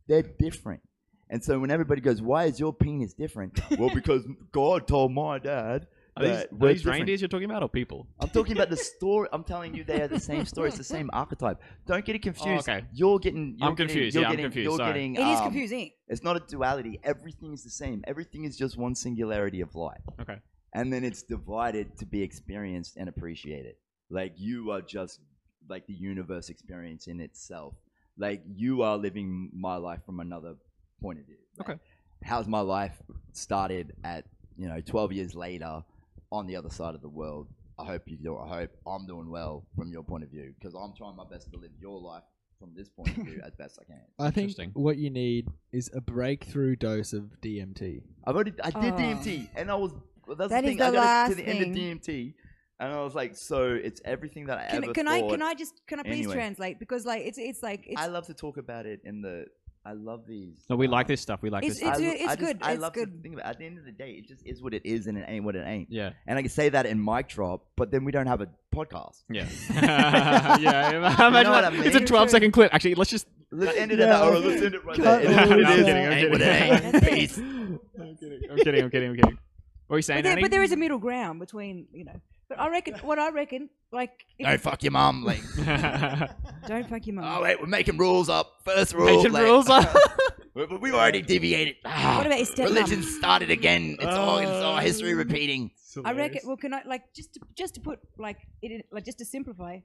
[SPEAKER 4] They're different. And so when everybody goes, why is your penis different? well, because God told my dad
[SPEAKER 5] Are these,
[SPEAKER 4] that
[SPEAKER 5] are
[SPEAKER 4] we're
[SPEAKER 5] these
[SPEAKER 4] different.
[SPEAKER 5] reindeers you're talking about or people?
[SPEAKER 4] I'm talking about the story. I'm telling you, they are the same story. It's the same archetype. Don't get it confused.
[SPEAKER 5] Oh, okay.
[SPEAKER 4] You're getting. You're
[SPEAKER 5] I'm
[SPEAKER 4] getting-
[SPEAKER 5] confused.
[SPEAKER 4] You're
[SPEAKER 5] Yeah, I'm
[SPEAKER 4] getting,
[SPEAKER 5] confused.
[SPEAKER 4] You're
[SPEAKER 5] Sorry.
[SPEAKER 4] Getting,
[SPEAKER 3] It is
[SPEAKER 4] um,
[SPEAKER 3] confusing.
[SPEAKER 4] it's not a duality. Everything is the same. Everything is just one singularity of light.
[SPEAKER 5] Okay.
[SPEAKER 4] And then it's divided to be experienced and appreciated. Like you are just like the universe experience in itself. Like you are living my life from another point of view. Like,
[SPEAKER 5] Okay.
[SPEAKER 4] How's my life started at, you know, 12 years later on the other side of the world? I hope you do. I hope I'm doing well from your point of view because I'm trying my best to live your life from this point of view as best I can.
[SPEAKER 1] I think
[SPEAKER 5] Interesting.
[SPEAKER 1] what you need is a breakthrough dose of DMT.
[SPEAKER 4] I've already I did
[SPEAKER 3] Oh.
[SPEAKER 4] DMT, and I was well, that's
[SPEAKER 3] That
[SPEAKER 4] the
[SPEAKER 3] is
[SPEAKER 4] thing.
[SPEAKER 3] the
[SPEAKER 4] I got to
[SPEAKER 3] last
[SPEAKER 4] the end of
[SPEAKER 3] thing.
[SPEAKER 4] DMT, and I was like, so it's everything that I
[SPEAKER 3] Can,
[SPEAKER 4] ever
[SPEAKER 3] can I
[SPEAKER 4] thought.
[SPEAKER 3] can I just can I please
[SPEAKER 4] Anyway.
[SPEAKER 3] translate because like it's it's like it's
[SPEAKER 4] I love to talk about it in the. I love these.
[SPEAKER 5] No, we
[SPEAKER 4] uh,
[SPEAKER 5] like this stuff. We like
[SPEAKER 3] It's-
[SPEAKER 5] this
[SPEAKER 4] I
[SPEAKER 5] stuff.
[SPEAKER 4] lo-
[SPEAKER 3] it's
[SPEAKER 4] I just-
[SPEAKER 3] good,
[SPEAKER 4] I
[SPEAKER 3] it's
[SPEAKER 4] love to
[SPEAKER 3] good.
[SPEAKER 4] think about. At the end of the day, it just is what it is, and it ain't what it ain't.
[SPEAKER 5] Yeah.
[SPEAKER 4] And I can say that in mic drop, but then we don't have a podcast.
[SPEAKER 5] Yeah. yeah. Imagine
[SPEAKER 4] what
[SPEAKER 5] that.
[SPEAKER 4] I
[SPEAKER 5] It's a
[SPEAKER 4] mean?
[SPEAKER 5] 12 second clip. Actually, let's just.
[SPEAKER 4] Let's end it
[SPEAKER 1] Yeah,
[SPEAKER 4] at that, or
[SPEAKER 1] okay.
[SPEAKER 4] let's end it right
[SPEAKER 1] Cut
[SPEAKER 4] there. It
[SPEAKER 1] all
[SPEAKER 4] is what
[SPEAKER 1] this
[SPEAKER 4] it is,
[SPEAKER 1] out.
[SPEAKER 4] it ain't what it
[SPEAKER 3] That's
[SPEAKER 4] ain't.
[SPEAKER 3] it.
[SPEAKER 4] Peace.
[SPEAKER 5] I'm kidding. I'm kidding. I'm kidding. I'm kidding. What are you saying,
[SPEAKER 3] but there,
[SPEAKER 5] Annie?
[SPEAKER 3] but there is a middle ground between you know. But I reckon what I reckon like if-
[SPEAKER 2] Don't fuck your mum. Like,
[SPEAKER 3] don't fuck your mum.
[SPEAKER 2] oh wait, we're making rules up. First rule,
[SPEAKER 5] Making
[SPEAKER 2] like,
[SPEAKER 5] rules up.
[SPEAKER 2] We, we already deviated. Ah,
[SPEAKER 3] What about your stepmom?
[SPEAKER 2] religion started again? It's all it's all
[SPEAKER 5] Uh,
[SPEAKER 2] history repeating.
[SPEAKER 3] I reckon. Well, can I like just to, just to put like it in, like just to simplify?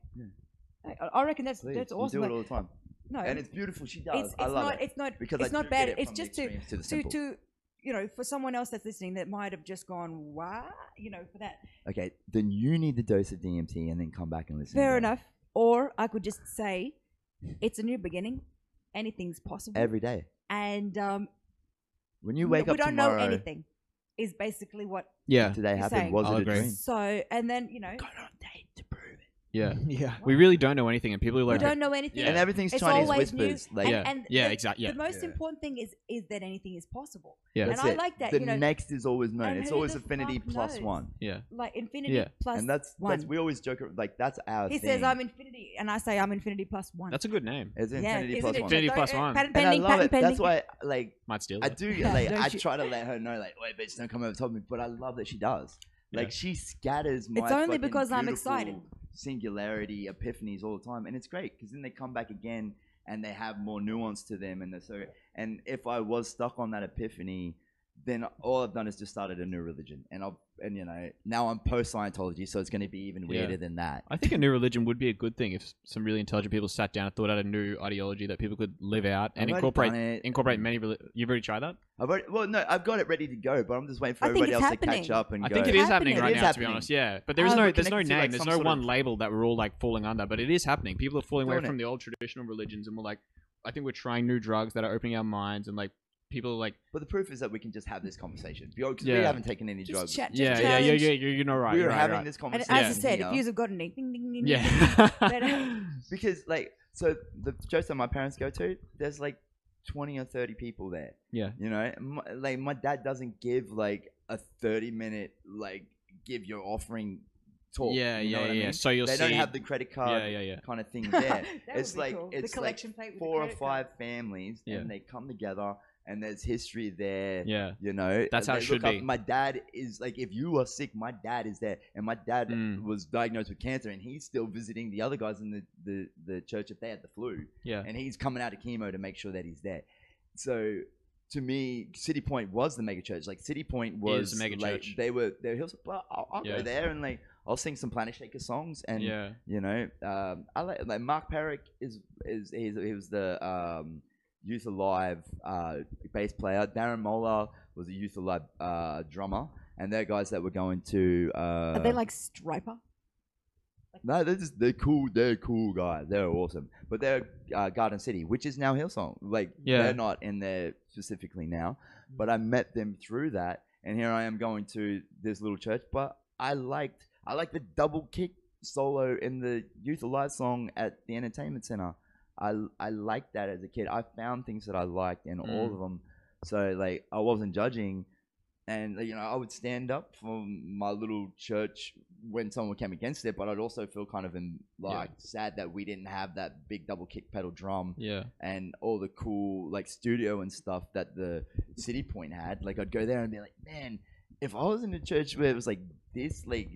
[SPEAKER 3] I, I reckon that's
[SPEAKER 4] Please,
[SPEAKER 3] that's
[SPEAKER 4] you
[SPEAKER 3] awesome.
[SPEAKER 4] do it
[SPEAKER 3] like,
[SPEAKER 4] all the time,
[SPEAKER 3] no,
[SPEAKER 4] and it's beautiful. She does.
[SPEAKER 3] it's, it's
[SPEAKER 4] I love
[SPEAKER 3] not
[SPEAKER 4] it.
[SPEAKER 3] it's not
[SPEAKER 4] because
[SPEAKER 3] it's
[SPEAKER 4] I do
[SPEAKER 3] not
[SPEAKER 4] get
[SPEAKER 3] bad.
[SPEAKER 4] it
[SPEAKER 3] it's
[SPEAKER 4] from the
[SPEAKER 3] just to
[SPEAKER 4] extremes to the
[SPEAKER 3] to,
[SPEAKER 4] simple.
[SPEAKER 3] to you know for someone else that's listening that might have just gone wow you know for that.
[SPEAKER 4] Okay, then you need the dose of DMT and then come back and listen.
[SPEAKER 3] Fair
[SPEAKER 4] again.
[SPEAKER 3] enough. Or I could just say, it's a new beginning. Anything's possible.
[SPEAKER 4] Every day.
[SPEAKER 3] and um,
[SPEAKER 4] When you
[SPEAKER 3] n-
[SPEAKER 4] wake
[SPEAKER 3] we
[SPEAKER 4] up
[SPEAKER 3] don't
[SPEAKER 4] tomorrow,
[SPEAKER 3] know anything. Is basically what.
[SPEAKER 5] yeah.
[SPEAKER 4] today
[SPEAKER 3] You're
[SPEAKER 4] happened.
[SPEAKER 3] saying.
[SPEAKER 4] Was
[SPEAKER 5] I'll
[SPEAKER 4] it a
[SPEAKER 5] agree.
[SPEAKER 4] dream?
[SPEAKER 3] So and then you know
[SPEAKER 5] Yeah.
[SPEAKER 1] Yeah.
[SPEAKER 5] We really don't know anything, and people are
[SPEAKER 3] we
[SPEAKER 5] like,
[SPEAKER 3] don't know anything.
[SPEAKER 5] Yeah.
[SPEAKER 4] And everything's
[SPEAKER 3] It's
[SPEAKER 4] Chinese
[SPEAKER 3] always new,
[SPEAKER 4] whispers. Like,
[SPEAKER 3] and,
[SPEAKER 5] Yeah.
[SPEAKER 3] and
[SPEAKER 5] Yeah,
[SPEAKER 3] the,
[SPEAKER 5] exact- yeah.
[SPEAKER 3] The most
[SPEAKER 4] Yeah.
[SPEAKER 3] important thing is is that anything is possible.
[SPEAKER 5] Yeah.
[SPEAKER 3] and
[SPEAKER 4] that's
[SPEAKER 3] I
[SPEAKER 4] it.
[SPEAKER 3] like that.
[SPEAKER 4] The
[SPEAKER 3] you know,
[SPEAKER 4] next is always known.
[SPEAKER 3] and
[SPEAKER 4] It's
[SPEAKER 3] who
[SPEAKER 4] always
[SPEAKER 3] the
[SPEAKER 4] affinity
[SPEAKER 3] fuck
[SPEAKER 4] plus
[SPEAKER 3] knows?
[SPEAKER 4] one.
[SPEAKER 5] yeah.
[SPEAKER 3] like infinity
[SPEAKER 5] Yeah.
[SPEAKER 3] plus
[SPEAKER 4] and that's
[SPEAKER 3] one.
[SPEAKER 4] that's we always joke ar- like that's our
[SPEAKER 3] he
[SPEAKER 4] thing.
[SPEAKER 3] says I'm infinity, and I say I'm infinity plus one.
[SPEAKER 5] That's a good name.
[SPEAKER 4] it's
[SPEAKER 3] yeah,
[SPEAKER 4] infinity
[SPEAKER 3] isn't
[SPEAKER 4] plus one.
[SPEAKER 3] it? Don't-
[SPEAKER 5] Infinity plus
[SPEAKER 3] uh,
[SPEAKER 5] one.
[SPEAKER 3] Patent
[SPEAKER 4] And I
[SPEAKER 3] pending,
[SPEAKER 4] love
[SPEAKER 3] patent
[SPEAKER 4] it. That's
[SPEAKER 3] pending.
[SPEAKER 4] why, like,
[SPEAKER 5] Might steal
[SPEAKER 4] I
[SPEAKER 5] it.
[SPEAKER 4] do
[SPEAKER 3] Yeah,
[SPEAKER 4] like
[SPEAKER 3] don't
[SPEAKER 4] I
[SPEAKER 3] you-
[SPEAKER 4] try to let her know, like, wait, bitch, don't come over top of me. But I love that she does. Like,
[SPEAKER 5] Yeah.
[SPEAKER 4] she scatters my.
[SPEAKER 3] It's only
[SPEAKER 4] fucking
[SPEAKER 3] because I'm excited.
[SPEAKER 4] beautiful Singularity epiphanies all the time, and it's great because then they come back again and they have more nuance to them, and they're so. And if I was stuck on that epiphany, then all I've done is just started a new religion, and I've and you know now I'm post Scientology, so it's going to be even
[SPEAKER 5] Yeah.
[SPEAKER 4] weirder than that.
[SPEAKER 5] I think a new religion would be a good thing if some really intelligent people sat down and thought out a new ideology that people could live out and
[SPEAKER 4] I've already
[SPEAKER 5] incorporate
[SPEAKER 4] done it.
[SPEAKER 5] incorporate many. Reli- You've already tried that.
[SPEAKER 4] I've already, well, no, I've got it ready to go, but I'm just waiting for
[SPEAKER 3] I think
[SPEAKER 4] everybody
[SPEAKER 3] it's
[SPEAKER 4] else to catch
[SPEAKER 3] happening.
[SPEAKER 4] up and
[SPEAKER 5] I
[SPEAKER 4] go.
[SPEAKER 5] think it is
[SPEAKER 3] Happening.
[SPEAKER 5] happening right
[SPEAKER 4] It is
[SPEAKER 5] now. To
[SPEAKER 4] happening.
[SPEAKER 5] be honest, yeah. But there is
[SPEAKER 4] Uh,
[SPEAKER 5] no
[SPEAKER 4] we're
[SPEAKER 5] there's no
[SPEAKER 4] connected
[SPEAKER 5] name.
[SPEAKER 4] to, like,
[SPEAKER 5] there's
[SPEAKER 4] some
[SPEAKER 5] no
[SPEAKER 4] sort
[SPEAKER 5] one
[SPEAKER 4] of-
[SPEAKER 5] label that we're all like falling under. But it is happening. People are falling away
[SPEAKER 4] Doing
[SPEAKER 5] from
[SPEAKER 4] it.
[SPEAKER 5] the old traditional religions, and we're like, I think we're trying new drugs that are opening our minds, and like people are like,
[SPEAKER 4] But the proof is that we can just have this conversation because we
[SPEAKER 5] Yeah.
[SPEAKER 4] haven't taken any
[SPEAKER 3] Just
[SPEAKER 4] drugs.
[SPEAKER 3] chat. just
[SPEAKER 5] yeah, yeah, yeah,
[SPEAKER 3] challenge.
[SPEAKER 5] yeah, you're, you're not right.
[SPEAKER 4] we
[SPEAKER 5] you're
[SPEAKER 4] are
[SPEAKER 5] right,
[SPEAKER 4] having
[SPEAKER 5] right.
[SPEAKER 4] this
[SPEAKER 3] And
[SPEAKER 4] conversation.
[SPEAKER 3] as I said,
[SPEAKER 4] here.
[SPEAKER 3] if you've got any, ding, ding, ding, ding,
[SPEAKER 5] Yeah.
[SPEAKER 4] because like so the church that my parents go to, there's like twenty or thirty people there.
[SPEAKER 5] Yeah.
[SPEAKER 4] you know, my, like my dad doesn't give like a thirty minute like give your offering talk.
[SPEAKER 5] yeah,
[SPEAKER 4] you know
[SPEAKER 5] yeah,
[SPEAKER 4] what I
[SPEAKER 5] yeah.
[SPEAKER 4] mean?
[SPEAKER 5] So you'll
[SPEAKER 4] they
[SPEAKER 5] see.
[SPEAKER 4] don't have the credit card
[SPEAKER 5] yeah, yeah, yeah.
[SPEAKER 4] kind of thing
[SPEAKER 3] ding.
[SPEAKER 4] there.
[SPEAKER 3] That
[SPEAKER 4] it's
[SPEAKER 3] would be
[SPEAKER 4] like
[SPEAKER 3] cool.
[SPEAKER 4] it's
[SPEAKER 3] the collection plate with the
[SPEAKER 4] four or
[SPEAKER 3] credit card.
[SPEAKER 4] five families,
[SPEAKER 5] Yeah.
[SPEAKER 4] and they come together, and there's history there.
[SPEAKER 5] Yeah.
[SPEAKER 4] You know,
[SPEAKER 5] That's how
[SPEAKER 4] They
[SPEAKER 5] it should
[SPEAKER 4] look up-
[SPEAKER 5] be.
[SPEAKER 4] My dad is like, if you are sick, my dad is there, and my dad
[SPEAKER 5] Mm.
[SPEAKER 4] was diagnosed with cancer, and he's still visiting the other guys in the, the, the church if they had the flu,
[SPEAKER 5] Yeah.
[SPEAKER 4] and he's coming out of chemo to make sure that he's there. So, to me, City Point was the mega church. Like City Point was
[SPEAKER 5] the mega
[SPEAKER 4] like,
[SPEAKER 5] church.
[SPEAKER 4] They were they were. He was like, well, I'll, I'll
[SPEAKER 5] Yeah.
[SPEAKER 4] go there and like I'll sing some Planet Shaker songs and
[SPEAKER 5] yeah.
[SPEAKER 4] you know, um, I like, like Mark Perrick is is he's, he was the um, Youth Alive uh, bass player. Darren Moeller was a Youth Alive uh, drummer, and they're guys that were going to. Uh,
[SPEAKER 3] Are they like striper?
[SPEAKER 4] no, they're just they're cool. They're cool guys. They're awesome, but they're uh, Garden City, which is now Hillsong. Like
[SPEAKER 5] Yeah.
[SPEAKER 4] they're not in there specifically now, but I met them through that, and here I am going to this little church. But I liked I liked the double kick solo in the Youth Alive song at the entertainment center. I I liked that as a kid. I found things that I liked in all
[SPEAKER 5] Mm.
[SPEAKER 4] of them. So like I wasn't judging and like, you know I would stand up for my little church when someone came against it, but I'd also feel kind of in, like sad that we didn't have that big double kick pedal drum
[SPEAKER 5] Yeah.
[SPEAKER 4] and all the cool like studio and stuff that the City Point had. Like I'd go there and be like, man, if I was in a church where it was like this, like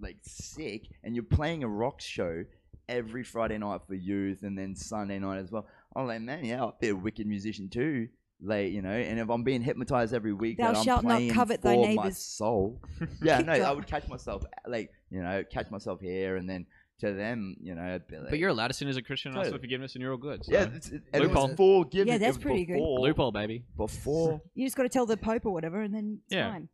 [SPEAKER 4] like sick, and you're playing a rock show every Friday night for youth, and then Sunday night as well. I'm like, man, yeah, I'd be a wicked musician too. Like you know, and if I'm being hypnotized every week,
[SPEAKER 3] Thou
[SPEAKER 4] that I'm
[SPEAKER 3] shalt not
[SPEAKER 4] playing
[SPEAKER 3] covet
[SPEAKER 4] for
[SPEAKER 3] thy
[SPEAKER 4] my
[SPEAKER 3] neighbor's-
[SPEAKER 4] soul. yeah, no, I
[SPEAKER 3] Kicked
[SPEAKER 4] would catch myself like you know, catch myself here, and then to them, you know, I'd be like,
[SPEAKER 5] But you're allowed to sin as a Christian and ask for
[SPEAKER 4] Totally.
[SPEAKER 5] forgiveness, and you're all good. So.
[SPEAKER 4] yeah, it's, it, and it
[SPEAKER 5] Loophole.
[SPEAKER 4] was forgiven.
[SPEAKER 3] Yeah, that's
[SPEAKER 4] It was
[SPEAKER 3] pretty good.
[SPEAKER 4] before-
[SPEAKER 5] loophole, baby.
[SPEAKER 4] before.
[SPEAKER 3] You just got to tell the Pope or whatever, and then it's
[SPEAKER 5] Yeah.
[SPEAKER 3] fine.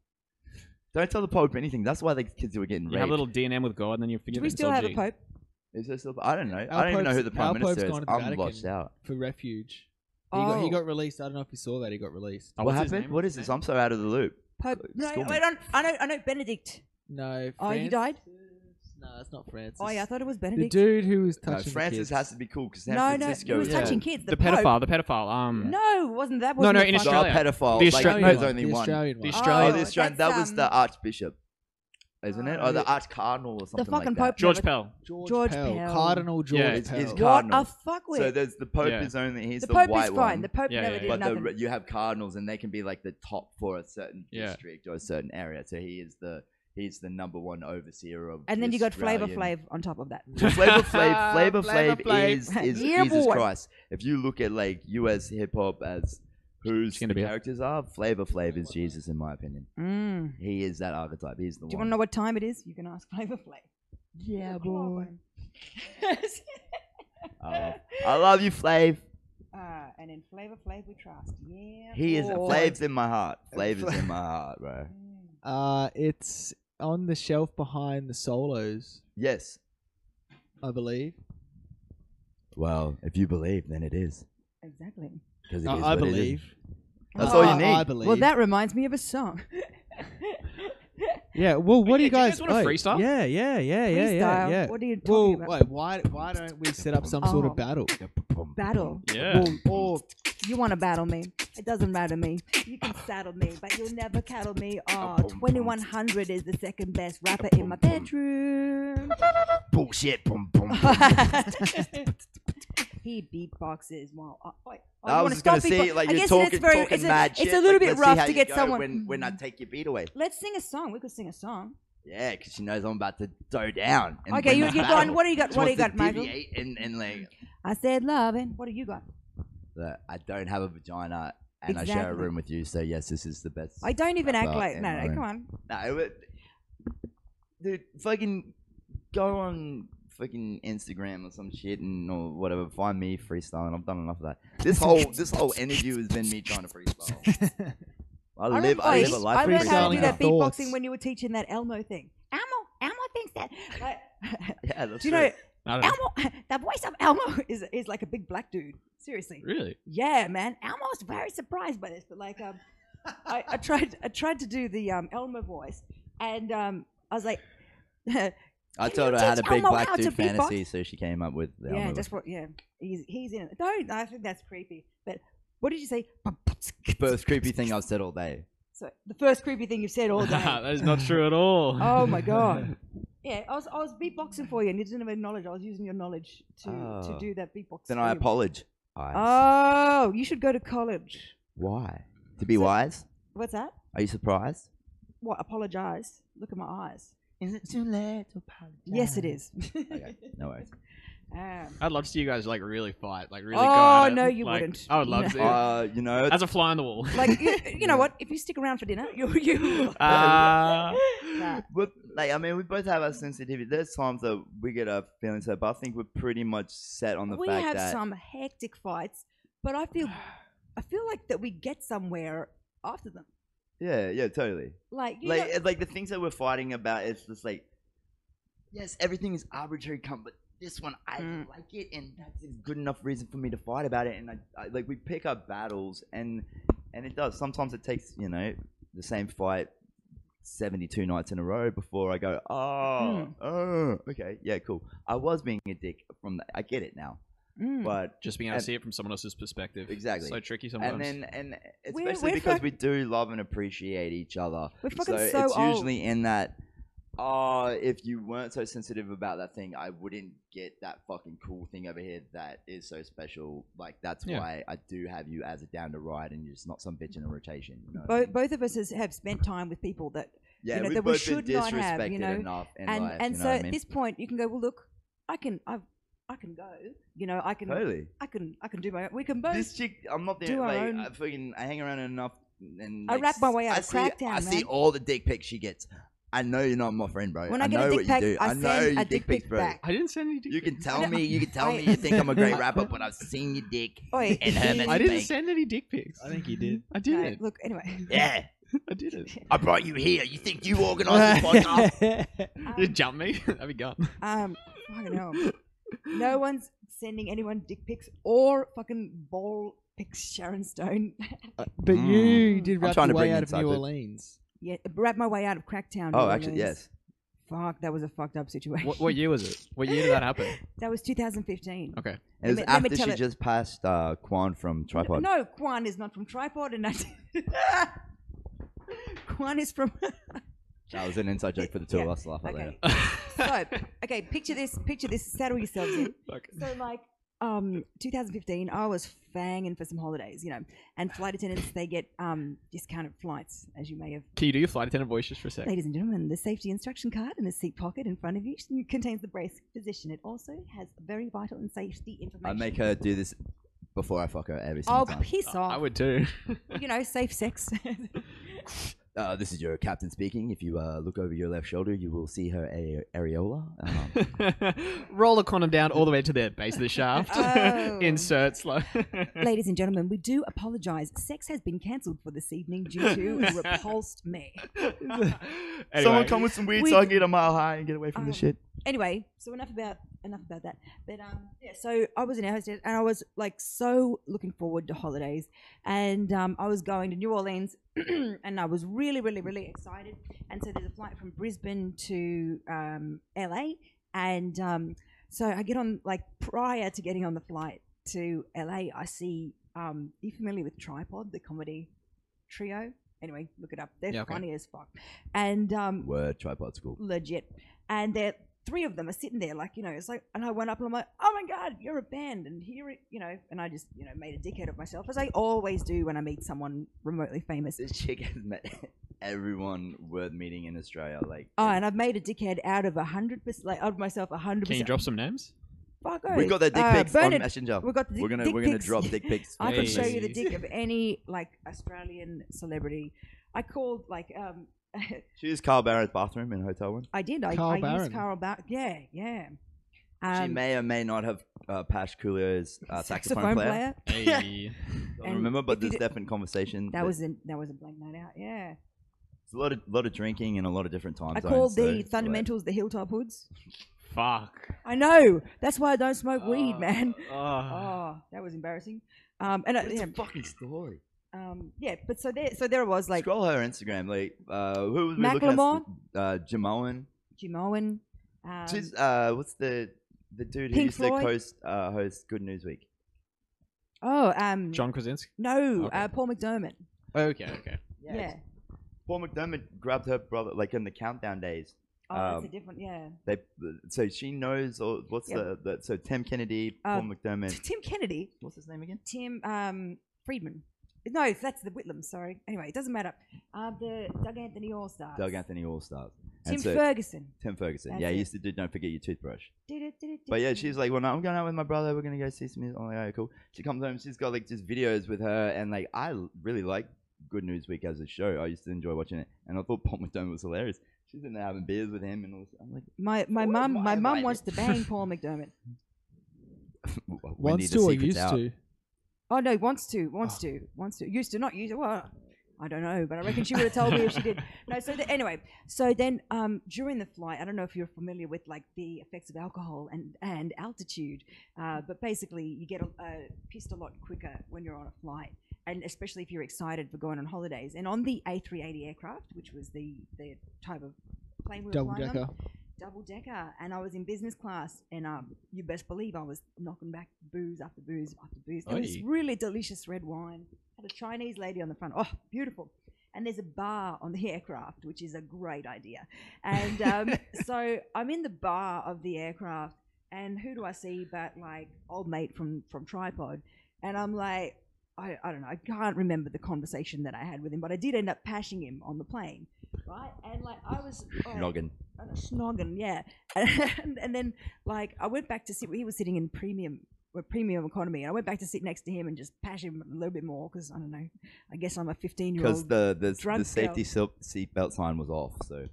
[SPEAKER 4] Don't tell the Pope anything. That's why the kids were getting
[SPEAKER 5] You have
[SPEAKER 4] raped.
[SPEAKER 5] a little DNM with God, and then you're
[SPEAKER 3] Do
[SPEAKER 5] forgiven.
[SPEAKER 3] we
[SPEAKER 5] It's
[SPEAKER 3] still
[SPEAKER 5] all
[SPEAKER 3] have a
[SPEAKER 5] G. Oh,
[SPEAKER 3] Pope?
[SPEAKER 4] Is there still, I don't know. I don't even know
[SPEAKER 1] Pope's-
[SPEAKER 4] who the
[SPEAKER 1] our
[SPEAKER 4] prime minister
[SPEAKER 1] Pope's
[SPEAKER 4] is.
[SPEAKER 1] gone to the
[SPEAKER 4] I'm
[SPEAKER 1] Vatican.
[SPEAKER 4] lost out.
[SPEAKER 5] Oh,
[SPEAKER 1] for refuge. He, got, he
[SPEAKER 3] Oh.
[SPEAKER 1] got released. I don't know if you saw that. He got released.
[SPEAKER 5] Oh,
[SPEAKER 4] what
[SPEAKER 5] what's his
[SPEAKER 4] happened?
[SPEAKER 5] name?
[SPEAKER 4] What
[SPEAKER 5] What's
[SPEAKER 4] is
[SPEAKER 5] his
[SPEAKER 4] this? I'm so out of the loop.
[SPEAKER 3] Pope. No,
[SPEAKER 4] School
[SPEAKER 3] I
[SPEAKER 4] me.
[SPEAKER 3] don't. I know. I know Benedict.
[SPEAKER 1] No.
[SPEAKER 3] Oh, he died?
[SPEAKER 1] Francis- No, that's not Francis.
[SPEAKER 3] Oh yeah, I thought it was
[SPEAKER 1] the
[SPEAKER 3] Benedict.
[SPEAKER 1] dude who was
[SPEAKER 4] No,
[SPEAKER 1] touching the
[SPEAKER 4] Francis
[SPEAKER 1] kids.
[SPEAKER 4] has to be cool because San
[SPEAKER 3] no, no,
[SPEAKER 4] Francisco
[SPEAKER 3] he was
[SPEAKER 4] is
[SPEAKER 3] touching kids.
[SPEAKER 5] The,
[SPEAKER 3] The, Pope.
[SPEAKER 5] pedophile. The pedophile. Um.
[SPEAKER 3] No, wasn't that?
[SPEAKER 5] No,
[SPEAKER 3] Wasn't
[SPEAKER 5] no,
[SPEAKER 3] the
[SPEAKER 5] in
[SPEAKER 4] the
[SPEAKER 3] fuck-
[SPEAKER 5] Australia.
[SPEAKER 4] pedophile.
[SPEAKER 5] The
[SPEAKER 4] like,
[SPEAKER 5] Australian
[SPEAKER 4] there's
[SPEAKER 5] one.
[SPEAKER 4] only
[SPEAKER 1] the
[SPEAKER 4] one.
[SPEAKER 1] Australian
[SPEAKER 5] The
[SPEAKER 1] one.
[SPEAKER 4] Oh,
[SPEAKER 5] Australian Australian
[SPEAKER 4] the
[SPEAKER 5] one.
[SPEAKER 4] Australian.
[SPEAKER 3] that's,
[SPEAKER 4] That was the
[SPEAKER 3] um, Oh.
[SPEAKER 4] Archbishop, isn't it? Or the Archcardinal or something
[SPEAKER 3] fucking
[SPEAKER 4] like that.
[SPEAKER 3] Pope
[SPEAKER 5] George
[SPEAKER 3] never-
[SPEAKER 5] Pell.
[SPEAKER 1] George,
[SPEAKER 3] George
[SPEAKER 1] Pell.
[SPEAKER 3] Pell.
[SPEAKER 1] Cardinal George
[SPEAKER 5] Yeah,
[SPEAKER 4] it's-
[SPEAKER 1] Pell.
[SPEAKER 4] it's Car-
[SPEAKER 3] What a
[SPEAKER 4] Cardinal.
[SPEAKER 3] fuckwit.
[SPEAKER 4] So there's the Pope
[SPEAKER 5] Yeah.
[SPEAKER 4] is only he's
[SPEAKER 3] the
[SPEAKER 4] the,
[SPEAKER 3] Pope
[SPEAKER 4] white
[SPEAKER 3] is fine.
[SPEAKER 4] one.
[SPEAKER 3] The Pope
[SPEAKER 5] Yeah,
[SPEAKER 3] never
[SPEAKER 5] yeah,
[SPEAKER 3] did
[SPEAKER 5] yeah.
[SPEAKER 4] but
[SPEAKER 3] nothing.
[SPEAKER 4] the, you have cardinals and they can be like the top for a certain
[SPEAKER 5] Yeah.
[SPEAKER 4] district or a certain area. So he is the he's the number one overseer of.
[SPEAKER 3] and then you got Flavor
[SPEAKER 4] Australian-
[SPEAKER 3] Flav on top of that.
[SPEAKER 4] Flavor Flav, Flavor
[SPEAKER 1] Flavor
[SPEAKER 4] Flav,
[SPEAKER 1] Flav.
[SPEAKER 4] is, is
[SPEAKER 3] Yeah,
[SPEAKER 4] Jesus
[SPEAKER 3] boy.
[SPEAKER 4] Christ. If you look at like US hip hop as whose
[SPEAKER 5] It's gonna
[SPEAKER 4] the
[SPEAKER 5] be a-
[SPEAKER 4] characters are, Flavor Flav is Jesus in my opinion.
[SPEAKER 3] Mm.
[SPEAKER 4] He is that archetype. He's the
[SPEAKER 3] Do you want
[SPEAKER 4] one.
[SPEAKER 3] to know what time it is? You can ask Flavor Flav. Yeah, boy.
[SPEAKER 4] Uh, I love you, Flav.
[SPEAKER 3] Ah, and in Flavor Flav we trust. Yeah.
[SPEAKER 4] He is
[SPEAKER 3] boy.
[SPEAKER 4] Flav's in my heart. Flav is
[SPEAKER 1] Flav.
[SPEAKER 4] in my heart, bro.
[SPEAKER 3] Mm.
[SPEAKER 1] Uh, it's on the shelf behind the solos,
[SPEAKER 4] Yes.
[SPEAKER 1] I believe.
[SPEAKER 4] Well, if you believe, then it is.
[SPEAKER 3] Exactly.
[SPEAKER 4] 'Cause it
[SPEAKER 1] I-
[SPEAKER 4] is
[SPEAKER 1] I
[SPEAKER 4] what it is.
[SPEAKER 1] believe.
[SPEAKER 4] That's
[SPEAKER 1] I-
[SPEAKER 4] all you
[SPEAKER 1] I-
[SPEAKER 4] need.
[SPEAKER 1] I believe.
[SPEAKER 3] Well, that reminds me of a song.
[SPEAKER 1] Yeah. Well, what do
[SPEAKER 5] yeah,
[SPEAKER 1] you
[SPEAKER 5] do you
[SPEAKER 1] guys,
[SPEAKER 5] guys wanna
[SPEAKER 1] wait,
[SPEAKER 5] freestyle?
[SPEAKER 1] Yeah, yeah, yeah, yeah, yeah,
[SPEAKER 3] Freestyle.
[SPEAKER 1] yeah.
[SPEAKER 3] What are you talking
[SPEAKER 1] Well,
[SPEAKER 3] about?
[SPEAKER 1] wait, why why don't we set up some sort
[SPEAKER 3] Oh.
[SPEAKER 1] of battle?
[SPEAKER 3] Battle.
[SPEAKER 5] Yeah.
[SPEAKER 1] Or, or
[SPEAKER 3] You want to battle me? It doesn't matter me. You can saddle me, but you'll never cattle me. Oh, 2100 is the second best rapper in my bedroom.
[SPEAKER 2] Bullshit. Boom, boom, boom.
[SPEAKER 3] he beatboxes while. Oh, wait. oh,
[SPEAKER 4] I was
[SPEAKER 3] you wanna
[SPEAKER 4] just gonna
[SPEAKER 3] stop
[SPEAKER 4] see,
[SPEAKER 3] beatbox-
[SPEAKER 4] like
[SPEAKER 3] I
[SPEAKER 4] you're
[SPEAKER 3] guess
[SPEAKER 4] talking,
[SPEAKER 3] it's very,
[SPEAKER 4] talking
[SPEAKER 3] it's a,
[SPEAKER 4] mad
[SPEAKER 3] it's
[SPEAKER 4] shit.
[SPEAKER 3] a little
[SPEAKER 4] Let's
[SPEAKER 3] bit
[SPEAKER 4] see
[SPEAKER 3] rough
[SPEAKER 4] how
[SPEAKER 3] to
[SPEAKER 4] you
[SPEAKER 3] get
[SPEAKER 4] go
[SPEAKER 3] someone. Mm-hmm. Mm.
[SPEAKER 4] when when I take your beat away.
[SPEAKER 3] Let's sing a song. We could sing a song.
[SPEAKER 4] Yeah, because she knows I'm about to dough down. and
[SPEAKER 3] okay,
[SPEAKER 4] win
[SPEAKER 3] you,
[SPEAKER 4] this
[SPEAKER 3] you
[SPEAKER 4] battle.
[SPEAKER 3] got. What do you got?
[SPEAKER 4] She
[SPEAKER 3] What do you
[SPEAKER 4] wants
[SPEAKER 3] got,
[SPEAKER 4] to
[SPEAKER 3] Michael?
[SPEAKER 4] deviate And, and like,
[SPEAKER 3] I said loving. What do you got?
[SPEAKER 4] look, I don't have a vagina and I share a
[SPEAKER 3] Exactly.
[SPEAKER 4] room with you. So yes, this is the best.
[SPEAKER 3] I don't even
[SPEAKER 4] Wrap
[SPEAKER 3] act
[SPEAKER 4] up
[SPEAKER 3] like no, no,
[SPEAKER 4] anyway.
[SPEAKER 3] come on.
[SPEAKER 4] Nah, it would-
[SPEAKER 2] dude, fucking go on fucking Instagram or some shit and or whatever. Find me freestyling. I've done enough of that. This whole this whole interview has been me trying to freestyle.
[SPEAKER 4] I
[SPEAKER 3] I
[SPEAKER 4] live. I live a
[SPEAKER 3] remember- I
[SPEAKER 4] life.
[SPEAKER 3] learned how to
[SPEAKER 1] freestyling
[SPEAKER 3] do that
[SPEAKER 1] your thoughts.
[SPEAKER 3] beatboxing when you were teaching that Elmo thing. Elmo, Elmo thinks that. like-
[SPEAKER 4] Yeah, that's
[SPEAKER 3] do you know
[SPEAKER 5] I don't know.
[SPEAKER 3] Elmo? The voice of Elmo is is like a big black dude. Seriously.
[SPEAKER 5] Really?
[SPEAKER 3] Yeah, man. Elmo's very surprised by this, but like, um, I, I tried, I tried to do the um, Elmo voice, and um, I was like, yeah,
[SPEAKER 4] I
[SPEAKER 3] Can
[SPEAKER 4] told
[SPEAKER 3] you
[SPEAKER 4] her I had a
[SPEAKER 3] teach
[SPEAKER 4] big
[SPEAKER 3] Elmo
[SPEAKER 4] black
[SPEAKER 3] how to
[SPEAKER 4] dude
[SPEAKER 3] beatbox?
[SPEAKER 4] fantasy, so she came up with. um, the Elmo
[SPEAKER 3] just what, yeah, he's he's in it. Don't, I think that's creepy. But what did you say?
[SPEAKER 4] first creepy thing I've said all day.
[SPEAKER 3] So the first creepy thing you've said all day.
[SPEAKER 5] that is not true at all.
[SPEAKER 3] Oh my god. Yeah, I was I was beatboxing for you, and you didn't have knowledge. I was using your knowledge to to
[SPEAKER 4] Oh.
[SPEAKER 3] do that beatbox.
[SPEAKER 4] Then
[SPEAKER 3] for
[SPEAKER 4] I
[SPEAKER 3] you.
[SPEAKER 4] apologize.
[SPEAKER 3] Oh, you should go to college.
[SPEAKER 4] Why? To be
[SPEAKER 3] So-
[SPEAKER 4] wise?
[SPEAKER 3] What's that?
[SPEAKER 4] Are you surprised?
[SPEAKER 3] What? Apologize. Look at my eyes.
[SPEAKER 2] is it too late to apologize?
[SPEAKER 3] Yes, it is.
[SPEAKER 4] No worries.
[SPEAKER 3] Um,
[SPEAKER 5] I'd love to see you guys like really fight, like really.
[SPEAKER 3] Oh,
[SPEAKER 5] go at it.
[SPEAKER 3] no, you
[SPEAKER 5] Like,
[SPEAKER 3] wouldn't.
[SPEAKER 5] I would love to.
[SPEAKER 4] Uh, you know,
[SPEAKER 5] As a fly on the wall.
[SPEAKER 3] like you, you know what? If you stick around for dinner, you you.
[SPEAKER 5] Uh,
[SPEAKER 3] Nah.
[SPEAKER 4] but like I mean, we both have our sensitivity. There's times that we get our feelings hurt, but I think we're pretty much set on the
[SPEAKER 3] we
[SPEAKER 4] fact
[SPEAKER 3] have
[SPEAKER 4] that
[SPEAKER 3] some hectic fights, but I feel I feel like that we get somewhere after them.
[SPEAKER 4] yeah, yeah, totally.
[SPEAKER 3] Like you
[SPEAKER 4] Like,
[SPEAKER 3] know,
[SPEAKER 4] it's like the things that we're fighting about, it's just like
[SPEAKER 2] Yes, everything is arbitrary, come, but this one I
[SPEAKER 3] Mm.
[SPEAKER 2] like it, and that's
[SPEAKER 4] it's good enough reason for me to fight about it, and I, I like we pick up battles, and and it does. Sometimes it takes you know the same fight. 72 nights in a row before I go,
[SPEAKER 2] Hmm.
[SPEAKER 4] oh, oh, okay, yeah, cool. I was being a dick from the, I get it now,
[SPEAKER 2] Hmm.
[SPEAKER 3] mm.
[SPEAKER 4] but
[SPEAKER 5] just being able
[SPEAKER 4] And-
[SPEAKER 5] to see it from someone else's perspective.
[SPEAKER 4] Exactly.
[SPEAKER 5] So tricky sometimes.
[SPEAKER 4] and then and
[SPEAKER 3] We're-
[SPEAKER 4] especially
[SPEAKER 3] we're
[SPEAKER 4] because
[SPEAKER 3] fuck-
[SPEAKER 4] we do love and appreciate each other.
[SPEAKER 3] We're fucking
[SPEAKER 4] so,
[SPEAKER 3] so
[SPEAKER 4] it's
[SPEAKER 3] old.
[SPEAKER 4] usually in that. Oh, if you weren't so sensitive about that thing, I wouldn't get that fucking cool thing over here that is so special. Like that's
[SPEAKER 5] Yeah.
[SPEAKER 4] why I do have you as a down to ride, and you're just not some bitch in a rotation. You know what I
[SPEAKER 3] both
[SPEAKER 4] mean?
[SPEAKER 3] both of us has, have spent time with people that
[SPEAKER 4] yeah,
[SPEAKER 3] you know,
[SPEAKER 4] we've
[SPEAKER 3] that we
[SPEAKER 4] both
[SPEAKER 3] should
[SPEAKER 4] been
[SPEAKER 3] not
[SPEAKER 4] disrespected
[SPEAKER 3] have, you know,
[SPEAKER 4] enough, in
[SPEAKER 3] and
[SPEAKER 4] life,
[SPEAKER 3] and
[SPEAKER 4] you know
[SPEAKER 3] so
[SPEAKER 4] what I
[SPEAKER 3] at
[SPEAKER 4] mean?
[SPEAKER 3] this point you can go well look i can i i can go you know i can
[SPEAKER 4] totally.
[SPEAKER 3] i can i can do my own we can both
[SPEAKER 4] this chick, I'm not there.
[SPEAKER 3] do our
[SPEAKER 4] Like,
[SPEAKER 3] own-
[SPEAKER 4] I fucking, I hang around enough, and
[SPEAKER 3] I
[SPEAKER 4] like,
[SPEAKER 3] rap my way out
[SPEAKER 4] I
[SPEAKER 3] of
[SPEAKER 4] see,
[SPEAKER 3] Crackdown,
[SPEAKER 4] I see
[SPEAKER 3] man.
[SPEAKER 4] all the dick pics she gets. I know you're not my friend, bro.
[SPEAKER 3] When
[SPEAKER 4] I,
[SPEAKER 3] I get a
[SPEAKER 4] know
[SPEAKER 3] dick
[SPEAKER 4] what
[SPEAKER 3] pic,
[SPEAKER 4] you do.
[SPEAKER 3] I
[SPEAKER 4] I know
[SPEAKER 3] send
[SPEAKER 4] your
[SPEAKER 3] a
[SPEAKER 4] dick
[SPEAKER 3] dick
[SPEAKER 4] pics,
[SPEAKER 3] pic
[SPEAKER 4] bro.
[SPEAKER 3] back.
[SPEAKER 5] I didn't send any. dick
[SPEAKER 4] You can
[SPEAKER 5] pics.
[SPEAKER 4] tell me, you can tell
[SPEAKER 3] I- Oh.
[SPEAKER 4] me you think I'm a great rapper, but I've seen your dick.
[SPEAKER 3] Oi,
[SPEAKER 4] And her many
[SPEAKER 5] I didn't
[SPEAKER 4] pics.
[SPEAKER 5] send any dick pics.
[SPEAKER 1] I think he did.
[SPEAKER 5] I
[SPEAKER 3] no,
[SPEAKER 5] didn't.
[SPEAKER 3] look anyway
[SPEAKER 2] yeah.
[SPEAKER 5] I didn't.
[SPEAKER 2] I brought you here. You think you organized this podcast?
[SPEAKER 5] You
[SPEAKER 3] um,
[SPEAKER 5] jump me. That'd be gone.
[SPEAKER 3] um fucking hell. no one's sending anyone dick pics or fucking ball pics sharon stone
[SPEAKER 1] but you
[SPEAKER 3] Mm.
[SPEAKER 1] did
[SPEAKER 4] I'm
[SPEAKER 1] wrap
[SPEAKER 4] trying
[SPEAKER 1] your
[SPEAKER 4] to
[SPEAKER 1] way
[SPEAKER 4] bring
[SPEAKER 1] out
[SPEAKER 4] in
[SPEAKER 1] of
[SPEAKER 4] subject.
[SPEAKER 1] New Orleans.
[SPEAKER 3] yeah wrap my way out of cracktown
[SPEAKER 4] Oh,
[SPEAKER 3] New
[SPEAKER 4] actually, yes.
[SPEAKER 3] Orleans. fuck that was a fucked up situation
[SPEAKER 5] What, what year was it? What year did that happen?
[SPEAKER 3] that was 2015
[SPEAKER 5] Okay.
[SPEAKER 4] It was
[SPEAKER 3] me- let me
[SPEAKER 4] after
[SPEAKER 3] tell
[SPEAKER 4] she
[SPEAKER 3] it-
[SPEAKER 4] just passed uh, Quan from Tripod.
[SPEAKER 3] No, Quan is not from Tripod, and I. Quan is from.
[SPEAKER 4] That was an inside joke for the two of
[SPEAKER 3] Yeah.
[SPEAKER 4] us. Laugh at later.
[SPEAKER 3] Okay. So, okay, picture this. Picture this. Saddle yourselves in.
[SPEAKER 5] Fuck.
[SPEAKER 3] So, like, um, 2015, I was fanging for some holidays, you know, and flight attendants they get um discounted flights, as you may have.
[SPEAKER 5] Can you do your flight attendant voice just for a sec?
[SPEAKER 3] Ladies and gentlemen, the safety instruction card in the seat pocket in front of you contains the brace position. It also has very vital and safety information.
[SPEAKER 4] I make her do this before I fuck her every single
[SPEAKER 3] Oh,
[SPEAKER 4] time.
[SPEAKER 3] piss off!
[SPEAKER 5] I would too.
[SPEAKER 3] You know, safe sex.
[SPEAKER 4] Uh, this is your captain speaking. If you uh, look over your left shoulder, you will see her a- areola. Um,
[SPEAKER 5] Roll a condom down all the way to the base of the shaft.
[SPEAKER 3] Oh.
[SPEAKER 5] Inserts like.
[SPEAKER 3] Ladies and gentlemen, we do apologise. Sex has been cancelled for this evening due to a repulsed me.
[SPEAKER 5] Anyway.
[SPEAKER 4] with some weed
[SPEAKER 3] We- so I can
[SPEAKER 4] get a mile high and get away
[SPEAKER 3] from this Um, shit. Anyway, so enough about enough about that. But um, yeah, so I was in our hostess and I was like so looking forward to holidays, and um, I was going to New Orleans, and I was really, really, really excited. And so there's a flight from Brisbane to um, LA, and um, so I get on like prior to getting on the flight to LA, I see. Um, you familiar with Tripod, the comedy trio? Anyway, look it up. They're
[SPEAKER 5] Yeah, okay.
[SPEAKER 3] funny as fuck. And um,
[SPEAKER 4] Word, tripod school.
[SPEAKER 3] legit. And they're three of them are sitting there, like you know, it's like, and I went up and I'm like, oh my god, you're a band, and here it, you know, and I just you know made a dickhead of myself as I always do when I meet someone remotely famous.
[SPEAKER 4] This chick has met everyone worth meeting in Australia. Like,
[SPEAKER 3] Oh, and I've made a dickhead out of a hundred percent, like out of myself a hundred
[SPEAKER 5] Can you
[SPEAKER 3] percent.
[SPEAKER 5] drop some names?
[SPEAKER 3] fuck oath.
[SPEAKER 4] We got their dick
[SPEAKER 3] Uh,
[SPEAKER 4] pics on
[SPEAKER 3] Bernard,
[SPEAKER 4] Messenger.
[SPEAKER 3] we got the dick,
[SPEAKER 4] We're gonna
[SPEAKER 3] dick
[SPEAKER 4] we're gonna
[SPEAKER 3] pics.
[SPEAKER 4] drop dick pics.
[SPEAKER 3] I can
[SPEAKER 5] Hey.
[SPEAKER 4] Christmas.
[SPEAKER 3] show you the
[SPEAKER 5] Jeez.
[SPEAKER 3] dick of any like Australian celebrity. I called like um,
[SPEAKER 4] She used Carl Barrett's bathroom in Hotel One.
[SPEAKER 3] I did. I,
[SPEAKER 1] Carl
[SPEAKER 3] I
[SPEAKER 1] Barron.
[SPEAKER 3] used Carl Bar. Yeah, yeah.
[SPEAKER 4] she
[SPEAKER 3] Um,
[SPEAKER 4] may or may not have uh, Pash Coolio's uh, saxophone, player.
[SPEAKER 5] Hey.
[SPEAKER 4] I don't
[SPEAKER 3] And
[SPEAKER 4] remember, but
[SPEAKER 3] if you
[SPEAKER 4] there's
[SPEAKER 3] do-
[SPEAKER 4] definite conversation.
[SPEAKER 3] That was in, that was a blank night out. Yeah.
[SPEAKER 4] It's a lot of lot of drinking and a lot of different time
[SPEAKER 3] I
[SPEAKER 4] zones,
[SPEAKER 3] called
[SPEAKER 4] so
[SPEAKER 3] the
[SPEAKER 4] it's like-
[SPEAKER 3] fundamentals the hilltop hoods.
[SPEAKER 5] Fuck.
[SPEAKER 3] I know. That's why I don't smoke
[SPEAKER 4] Uh,
[SPEAKER 3] weed, man.
[SPEAKER 5] Oh.
[SPEAKER 3] Oh, that was embarrassing. Um, and I,
[SPEAKER 4] It's
[SPEAKER 3] yeah,
[SPEAKER 4] a fucking story.
[SPEAKER 3] um, yeah, but so there, so there it was, like
[SPEAKER 4] Scroll her Instagram. Like uh, who was we
[SPEAKER 3] Macklemore?
[SPEAKER 4] looking at? Uh, Jim Owen.
[SPEAKER 3] Jim Owen. Um,
[SPEAKER 4] She's, uh, what's the the dude who
[SPEAKER 3] Pink
[SPEAKER 4] used
[SPEAKER 3] Floyd?
[SPEAKER 4] to host uh, host Good News Week?
[SPEAKER 3] oh, um,
[SPEAKER 5] John Krasinski.
[SPEAKER 3] no,
[SPEAKER 5] Okay.
[SPEAKER 3] uh, Paul McDermott.
[SPEAKER 5] Okay, okay.
[SPEAKER 3] Yeah.
[SPEAKER 4] Paul McDermott grabbed her brother like in the countdown days.
[SPEAKER 3] Oh,
[SPEAKER 4] Um,
[SPEAKER 3] that's a different. Yeah.
[SPEAKER 4] They so she knows or what's
[SPEAKER 3] Yeah.
[SPEAKER 4] the, the so Tim Kennedy,
[SPEAKER 3] Uh,
[SPEAKER 4] Paul McDermott.
[SPEAKER 3] Tim Kennedy.
[SPEAKER 4] What's his name again?
[SPEAKER 3] Tim um, Friedman. No, that's the Whitlam. Sorry. Anyway, it doesn't matter. Uh, the Doug Anthony All Stars.
[SPEAKER 4] Doug Anthony All Stars.
[SPEAKER 3] uh, Tim Ferguson.
[SPEAKER 4] Tim Ferguson.
[SPEAKER 3] That's
[SPEAKER 4] yeah, he
[SPEAKER 3] it.
[SPEAKER 4] used to do Don't Forget Your Toothbrush. But
[SPEAKER 3] But
[SPEAKER 4] yeah, she's like, well, no, I'm going out with my brother. We're gonna go see some music. I'm like, alright, cool. She comes home. She's got like just videos with her, and like I l- really like Good News Week as a show. I used to enjoy watching it, and I thought Paul McDermott was hilarious. She's in there having beers with him, and all this. I'm like,
[SPEAKER 3] my my
[SPEAKER 4] Who
[SPEAKER 3] mum
[SPEAKER 4] am
[SPEAKER 3] my
[SPEAKER 4] I
[SPEAKER 3] mum
[SPEAKER 4] invited?
[SPEAKER 3] wants to bang Paul McDermott.
[SPEAKER 4] w- w- we
[SPEAKER 1] Wants
[SPEAKER 4] need
[SPEAKER 1] to
[SPEAKER 4] the
[SPEAKER 1] or
[SPEAKER 4] secrets
[SPEAKER 1] used
[SPEAKER 4] out.
[SPEAKER 1] to?
[SPEAKER 3] Oh no, wants to, wants
[SPEAKER 1] Oh.
[SPEAKER 3] to, wants to. Used to, not used to. Well, I don't know, but I reckon she would have told me if she did. No. So the, anyway, so then um, during the flight, I don't know if you're familiar with like the effects of alcohol and and altitude, uh, but basically you get uh, pissed a lot quicker when you're on a flight. And especially if you're excited for going on holidays. And on the A380 aircraft, which was the, the type of plane we were
[SPEAKER 1] Double
[SPEAKER 3] flying on,
[SPEAKER 1] decker.
[SPEAKER 3] double decker and I was in business class and um you best believe I was knocking back booze after booze after booze and this
[SPEAKER 5] Oi.
[SPEAKER 3] really delicious red wine had a Chinese lady on the front oh beautiful and there's a bar on the aircraft which is a great idea and um, so I'm in the bar of the aircraft and who do I see but like old mate from from tripod and I'm like I, I don't know I can't remember the conversation that I had with him but I did end up pashing him on the plane right and like I was oh,
[SPEAKER 4] Noggin.
[SPEAKER 3] and a snoggin, yeah. And, and then like I went back to sit. He was sitting in premium, well, premium economy, and I went back to sit next to him and just pash him a little bit more because I don't know. I guess I'm a 15 year
[SPEAKER 4] Because
[SPEAKER 3] old.
[SPEAKER 4] the the,
[SPEAKER 3] drunk
[SPEAKER 4] the safety sil- seatbelt sign was off, so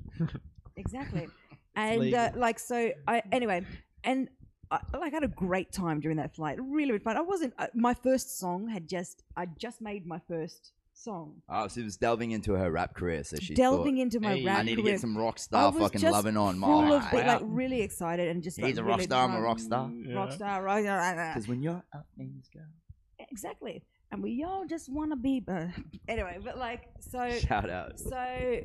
[SPEAKER 3] exactly. and uh,
[SPEAKER 1] legal.
[SPEAKER 3] like so, I anyway, and I like I had a great time during that flight. Really fun. I wasn't. Uh, my first song had just. I just made my first song.
[SPEAKER 4] oh, she was delving into her rap career. So she
[SPEAKER 3] delving
[SPEAKER 4] thought,
[SPEAKER 3] into my
[SPEAKER 5] "Hey,
[SPEAKER 3] rap
[SPEAKER 4] I need to
[SPEAKER 3] career.
[SPEAKER 4] get some rock
[SPEAKER 3] I
[SPEAKER 4] star
[SPEAKER 3] was
[SPEAKER 4] fucking
[SPEAKER 3] just
[SPEAKER 4] loving on
[SPEAKER 3] full
[SPEAKER 4] my.
[SPEAKER 3] of bit,
[SPEAKER 5] Wow.
[SPEAKER 3] like really excited and just
[SPEAKER 4] He's
[SPEAKER 3] like,
[SPEAKER 4] a rock
[SPEAKER 3] really
[SPEAKER 4] star. I'm a
[SPEAKER 3] drunk.
[SPEAKER 4] rock star.
[SPEAKER 5] Yeah.
[SPEAKER 3] rock star right
[SPEAKER 4] Because when you're up, things go.
[SPEAKER 3] Exactly. And we all just want to be. Uh, anyway, but like, so,
[SPEAKER 4] Shout out.
[SPEAKER 3] so
[SPEAKER 4] the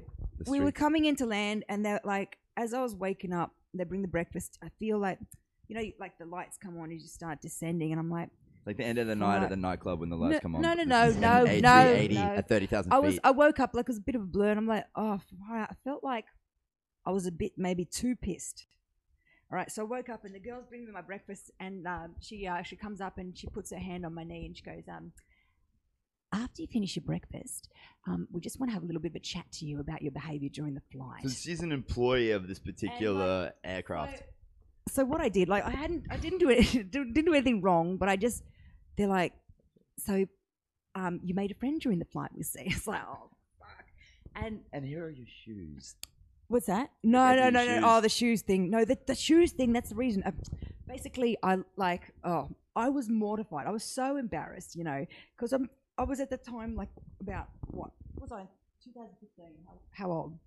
[SPEAKER 3] we were
[SPEAKER 4] streets.
[SPEAKER 3] coming into land, and they're like, as I was waking up, they bring the breakfast. I feel like, you know, like the lights come on as you start descending, and I'm like,
[SPEAKER 4] Like the end of the night
[SPEAKER 3] Right.
[SPEAKER 4] at the nightclub when the lights
[SPEAKER 3] No-
[SPEAKER 4] come on.
[SPEAKER 3] no, no,
[SPEAKER 4] This
[SPEAKER 3] no,
[SPEAKER 4] is an
[SPEAKER 3] no, no,
[SPEAKER 4] A380
[SPEAKER 3] no.
[SPEAKER 4] at 30,000 feet.
[SPEAKER 3] I was, I woke up like it was a bit of a blur, and I'm like, oh, fuck, I felt like I was a bit maybe too pissed. All right, so I woke up, and the girls bring me my breakfast, and um, she uh, she comes up and she puts her hand on my knee, and she goes, um, after you finish your breakfast, um, we just want to have a little bit of a chat to you about your behaviour during the flight.
[SPEAKER 4] So she's an employee of this particular
[SPEAKER 3] So,
[SPEAKER 4] aircraft.
[SPEAKER 3] so what I did, like I hadn't, I didn't do it, didn't do anything wrong, but I just, they're like, so, um, you made a friend during the flight. We see, it's like, oh fuck. And
[SPEAKER 4] And here are your shoes.
[SPEAKER 3] what's that? No,
[SPEAKER 4] Maybe
[SPEAKER 3] no,
[SPEAKER 4] the
[SPEAKER 3] no, no.
[SPEAKER 4] shoes.
[SPEAKER 3] Oh, the shoes thing. No, the the shoes thing. That's the reason. Uh, basically, I like, oh, I was mortified. I was so embarrassed, you know, because I'm, I was at the time like about what was I? 2015. How, how old?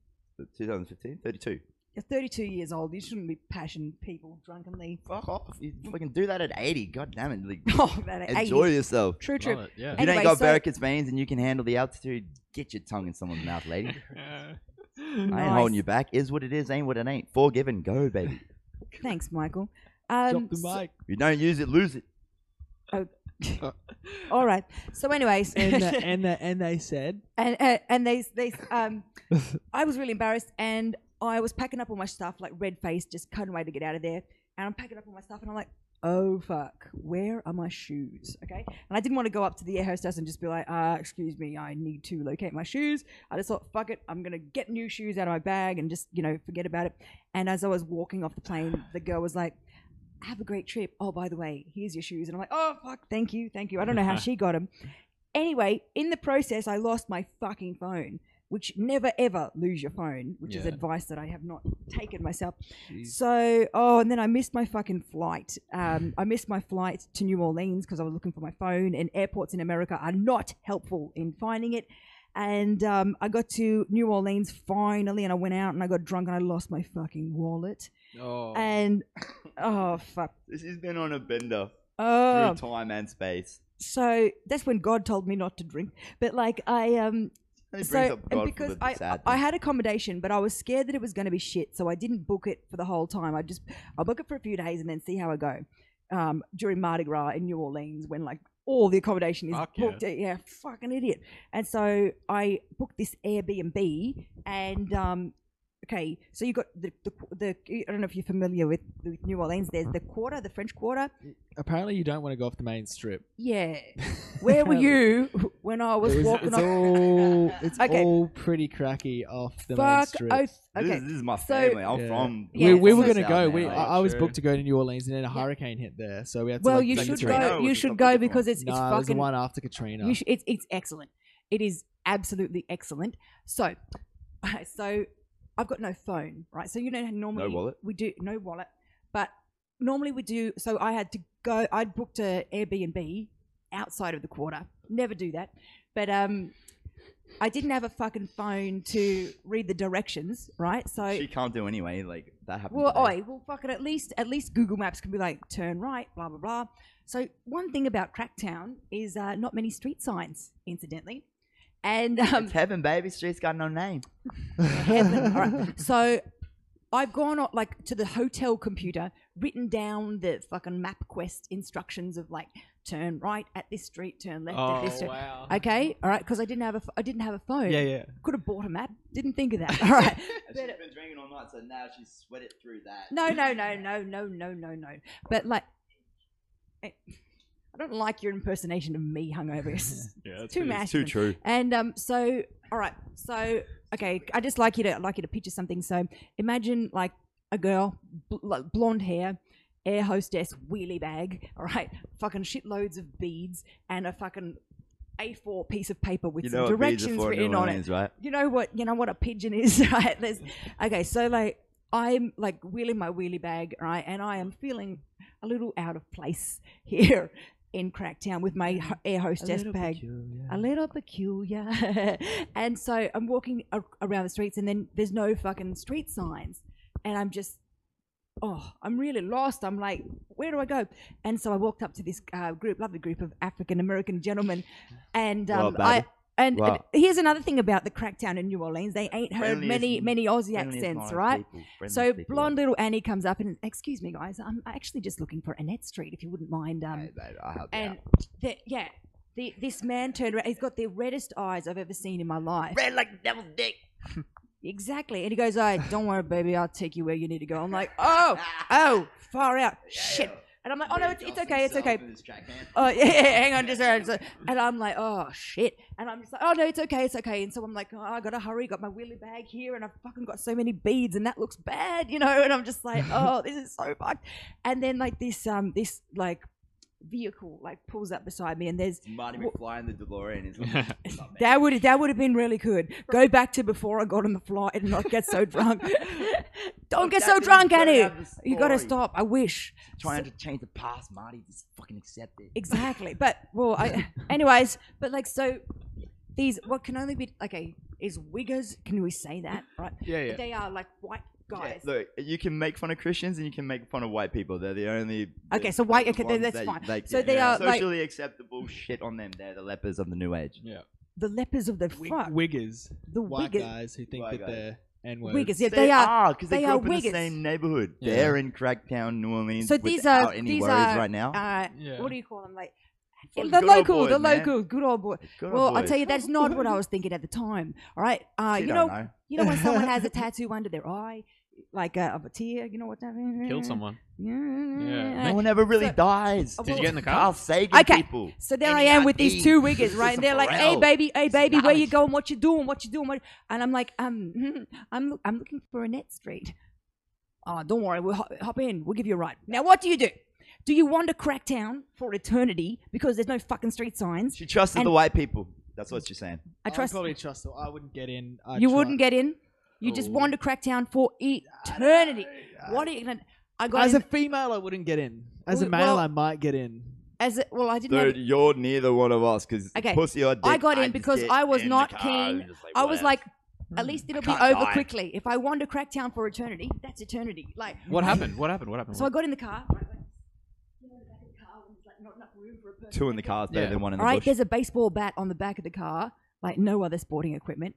[SPEAKER 4] 2015? 32.
[SPEAKER 3] You're 32 years old. You shouldn't be passion people drunkenly.
[SPEAKER 4] Fuck off. You fucking do that at 80. God damn it. Like,
[SPEAKER 3] Oh, that
[SPEAKER 4] enjoy yourself.
[SPEAKER 3] True, true.
[SPEAKER 5] Love it, yeah.
[SPEAKER 4] If you
[SPEAKER 3] Anyway,
[SPEAKER 4] ain't got
[SPEAKER 3] so-
[SPEAKER 4] varicose veins and you can handle the altitude, get your tongue in someone's mouth, lady. I ain't
[SPEAKER 3] Nice.
[SPEAKER 4] holding you back. Is what it is, ain't what it ain't. Forgiven, go, baby.
[SPEAKER 3] Thanks, Michael. Um,
[SPEAKER 1] Drop
[SPEAKER 3] so-
[SPEAKER 1] the mic.
[SPEAKER 4] If you don't use it, lose it.
[SPEAKER 3] all right. So, anyways,
[SPEAKER 1] and,
[SPEAKER 3] and
[SPEAKER 1] the, and, the, and they said,
[SPEAKER 3] and, uh, and, they they um, I was really embarrassed, and I was packing up all my stuff, like red faced, just couldn't wait to get out of there. And I'm packing up all my stuff, and I'm like, oh fuck, where are my shoes? Okay. And I didn't want to go up to the air hostess and just be like, uh, excuse me, I need to locate my shoes. I just thought, fuck it, I'm gonna get new shoes out of my bag and just you know forget about it. And as I was walking off the plane, the girl was like, have a great trip. Oh, by the way, here's your shoes. And I'm like, oh, fuck, thank you, thank you. I don't know how she got them. Anyway, in the process, I lost my fucking phone, which never ever lose your phone, which is
[SPEAKER 5] Yeah.
[SPEAKER 3] advice that I have not taken myself.
[SPEAKER 1] Jeez.
[SPEAKER 3] So, oh, and then I missed my fucking flight. Um, I missed my flight to New Orleans because I was looking for my phone, and airports in America are not helpful in finding it. And um, I got to New Orleans finally, and I went out and I got drunk and I lost my fucking wallet.
[SPEAKER 1] Oh.
[SPEAKER 3] And oh fuck,
[SPEAKER 2] This has been on a bender
[SPEAKER 3] oh,
[SPEAKER 2] through time and space.
[SPEAKER 3] so that's when God told me not to drink. But like I um,
[SPEAKER 2] And it
[SPEAKER 3] so
[SPEAKER 2] brings up
[SPEAKER 3] and
[SPEAKER 2] God
[SPEAKER 3] because
[SPEAKER 2] for the
[SPEAKER 3] I
[SPEAKER 2] sad
[SPEAKER 3] I
[SPEAKER 2] thing.
[SPEAKER 3] had accommodation, but I was scared that it was going to be shit, so I didn't book it for the whole time. I just I'll book it for a few days and then see how I go. Um, during Mardi Gras in New Orleans, when like all the accommodation is
[SPEAKER 5] Fuck yeah.
[SPEAKER 3] booked, yeah. yeah, fucking idiot. And so I booked this Airbnb, and um, okay, so you got the, the the I don't know if you're familiar with, with New Orleans. There's the quarter, the French Quarter.
[SPEAKER 1] Apparently, you don't want to go off the main strip.
[SPEAKER 3] Yeah, where were you when I was
[SPEAKER 1] It was-
[SPEAKER 3] walking
[SPEAKER 1] it's
[SPEAKER 3] off?
[SPEAKER 1] all it's
[SPEAKER 3] Okay.
[SPEAKER 1] all pretty cracky off the main
[SPEAKER 3] Fuck
[SPEAKER 1] strip.
[SPEAKER 3] oath.
[SPEAKER 2] this,
[SPEAKER 3] Okay,
[SPEAKER 2] is, this is my
[SPEAKER 3] so-
[SPEAKER 2] family. I'm
[SPEAKER 1] Yeah.
[SPEAKER 2] from.
[SPEAKER 3] Yeah,
[SPEAKER 1] we, we were
[SPEAKER 3] so-
[SPEAKER 1] going to
[SPEAKER 2] South
[SPEAKER 1] go.
[SPEAKER 2] Man,
[SPEAKER 1] We,
[SPEAKER 2] like,
[SPEAKER 1] I, I was
[SPEAKER 5] Sure.
[SPEAKER 1] booked to go to New Orleans, and then a hurricane hit there, so we had to.
[SPEAKER 3] Well,
[SPEAKER 1] like,
[SPEAKER 3] you
[SPEAKER 1] take
[SPEAKER 3] should
[SPEAKER 1] the
[SPEAKER 2] Katrina
[SPEAKER 3] go.
[SPEAKER 2] or
[SPEAKER 3] You
[SPEAKER 2] was it
[SPEAKER 3] should
[SPEAKER 2] something
[SPEAKER 3] go
[SPEAKER 2] different?
[SPEAKER 3] because it's,
[SPEAKER 1] No,
[SPEAKER 3] it's
[SPEAKER 1] it was the
[SPEAKER 3] fucking.
[SPEAKER 1] one after Katrina.
[SPEAKER 3] You should, it's it's excellent. It is absolutely excellent. So, so I've got no phone, right? So you know how normally
[SPEAKER 2] wallet?
[SPEAKER 3] we do no wallet, but normally we do. So I had to go. I booked a Airbnb outside of the quarter. Never do that, but um. I didn't have a fucking phone to read the directions, right? So
[SPEAKER 2] She can't do anyway. Like that happened.
[SPEAKER 3] well,
[SPEAKER 2] today.
[SPEAKER 3] oi, well, fucking at least at least Google Maps can be like turn right, blah blah blah. So one thing about Cracktown is uh, not many street signs, incidentally, and um,
[SPEAKER 2] It's heaven, baby. Street's got no name.
[SPEAKER 3] heaven. All right. So I've gone on, like to the hotel computer, written down the fucking MapQuest instructions of like turn right at this street, turn left
[SPEAKER 5] Oh,
[SPEAKER 3] at this street.
[SPEAKER 1] wow.
[SPEAKER 3] Okay, all right, because I didn't have a ph- I didn't have a phone.
[SPEAKER 1] yeah, yeah.
[SPEAKER 3] Could have bought a map. Didn't think of that. All right.
[SPEAKER 2] And
[SPEAKER 3] But-
[SPEAKER 2] she's been drinking all night, so now she's sweated through that.
[SPEAKER 3] No, no, no, no, no, no, no, no. But like, I I don't like your impersonation of me hungover. It's-
[SPEAKER 5] Yeah,
[SPEAKER 3] Too
[SPEAKER 5] it's
[SPEAKER 3] masculine.
[SPEAKER 5] true.
[SPEAKER 3] and um, so all right, so okay, I just like you to I'd like you to picture something. So imagine like a girl, bl- like blonde hair, air hostess wheelie bag. All right, fucking shitloads of beads and a fucking. A4 piece of paper with
[SPEAKER 2] You
[SPEAKER 3] some
[SPEAKER 2] know what beads are
[SPEAKER 3] directions
[SPEAKER 2] for in
[SPEAKER 3] written
[SPEAKER 2] New
[SPEAKER 3] on it
[SPEAKER 2] Orleans, right?
[SPEAKER 3] you know what you know what a pigeon is right There's, okay so like i'm like wheeling my wheelie bag right and i am feeling a little out of place here in cracktown with my ho- air hostess bag a little peculiar and so i'm walking a- around the streets and then there's no fucking street signs and i'm just oh i'm really lost i'm like where do i go and so i walked up to this uh, group lovely group of african american gentlemen and
[SPEAKER 2] Well,
[SPEAKER 3] um, i
[SPEAKER 2] baby.
[SPEAKER 3] and
[SPEAKER 2] Wow.
[SPEAKER 3] and here's another thing about the crackdown in New Orleans. They ain't heard
[SPEAKER 2] Friendliest-
[SPEAKER 3] many, many Aussie accents, right? So blonde little Annie comes up and, excuse me, guys, I'm actually just looking for Annette Street, if you wouldn't mind. Um,
[SPEAKER 2] I help you
[SPEAKER 3] and
[SPEAKER 2] out.
[SPEAKER 3] the, yeah, the, this man turned around. He's got the reddest eyes I've ever seen in my life.
[SPEAKER 2] Red like the devil's dick.
[SPEAKER 3] Exactly. And he goes, "I don't worry, baby. I'll take you where you need to go." I'm like, "Oh, oh, far out, shit." And I'm like, "Oh no, it's, it's okay, it's okay." Oh yeah, yeah, yeah, hang on, just hang on. So- And I'm like, "Oh shit!" And I'm just like, "Oh no, it's okay, it's okay." And so I'm like, "Oh, I gotta hurry. Got my wheelie bag here, and I've fucking got so many beads, and that looks bad, you know." And I'm just like, "Oh, this is so fucked." And then like this, um, this like vehicle like pulls up beside me, and there's
[SPEAKER 2] Marty
[SPEAKER 3] Wha-
[SPEAKER 2] McFly in the DeLorean is like, "What's up, man?"
[SPEAKER 3] that would that would have been really good. Go back to before I got on the flight and not get so drunk. Don't get
[SPEAKER 2] That's
[SPEAKER 3] so
[SPEAKER 2] it,
[SPEAKER 3] drunk,
[SPEAKER 2] gotta
[SPEAKER 3] Annie.
[SPEAKER 2] have the
[SPEAKER 3] You gotta
[SPEAKER 2] story.
[SPEAKER 3] stop. I wish
[SPEAKER 2] Trying to change the past, Marty. Just fucking accept it.
[SPEAKER 3] exactly. But well, I, anyways, but like so, these what can only be okay is wiggers. Can we say that right?
[SPEAKER 5] Yeah, yeah.
[SPEAKER 3] They are like white guys.
[SPEAKER 2] Yeah, look, you can make fun of Christians and you can make fun of white people. They're the only.
[SPEAKER 3] Okay, so white-
[SPEAKER 2] the
[SPEAKER 3] okay,
[SPEAKER 2] ones
[SPEAKER 3] then
[SPEAKER 2] that-
[SPEAKER 3] that's fine.
[SPEAKER 2] like,
[SPEAKER 3] So
[SPEAKER 2] yeah,
[SPEAKER 3] they
[SPEAKER 2] yeah.
[SPEAKER 3] are, like-
[SPEAKER 2] socially acceptable shit on them. They're the lepers of the new age.
[SPEAKER 3] the lepers of the
[SPEAKER 1] Wig-
[SPEAKER 3] fuck.
[SPEAKER 1] wiggers,
[SPEAKER 3] the
[SPEAKER 1] white
[SPEAKER 3] wiggers.
[SPEAKER 1] guys who think
[SPEAKER 2] White guys.
[SPEAKER 1] that they're n words.
[SPEAKER 3] Wiggers. Yeah, they are.
[SPEAKER 2] because they,
[SPEAKER 3] they
[SPEAKER 2] grew
[SPEAKER 3] are
[SPEAKER 2] up in
[SPEAKER 3] wiggers.
[SPEAKER 2] the same neighborhood.
[SPEAKER 5] Yeah.
[SPEAKER 2] They're in Cracktown, New Orleans.
[SPEAKER 3] So these are-
[SPEAKER 2] without any
[SPEAKER 3] these
[SPEAKER 2] worries
[SPEAKER 3] are,
[SPEAKER 2] right now.
[SPEAKER 3] Uh,
[SPEAKER 5] Yeah.
[SPEAKER 3] What do you call them? Like
[SPEAKER 2] Fucking
[SPEAKER 3] the
[SPEAKER 2] good old
[SPEAKER 3] local, the
[SPEAKER 2] boys, man.
[SPEAKER 3] local, good old boy.
[SPEAKER 2] Good old
[SPEAKER 3] well, I
[SPEAKER 2] boys.
[SPEAKER 3] tell you, that's not what I was thinking at the time. All right, uh,
[SPEAKER 2] She
[SPEAKER 3] you know,
[SPEAKER 2] don't know.
[SPEAKER 3] you know when someone has a tattoo under their eye, like uh, of a tear. You know what that means?
[SPEAKER 5] Killed someone.
[SPEAKER 3] Yeah.
[SPEAKER 2] No one ever really
[SPEAKER 3] So-
[SPEAKER 2] dies.
[SPEAKER 3] Did you
[SPEAKER 5] get in the car?
[SPEAKER 2] Carl Sagan
[SPEAKER 3] Okay.
[SPEAKER 2] people.
[SPEAKER 3] So there I am with these
[SPEAKER 2] NEIP.
[SPEAKER 3] two wiggers,
[SPEAKER 2] This
[SPEAKER 3] right?
[SPEAKER 2] is
[SPEAKER 3] And they're like, "Hey,
[SPEAKER 2] Pharrell.
[SPEAKER 3] baby, hey,
[SPEAKER 2] It's
[SPEAKER 3] baby, where you
[SPEAKER 2] knowledge.
[SPEAKER 3] going? mm-hmm. What you doing? What you doing? What?" And I'm like, "Um, I'm I'm looking for Annette Street." "Oh, don't worry, we'll hop, hop in. We'll give you a ride." Now, what do you do? Do you wander Cracktown for eternity because there's no fucking street signs?
[SPEAKER 4] She trusted the
[SPEAKER 3] And-
[SPEAKER 4] white people. That's what she's saying.
[SPEAKER 3] I trust
[SPEAKER 1] would Oh, probably trust. Though. I wouldn't get in. I'd
[SPEAKER 3] you
[SPEAKER 1] try-
[SPEAKER 3] wouldn't get in. You
[SPEAKER 1] Oh.
[SPEAKER 3] just wander Cracktown for eternity. What are you gonna? I got
[SPEAKER 1] As
[SPEAKER 3] in-
[SPEAKER 1] a female, I wouldn't get in. As a
[SPEAKER 3] Well-
[SPEAKER 1] male,
[SPEAKER 3] well-
[SPEAKER 1] I might get in.
[SPEAKER 3] as a, well, I didn't. have-
[SPEAKER 4] Dude, you're neither one of us because
[SPEAKER 3] Okay,
[SPEAKER 4] pussy or dick,
[SPEAKER 3] I got in
[SPEAKER 4] just
[SPEAKER 3] because
[SPEAKER 4] get
[SPEAKER 3] I was
[SPEAKER 4] in the
[SPEAKER 3] not
[SPEAKER 4] car
[SPEAKER 3] keen.
[SPEAKER 4] and just
[SPEAKER 3] I was
[SPEAKER 4] whatever.
[SPEAKER 3] like,
[SPEAKER 1] Hmm.
[SPEAKER 3] at least it'll be
[SPEAKER 4] can't
[SPEAKER 3] over
[SPEAKER 4] die.
[SPEAKER 3] quickly. If I wander Cracktown for eternity, that's eternity. Like
[SPEAKER 5] What happened? What happened? What happened?
[SPEAKER 3] So I
[SPEAKER 5] What-
[SPEAKER 3] got in the car. right, like, you know, the back of the car when there's, like, not enough room for a person.
[SPEAKER 4] two in the car is better
[SPEAKER 5] Yeah.
[SPEAKER 4] than one in
[SPEAKER 3] All
[SPEAKER 4] the
[SPEAKER 3] right,
[SPEAKER 4] bush.
[SPEAKER 3] there's a baseball bat on the back of the car, like no other sporting equipment.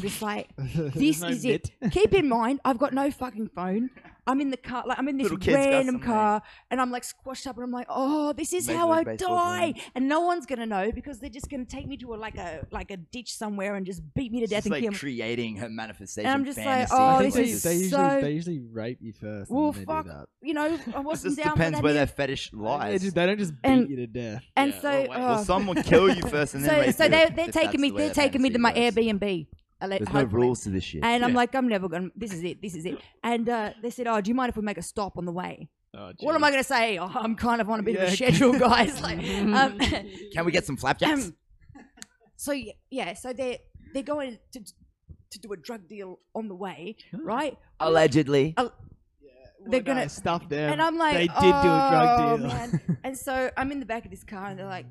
[SPEAKER 3] just like, this
[SPEAKER 1] no
[SPEAKER 3] is
[SPEAKER 1] mitt.
[SPEAKER 3] it. Keep in mind, I've got no fucking phone. I'm in the car, like I'm in this
[SPEAKER 4] Little kid's got
[SPEAKER 3] random
[SPEAKER 4] something.
[SPEAKER 3] car, and I'm like squashed up, and I'm like, oh, this is
[SPEAKER 4] Major
[SPEAKER 3] how
[SPEAKER 4] League
[SPEAKER 3] I
[SPEAKER 4] Baseball
[SPEAKER 3] die,
[SPEAKER 4] game.
[SPEAKER 3] and no one's gonna know because they're just gonna take me to a like a like a ditch somewhere and just beat me to death
[SPEAKER 4] She's
[SPEAKER 3] and
[SPEAKER 4] like
[SPEAKER 3] kill me.
[SPEAKER 4] creating her manifestation.
[SPEAKER 3] And I'm just like,
[SPEAKER 4] fantasy.
[SPEAKER 3] oh,
[SPEAKER 1] I
[SPEAKER 3] this
[SPEAKER 1] think they,
[SPEAKER 3] is
[SPEAKER 1] they usually
[SPEAKER 3] so-
[SPEAKER 1] they usually rape you first. and
[SPEAKER 3] Well,
[SPEAKER 1] then they
[SPEAKER 3] fuck.
[SPEAKER 1] Do that.
[SPEAKER 3] You know, I
[SPEAKER 4] It
[SPEAKER 3] wasn't
[SPEAKER 4] just
[SPEAKER 3] down
[SPEAKER 4] depends
[SPEAKER 3] for that.
[SPEAKER 4] where
[SPEAKER 3] either.
[SPEAKER 4] their fetish
[SPEAKER 1] They,
[SPEAKER 4] lies.
[SPEAKER 1] just, they don't just beat
[SPEAKER 3] And-
[SPEAKER 1] you to death.
[SPEAKER 3] and
[SPEAKER 5] Yeah,
[SPEAKER 3] so,
[SPEAKER 5] well, wait,
[SPEAKER 4] Well,
[SPEAKER 3] oh.
[SPEAKER 4] some will kill you first and then
[SPEAKER 3] so,
[SPEAKER 4] rape
[SPEAKER 3] so
[SPEAKER 4] you.
[SPEAKER 3] they're,
[SPEAKER 4] if
[SPEAKER 3] they're
[SPEAKER 4] that's
[SPEAKER 3] taking me
[SPEAKER 4] the way
[SPEAKER 3] they're
[SPEAKER 4] their
[SPEAKER 3] taking me to
[SPEAKER 4] fantasy
[SPEAKER 3] my
[SPEAKER 4] goes.
[SPEAKER 3] Airbnb. I let-
[SPEAKER 6] There's no
[SPEAKER 3] hopefully.
[SPEAKER 6] rules to this shit.
[SPEAKER 3] And I'm
[SPEAKER 5] Yeah.
[SPEAKER 3] like, I'm never gonna. This is it. This is it. And uh, they said, "Oh, do you mind if we make a stop on the way?"
[SPEAKER 5] Oh,
[SPEAKER 3] What am I
[SPEAKER 5] jeez.
[SPEAKER 3] gonna say? Oh, I'm kind of on a bit of
[SPEAKER 1] Yeah.
[SPEAKER 3] a schedule, guys. like, um,
[SPEAKER 4] Can we get some flapjacks?
[SPEAKER 3] um, so y- yeah, so they're they're going to to do a drug deal on the way, right?
[SPEAKER 6] Allegedly.
[SPEAKER 3] They're gonna-
[SPEAKER 1] stuff them.
[SPEAKER 3] and I'm like,
[SPEAKER 1] they did do a
[SPEAKER 3] "Oh,
[SPEAKER 1] drug deal.
[SPEAKER 3] man." And so I'm in the back of this car, and they're like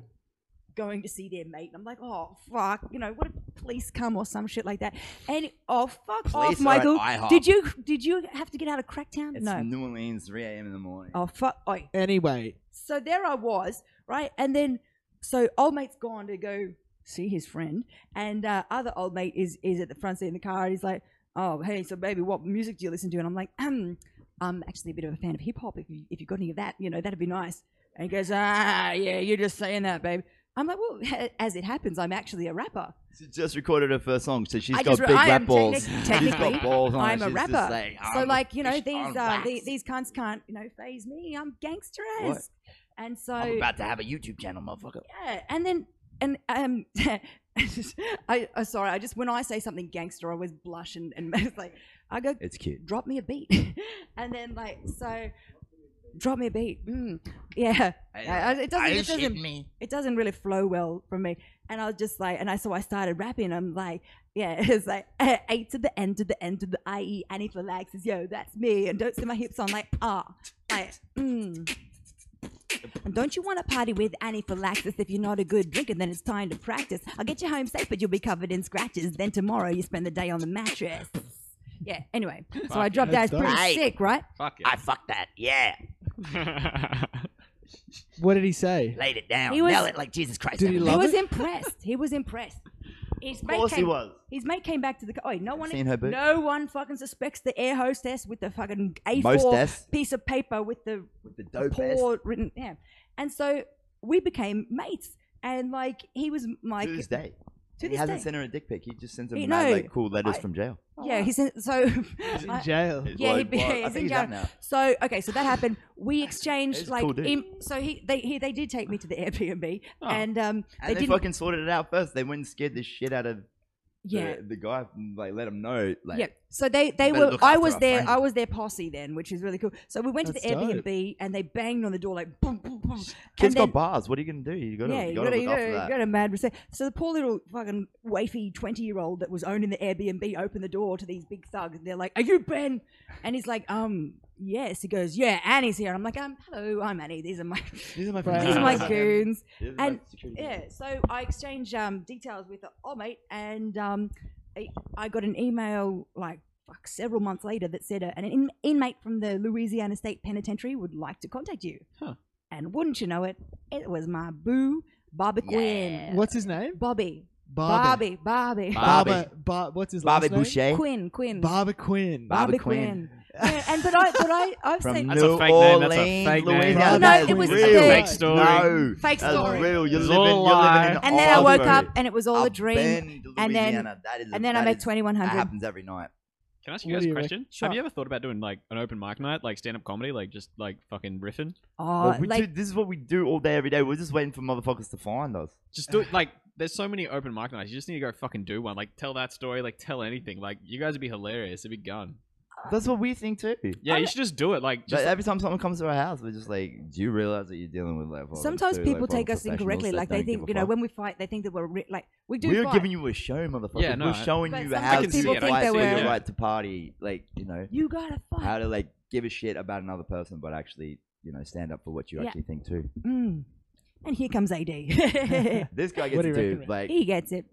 [SPEAKER 3] going to see their mate, and I'm like, oh fuck, you know, what if police come or some shit like that? And oh fuck
[SPEAKER 4] Police
[SPEAKER 3] off,
[SPEAKER 4] are at
[SPEAKER 3] Michael.
[SPEAKER 4] IHOP.
[SPEAKER 3] Did you did you have to get out of Cracktown?
[SPEAKER 4] It's
[SPEAKER 3] no.
[SPEAKER 4] New Orleans, 3 a.m. in the morning.
[SPEAKER 3] oh fuck. Oi.
[SPEAKER 1] anyway,
[SPEAKER 3] So there I was, right? And then so old mate's gone to go see his friend, and uh, other old mate is is at the front seat in the car, and he's like, "Oh, hey, so baby, what music do you listen to?" And I'm like, um, "I'm actually a bit of a fan of hip hop. If you if you got any of that, you know, that'd be nice." And he goes, "Ah, yeah, you're just saying that, babe." I'm like, "Well, as it happens, I'm actually a rapper."
[SPEAKER 4] She just recorded her first song, so she's
[SPEAKER 3] I
[SPEAKER 4] got
[SPEAKER 3] just re-
[SPEAKER 4] big
[SPEAKER 3] I
[SPEAKER 4] rap
[SPEAKER 3] am
[SPEAKER 4] balls.
[SPEAKER 3] technic-
[SPEAKER 4] she's
[SPEAKER 3] technically,
[SPEAKER 4] got balls on her,
[SPEAKER 3] I'm a
[SPEAKER 4] she's just
[SPEAKER 3] rapper.
[SPEAKER 4] like,
[SPEAKER 3] so
[SPEAKER 4] I'm
[SPEAKER 3] like you know
[SPEAKER 4] fish
[SPEAKER 3] these
[SPEAKER 4] on
[SPEAKER 3] uh, the,
[SPEAKER 4] wax.
[SPEAKER 3] these cunts can't you know phase me. I'm gangster
[SPEAKER 4] What?
[SPEAKER 3] as, and so
[SPEAKER 4] I'm about to have a YouTube channel, motherfucker.
[SPEAKER 3] yeah, and then and um, I oh, sorry, I just when I say something gangster, I always blush and and it's like I go
[SPEAKER 6] It's cute.
[SPEAKER 3] drop me a beat, and then like so. Drop me a beat, mm, yeah. I- I- it doesn't. It doesn't.
[SPEAKER 4] me.
[SPEAKER 3] It doesn't really flow well for me. And I was just like, and I so I started rapping. I'm like, yeah, it's like eh, A to the N to the N to the I E anaphylaxis. Yo, that's me. And don't sit my hips on like ah, like mm. And don't you want to party with anaphylaxis? If you're not a good drinker, then it's time to practice. I'll get you home safe, but you'll be covered in scratches. Then tomorrow you spend the day on the mattress. Yeah, anyway. So I
[SPEAKER 5] Fuck
[SPEAKER 3] dropped out. It's
[SPEAKER 1] That's
[SPEAKER 3] pretty
[SPEAKER 4] dope.
[SPEAKER 3] sick, right?
[SPEAKER 5] Fuck
[SPEAKER 4] I fucked that. Yeah,
[SPEAKER 5] yeah.
[SPEAKER 1] what did he say?
[SPEAKER 4] laid it down.
[SPEAKER 3] He was-
[SPEAKER 4] Nail it like Jesus Christ.
[SPEAKER 1] Did he
[SPEAKER 4] Eminem.
[SPEAKER 1] Love
[SPEAKER 3] he was
[SPEAKER 1] it.
[SPEAKER 3] impressed. He was impressed. His
[SPEAKER 4] Of course he was.
[SPEAKER 3] His mate came back to the car. Oh, no one,
[SPEAKER 4] seen her boot?
[SPEAKER 3] no one fucking suspects the air hostess with the fucking A4
[SPEAKER 4] Mostess?
[SPEAKER 3] piece of paper with the
[SPEAKER 4] With the dopest.
[SPEAKER 3] paw written. Yeah, and so we became mates, and like he was my
[SPEAKER 4] to this day.
[SPEAKER 3] to
[SPEAKER 4] he
[SPEAKER 3] this
[SPEAKER 4] hasn't
[SPEAKER 3] day.
[SPEAKER 4] sent her a dick pic. He just sends her
[SPEAKER 3] He-
[SPEAKER 4] mad,
[SPEAKER 3] no.
[SPEAKER 4] like cool letters
[SPEAKER 3] I-
[SPEAKER 4] from jail.
[SPEAKER 3] yeah, he sent so.
[SPEAKER 1] In
[SPEAKER 3] I-
[SPEAKER 1] jail.
[SPEAKER 3] yeah,
[SPEAKER 4] Like,
[SPEAKER 3] he'd be,
[SPEAKER 4] what? I
[SPEAKER 3] he's
[SPEAKER 4] think
[SPEAKER 3] in
[SPEAKER 4] he's
[SPEAKER 3] jail.
[SPEAKER 4] out now.
[SPEAKER 3] So okay, so that happened. We exchanged
[SPEAKER 4] He's a
[SPEAKER 3] like
[SPEAKER 4] cool dude.
[SPEAKER 3] im- so he they he, they did take me to the Airbnb
[SPEAKER 5] Oh.
[SPEAKER 3] and um
[SPEAKER 4] And they,
[SPEAKER 3] didn't
[SPEAKER 4] fucking sorted it out first. They went and scared the shit out of
[SPEAKER 3] yeah
[SPEAKER 4] the, the guy. Like let him know. Like
[SPEAKER 3] yeah. So they they
[SPEAKER 4] better
[SPEAKER 3] were.
[SPEAKER 4] look
[SPEAKER 3] I
[SPEAKER 4] after
[SPEAKER 3] was
[SPEAKER 4] our
[SPEAKER 3] there.
[SPEAKER 4] friend.
[SPEAKER 3] I was their posse then, which is really cool. So we went to
[SPEAKER 1] That's
[SPEAKER 3] the
[SPEAKER 1] dope.
[SPEAKER 3] Airbnb and they banged on the door like boom boom boom.
[SPEAKER 4] kids
[SPEAKER 3] then-
[SPEAKER 4] got bars. What are you gonna do? You gotta,
[SPEAKER 3] yeah,
[SPEAKER 4] you
[SPEAKER 3] you
[SPEAKER 4] gotta,
[SPEAKER 3] got a you
[SPEAKER 4] look after that.
[SPEAKER 3] got a mad reception. So the poor little fucking wafy twenty year old that was owning the Airbnb opened the door to these big thugs. and They're like, "Are you Ben?" And he's like, "Um, yes." He goes, "Yeah, Annie's here." And I'm like, "Um, hello, I'm Annie. These are my
[SPEAKER 4] These are my
[SPEAKER 1] Right.
[SPEAKER 3] these are my
[SPEAKER 5] Yeah.
[SPEAKER 3] goons."
[SPEAKER 4] These are
[SPEAKER 3] and-
[SPEAKER 4] my security guards.
[SPEAKER 3] Yeah, so I exchanged um, details with the old mate, and um, I- I got an email like fuck several months later that said uh, an in- inmate from the Louisiana State Penitentiary would like to contact you.
[SPEAKER 5] Huh.
[SPEAKER 3] And wouldn't you know it, it was my boo, Bobby Quinn.
[SPEAKER 1] What's his name?
[SPEAKER 3] Bobby,
[SPEAKER 1] Bobby.
[SPEAKER 3] Bobby, Bobby,
[SPEAKER 4] Bob-
[SPEAKER 1] Barber. Bar- what's his
[SPEAKER 4] Bobby
[SPEAKER 1] last name?
[SPEAKER 4] Boucher
[SPEAKER 3] Quinn, Quinn,
[SPEAKER 1] Barber Quinn.
[SPEAKER 4] Bobby
[SPEAKER 3] Bobby
[SPEAKER 4] Quinn.
[SPEAKER 3] Yeah, and but I, but I, I've
[SPEAKER 4] from
[SPEAKER 3] seen
[SPEAKER 5] That's a
[SPEAKER 4] New
[SPEAKER 5] fake name, that's a
[SPEAKER 4] Orleans,
[SPEAKER 5] fake name.
[SPEAKER 4] Louisiana.
[SPEAKER 1] No,
[SPEAKER 4] That
[SPEAKER 1] it
[SPEAKER 4] is
[SPEAKER 1] was
[SPEAKER 4] real.
[SPEAKER 1] fake.
[SPEAKER 5] Fake story.
[SPEAKER 4] No,
[SPEAKER 3] fake
[SPEAKER 4] that's
[SPEAKER 3] story.
[SPEAKER 4] real. You're
[SPEAKER 5] It's
[SPEAKER 4] living,
[SPEAKER 5] all
[SPEAKER 4] you're living in
[SPEAKER 5] lie.
[SPEAKER 3] and then I woke
[SPEAKER 4] Auburn.
[SPEAKER 3] up and it was all a
[SPEAKER 4] I've
[SPEAKER 3] dream,
[SPEAKER 4] been to
[SPEAKER 3] and then-
[SPEAKER 4] Louisiana. That is a-
[SPEAKER 3] and then I
[SPEAKER 4] that
[SPEAKER 3] made
[SPEAKER 4] is-
[SPEAKER 3] twenty one
[SPEAKER 4] That
[SPEAKER 3] hundred.
[SPEAKER 4] happens every night.
[SPEAKER 5] Can I ask you
[SPEAKER 1] What
[SPEAKER 5] guys
[SPEAKER 1] do
[SPEAKER 5] a
[SPEAKER 1] you
[SPEAKER 5] question?
[SPEAKER 3] Sure.
[SPEAKER 5] Have you ever thought about doing like an open mic night, like stand up comedy, like just like fucking riffing?
[SPEAKER 3] Oh,
[SPEAKER 4] Like, we
[SPEAKER 3] like
[SPEAKER 4] do, this is what we do all day, every day. We're just waiting for motherfuckers to find us.
[SPEAKER 5] Just do it. Like, there's so many open mic nights. You just need to go fucking do one. Like, tell that story. Like, tell anything. Like, you guys would be hilarious. It'd be gun.
[SPEAKER 4] That's what we think too.
[SPEAKER 5] Yeah, you should just do it. Like,
[SPEAKER 4] Like,
[SPEAKER 5] just
[SPEAKER 4] every time someone comes to our house, we're just like, "Do you realize that you're dealing with like?" fucking
[SPEAKER 3] Sometimes
[SPEAKER 4] two, like,
[SPEAKER 3] people
[SPEAKER 4] fucking
[SPEAKER 3] take us incorrectly.
[SPEAKER 4] professionals
[SPEAKER 3] Like
[SPEAKER 4] that
[SPEAKER 3] they
[SPEAKER 4] don't give a
[SPEAKER 3] think, you know,
[SPEAKER 4] fuck?
[SPEAKER 3] when we fight, they think that we're re- like we do.
[SPEAKER 4] we are
[SPEAKER 3] fight.
[SPEAKER 4] giving you a show, motherfucker.
[SPEAKER 5] Yeah, no,
[SPEAKER 4] we're
[SPEAKER 5] I-
[SPEAKER 4] showing
[SPEAKER 3] But
[SPEAKER 4] you
[SPEAKER 3] sometimes
[SPEAKER 4] how to
[SPEAKER 5] people think
[SPEAKER 4] fight
[SPEAKER 5] they
[SPEAKER 4] for
[SPEAKER 5] were-
[SPEAKER 4] your right to party, like you know,
[SPEAKER 3] You gotta fight.
[SPEAKER 4] how to like give a shit about another person, but actually, you know, stand up for what you
[SPEAKER 3] Yeah.
[SPEAKER 4] actually think too.
[SPEAKER 3] Mm. And here comes AD. he
[SPEAKER 4] This guy gets
[SPEAKER 1] What do
[SPEAKER 4] to
[SPEAKER 1] you
[SPEAKER 4] do
[SPEAKER 1] reckon,
[SPEAKER 4] like.
[SPEAKER 3] gets it.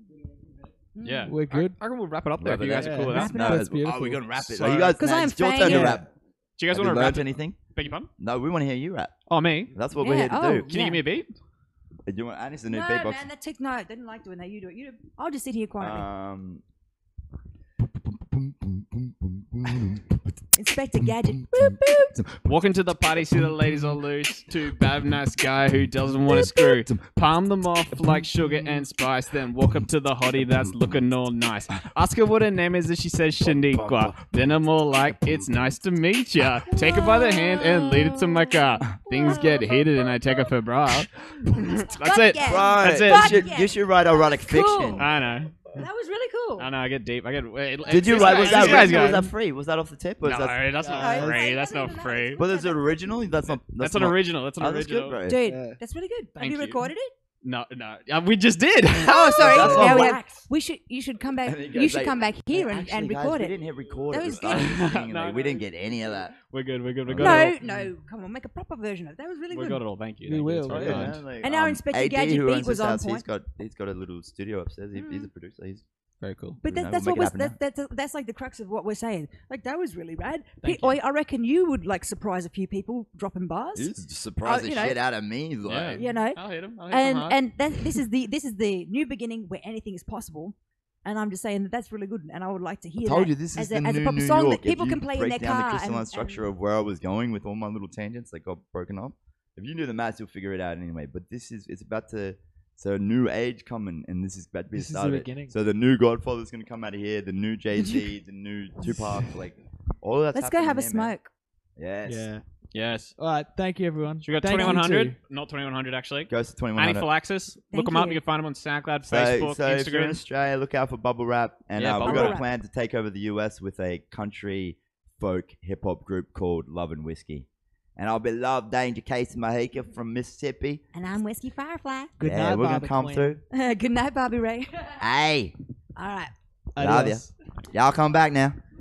[SPEAKER 3] Mm.
[SPEAKER 5] yeah,
[SPEAKER 1] We're
[SPEAKER 5] I-
[SPEAKER 1] good.
[SPEAKER 5] I, reckon we'll wrap it up there. If
[SPEAKER 4] Wrap it
[SPEAKER 5] you guys
[SPEAKER 4] up.
[SPEAKER 5] are cool with
[SPEAKER 3] Yeah.
[SPEAKER 5] that.
[SPEAKER 3] Wrap it
[SPEAKER 4] No,
[SPEAKER 3] up.
[SPEAKER 1] That's
[SPEAKER 4] it's- oh, we're
[SPEAKER 1] beautiful.
[SPEAKER 4] gonna wrap it.
[SPEAKER 5] So-
[SPEAKER 4] Are you guys?
[SPEAKER 3] Because
[SPEAKER 4] nah,
[SPEAKER 3] I am
[SPEAKER 4] it's your turn to
[SPEAKER 3] fanging.
[SPEAKER 4] rap.
[SPEAKER 5] Do you guys
[SPEAKER 4] Have
[SPEAKER 5] want
[SPEAKER 4] you
[SPEAKER 5] to wrap
[SPEAKER 4] learned
[SPEAKER 5] it?
[SPEAKER 4] anything?
[SPEAKER 5] Beg your pardon?
[SPEAKER 4] No, we want to hear you rap.
[SPEAKER 5] Oh me?
[SPEAKER 4] That's what we're here
[SPEAKER 3] Yeah,
[SPEAKER 4] to
[SPEAKER 3] oh.
[SPEAKER 4] do.
[SPEAKER 5] Can
[SPEAKER 3] Yeah.
[SPEAKER 5] you give me a beat?
[SPEAKER 4] Do you want? And it's the
[SPEAKER 3] No,
[SPEAKER 4] new
[SPEAKER 3] man,
[SPEAKER 4] beatbox.
[SPEAKER 3] that tick. No, I didn't like doing that. You do it. You do. I'll just sit here quietly.
[SPEAKER 4] Um,
[SPEAKER 3] Inspector Gadget. Boop, boop.
[SPEAKER 5] Walk into the party, see the ladies are loose. Too bad, nice guy who doesn't want to screw. Palm them off like sugar and spice. Then walk up to the hottie that's looking all nice. Ask her what her name is, and she says Shaniqua. Then I'm all like, it's nice to meet ya. Take her by the hand and lead her to my car. Things get heated, and I take off her bra. That's it.
[SPEAKER 3] Again.
[SPEAKER 4] right.
[SPEAKER 5] That's it. Uh,
[SPEAKER 4] You
[SPEAKER 3] Fuck
[SPEAKER 4] should,
[SPEAKER 3] yeah.
[SPEAKER 4] you should write erotic fiction.
[SPEAKER 3] Cool.
[SPEAKER 5] I know.
[SPEAKER 3] That was really cool.
[SPEAKER 5] I know. I get deep. I get. It,
[SPEAKER 4] Did you
[SPEAKER 5] this
[SPEAKER 4] write?
[SPEAKER 5] guy-
[SPEAKER 4] Was
[SPEAKER 5] this
[SPEAKER 4] that,
[SPEAKER 5] guy's
[SPEAKER 4] original? was
[SPEAKER 5] got-
[SPEAKER 4] that free? Was that off the tip? Or is that-
[SPEAKER 5] No, that's not
[SPEAKER 1] No,
[SPEAKER 5] free.
[SPEAKER 3] it's-
[SPEAKER 5] That's not
[SPEAKER 3] it's-
[SPEAKER 5] free.
[SPEAKER 4] but is it original? That's not.
[SPEAKER 5] That's an original. That's an
[SPEAKER 4] Oh, that's good,
[SPEAKER 5] original.
[SPEAKER 4] bro.
[SPEAKER 3] Dude,
[SPEAKER 1] Yeah.
[SPEAKER 3] that's really good. Have
[SPEAKER 5] Thank
[SPEAKER 3] you
[SPEAKER 5] you.
[SPEAKER 3] recorded it?
[SPEAKER 5] No, no, uh, we just did.
[SPEAKER 3] Oh, sorry.
[SPEAKER 4] That's
[SPEAKER 3] Now
[SPEAKER 4] all
[SPEAKER 3] we,
[SPEAKER 4] wax.
[SPEAKER 3] we should. You should come back.
[SPEAKER 4] And it
[SPEAKER 3] You
[SPEAKER 4] goes
[SPEAKER 3] should
[SPEAKER 4] like-
[SPEAKER 3] come back here and,
[SPEAKER 4] Actually,
[SPEAKER 3] and
[SPEAKER 4] guys,
[SPEAKER 3] record
[SPEAKER 4] we
[SPEAKER 3] it.
[SPEAKER 4] didn't hit record.
[SPEAKER 3] That
[SPEAKER 4] at the
[SPEAKER 3] was
[SPEAKER 4] start of this thing,
[SPEAKER 5] No,
[SPEAKER 4] like, We
[SPEAKER 5] no.
[SPEAKER 4] didn't get any of that.
[SPEAKER 5] we're good. We're good. We got it.
[SPEAKER 3] No,
[SPEAKER 5] all.
[SPEAKER 3] no, come on, make a proper version of it. That was really
[SPEAKER 5] we
[SPEAKER 3] good.
[SPEAKER 5] got it all. Thank you.
[SPEAKER 1] We
[SPEAKER 5] thank you, that's
[SPEAKER 1] will,
[SPEAKER 5] very
[SPEAKER 1] we will.
[SPEAKER 5] kind.
[SPEAKER 3] And
[SPEAKER 1] um,
[SPEAKER 3] our Inspector
[SPEAKER 4] AD,
[SPEAKER 3] Gadget
[SPEAKER 4] who
[SPEAKER 3] beat
[SPEAKER 4] owns
[SPEAKER 3] was
[SPEAKER 4] this
[SPEAKER 3] on
[SPEAKER 4] house, He's
[SPEAKER 3] point. Mm.
[SPEAKER 4] got he's got a little studio upstairs. He, He's a producer. He's
[SPEAKER 5] Very cool.
[SPEAKER 3] But
[SPEAKER 4] No,
[SPEAKER 3] that, that's
[SPEAKER 4] we'll make
[SPEAKER 3] what was
[SPEAKER 4] it
[SPEAKER 3] that,
[SPEAKER 4] happen
[SPEAKER 3] that, that's like the crux of what we're saying. Like that was really rad. Pe-
[SPEAKER 5] Thank you.
[SPEAKER 3] Oi, I reckon you would like surprise a few people dropping bars.
[SPEAKER 4] he's surprised
[SPEAKER 3] Oh, you
[SPEAKER 4] the
[SPEAKER 3] know.
[SPEAKER 4] shit out of me. Like,
[SPEAKER 3] You know,
[SPEAKER 5] I'll hit him. I'll
[SPEAKER 3] and
[SPEAKER 5] hit him
[SPEAKER 4] uh-huh.
[SPEAKER 5] hard.
[SPEAKER 3] and that, this is the this is the new beginning where anything is possible. And I'm just saying that that's really good. And I would like to hear.
[SPEAKER 4] I told
[SPEAKER 3] that
[SPEAKER 4] you this is
[SPEAKER 3] as
[SPEAKER 4] the
[SPEAKER 3] a, as
[SPEAKER 4] new
[SPEAKER 3] a proper
[SPEAKER 4] New
[SPEAKER 3] song
[SPEAKER 4] York.
[SPEAKER 3] that people
[SPEAKER 4] if you
[SPEAKER 3] can play
[SPEAKER 4] break
[SPEAKER 3] in their
[SPEAKER 4] down the
[SPEAKER 3] car.
[SPEAKER 4] crystalline
[SPEAKER 3] and,
[SPEAKER 4] structure
[SPEAKER 3] and
[SPEAKER 4] of where I was going with all my little tangents that got broken up. If you do the maths, you'll figure it out anyway. But this is it's about to so a new age coming, and this is about to be
[SPEAKER 1] This
[SPEAKER 4] the
[SPEAKER 1] is
[SPEAKER 4] start
[SPEAKER 1] the
[SPEAKER 4] of it.
[SPEAKER 1] beginning.
[SPEAKER 4] So the new Godfather's gonna come out of here, the new Jay Z, the new Tupac, like all of that.
[SPEAKER 3] Let's go have a smoke.
[SPEAKER 4] Yes.
[SPEAKER 1] Yeah.
[SPEAKER 5] yes,
[SPEAKER 1] All right. Thank you, everyone.
[SPEAKER 5] so we got
[SPEAKER 1] Thank you
[SPEAKER 5] twenty one
[SPEAKER 1] too.
[SPEAKER 5] hundred. Not twenty one hundred actually.
[SPEAKER 4] Goes to twenty one hundred.
[SPEAKER 5] Anaphylaxis. Look
[SPEAKER 3] Thank
[SPEAKER 5] them up.
[SPEAKER 3] you.
[SPEAKER 5] You can find them on SoundCloud,
[SPEAKER 4] So,
[SPEAKER 5] Facebook,
[SPEAKER 4] so if you're in
[SPEAKER 5] Instagram.
[SPEAKER 4] Australia, look out for bubble wrap, and
[SPEAKER 5] Yeah,
[SPEAKER 4] uh, we've
[SPEAKER 5] Bubble
[SPEAKER 4] got a
[SPEAKER 3] Wrap.
[SPEAKER 4] plan to take over the US with a country folk hip hop group called Love and Whiskey. And I'll be Love Danger Case Mahika from Mississippi.
[SPEAKER 3] And I'm Whiskey Firefly.
[SPEAKER 1] Good
[SPEAKER 4] yeah,
[SPEAKER 1] night,
[SPEAKER 4] we're gonna
[SPEAKER 1] Barbie
[SPEAKER 4] come
[SPEAKER 1] Queen.
[SPEAKER 4] through.
[SPEAKER 3] Good night, Barbie Ray.
[SPEAKER 4] Hey,
[SPEAKER 3] All right.
[SPEAKER 4] Love
[SPEAKER 1] Adios.
[SPEAKER 4] y'all come back now.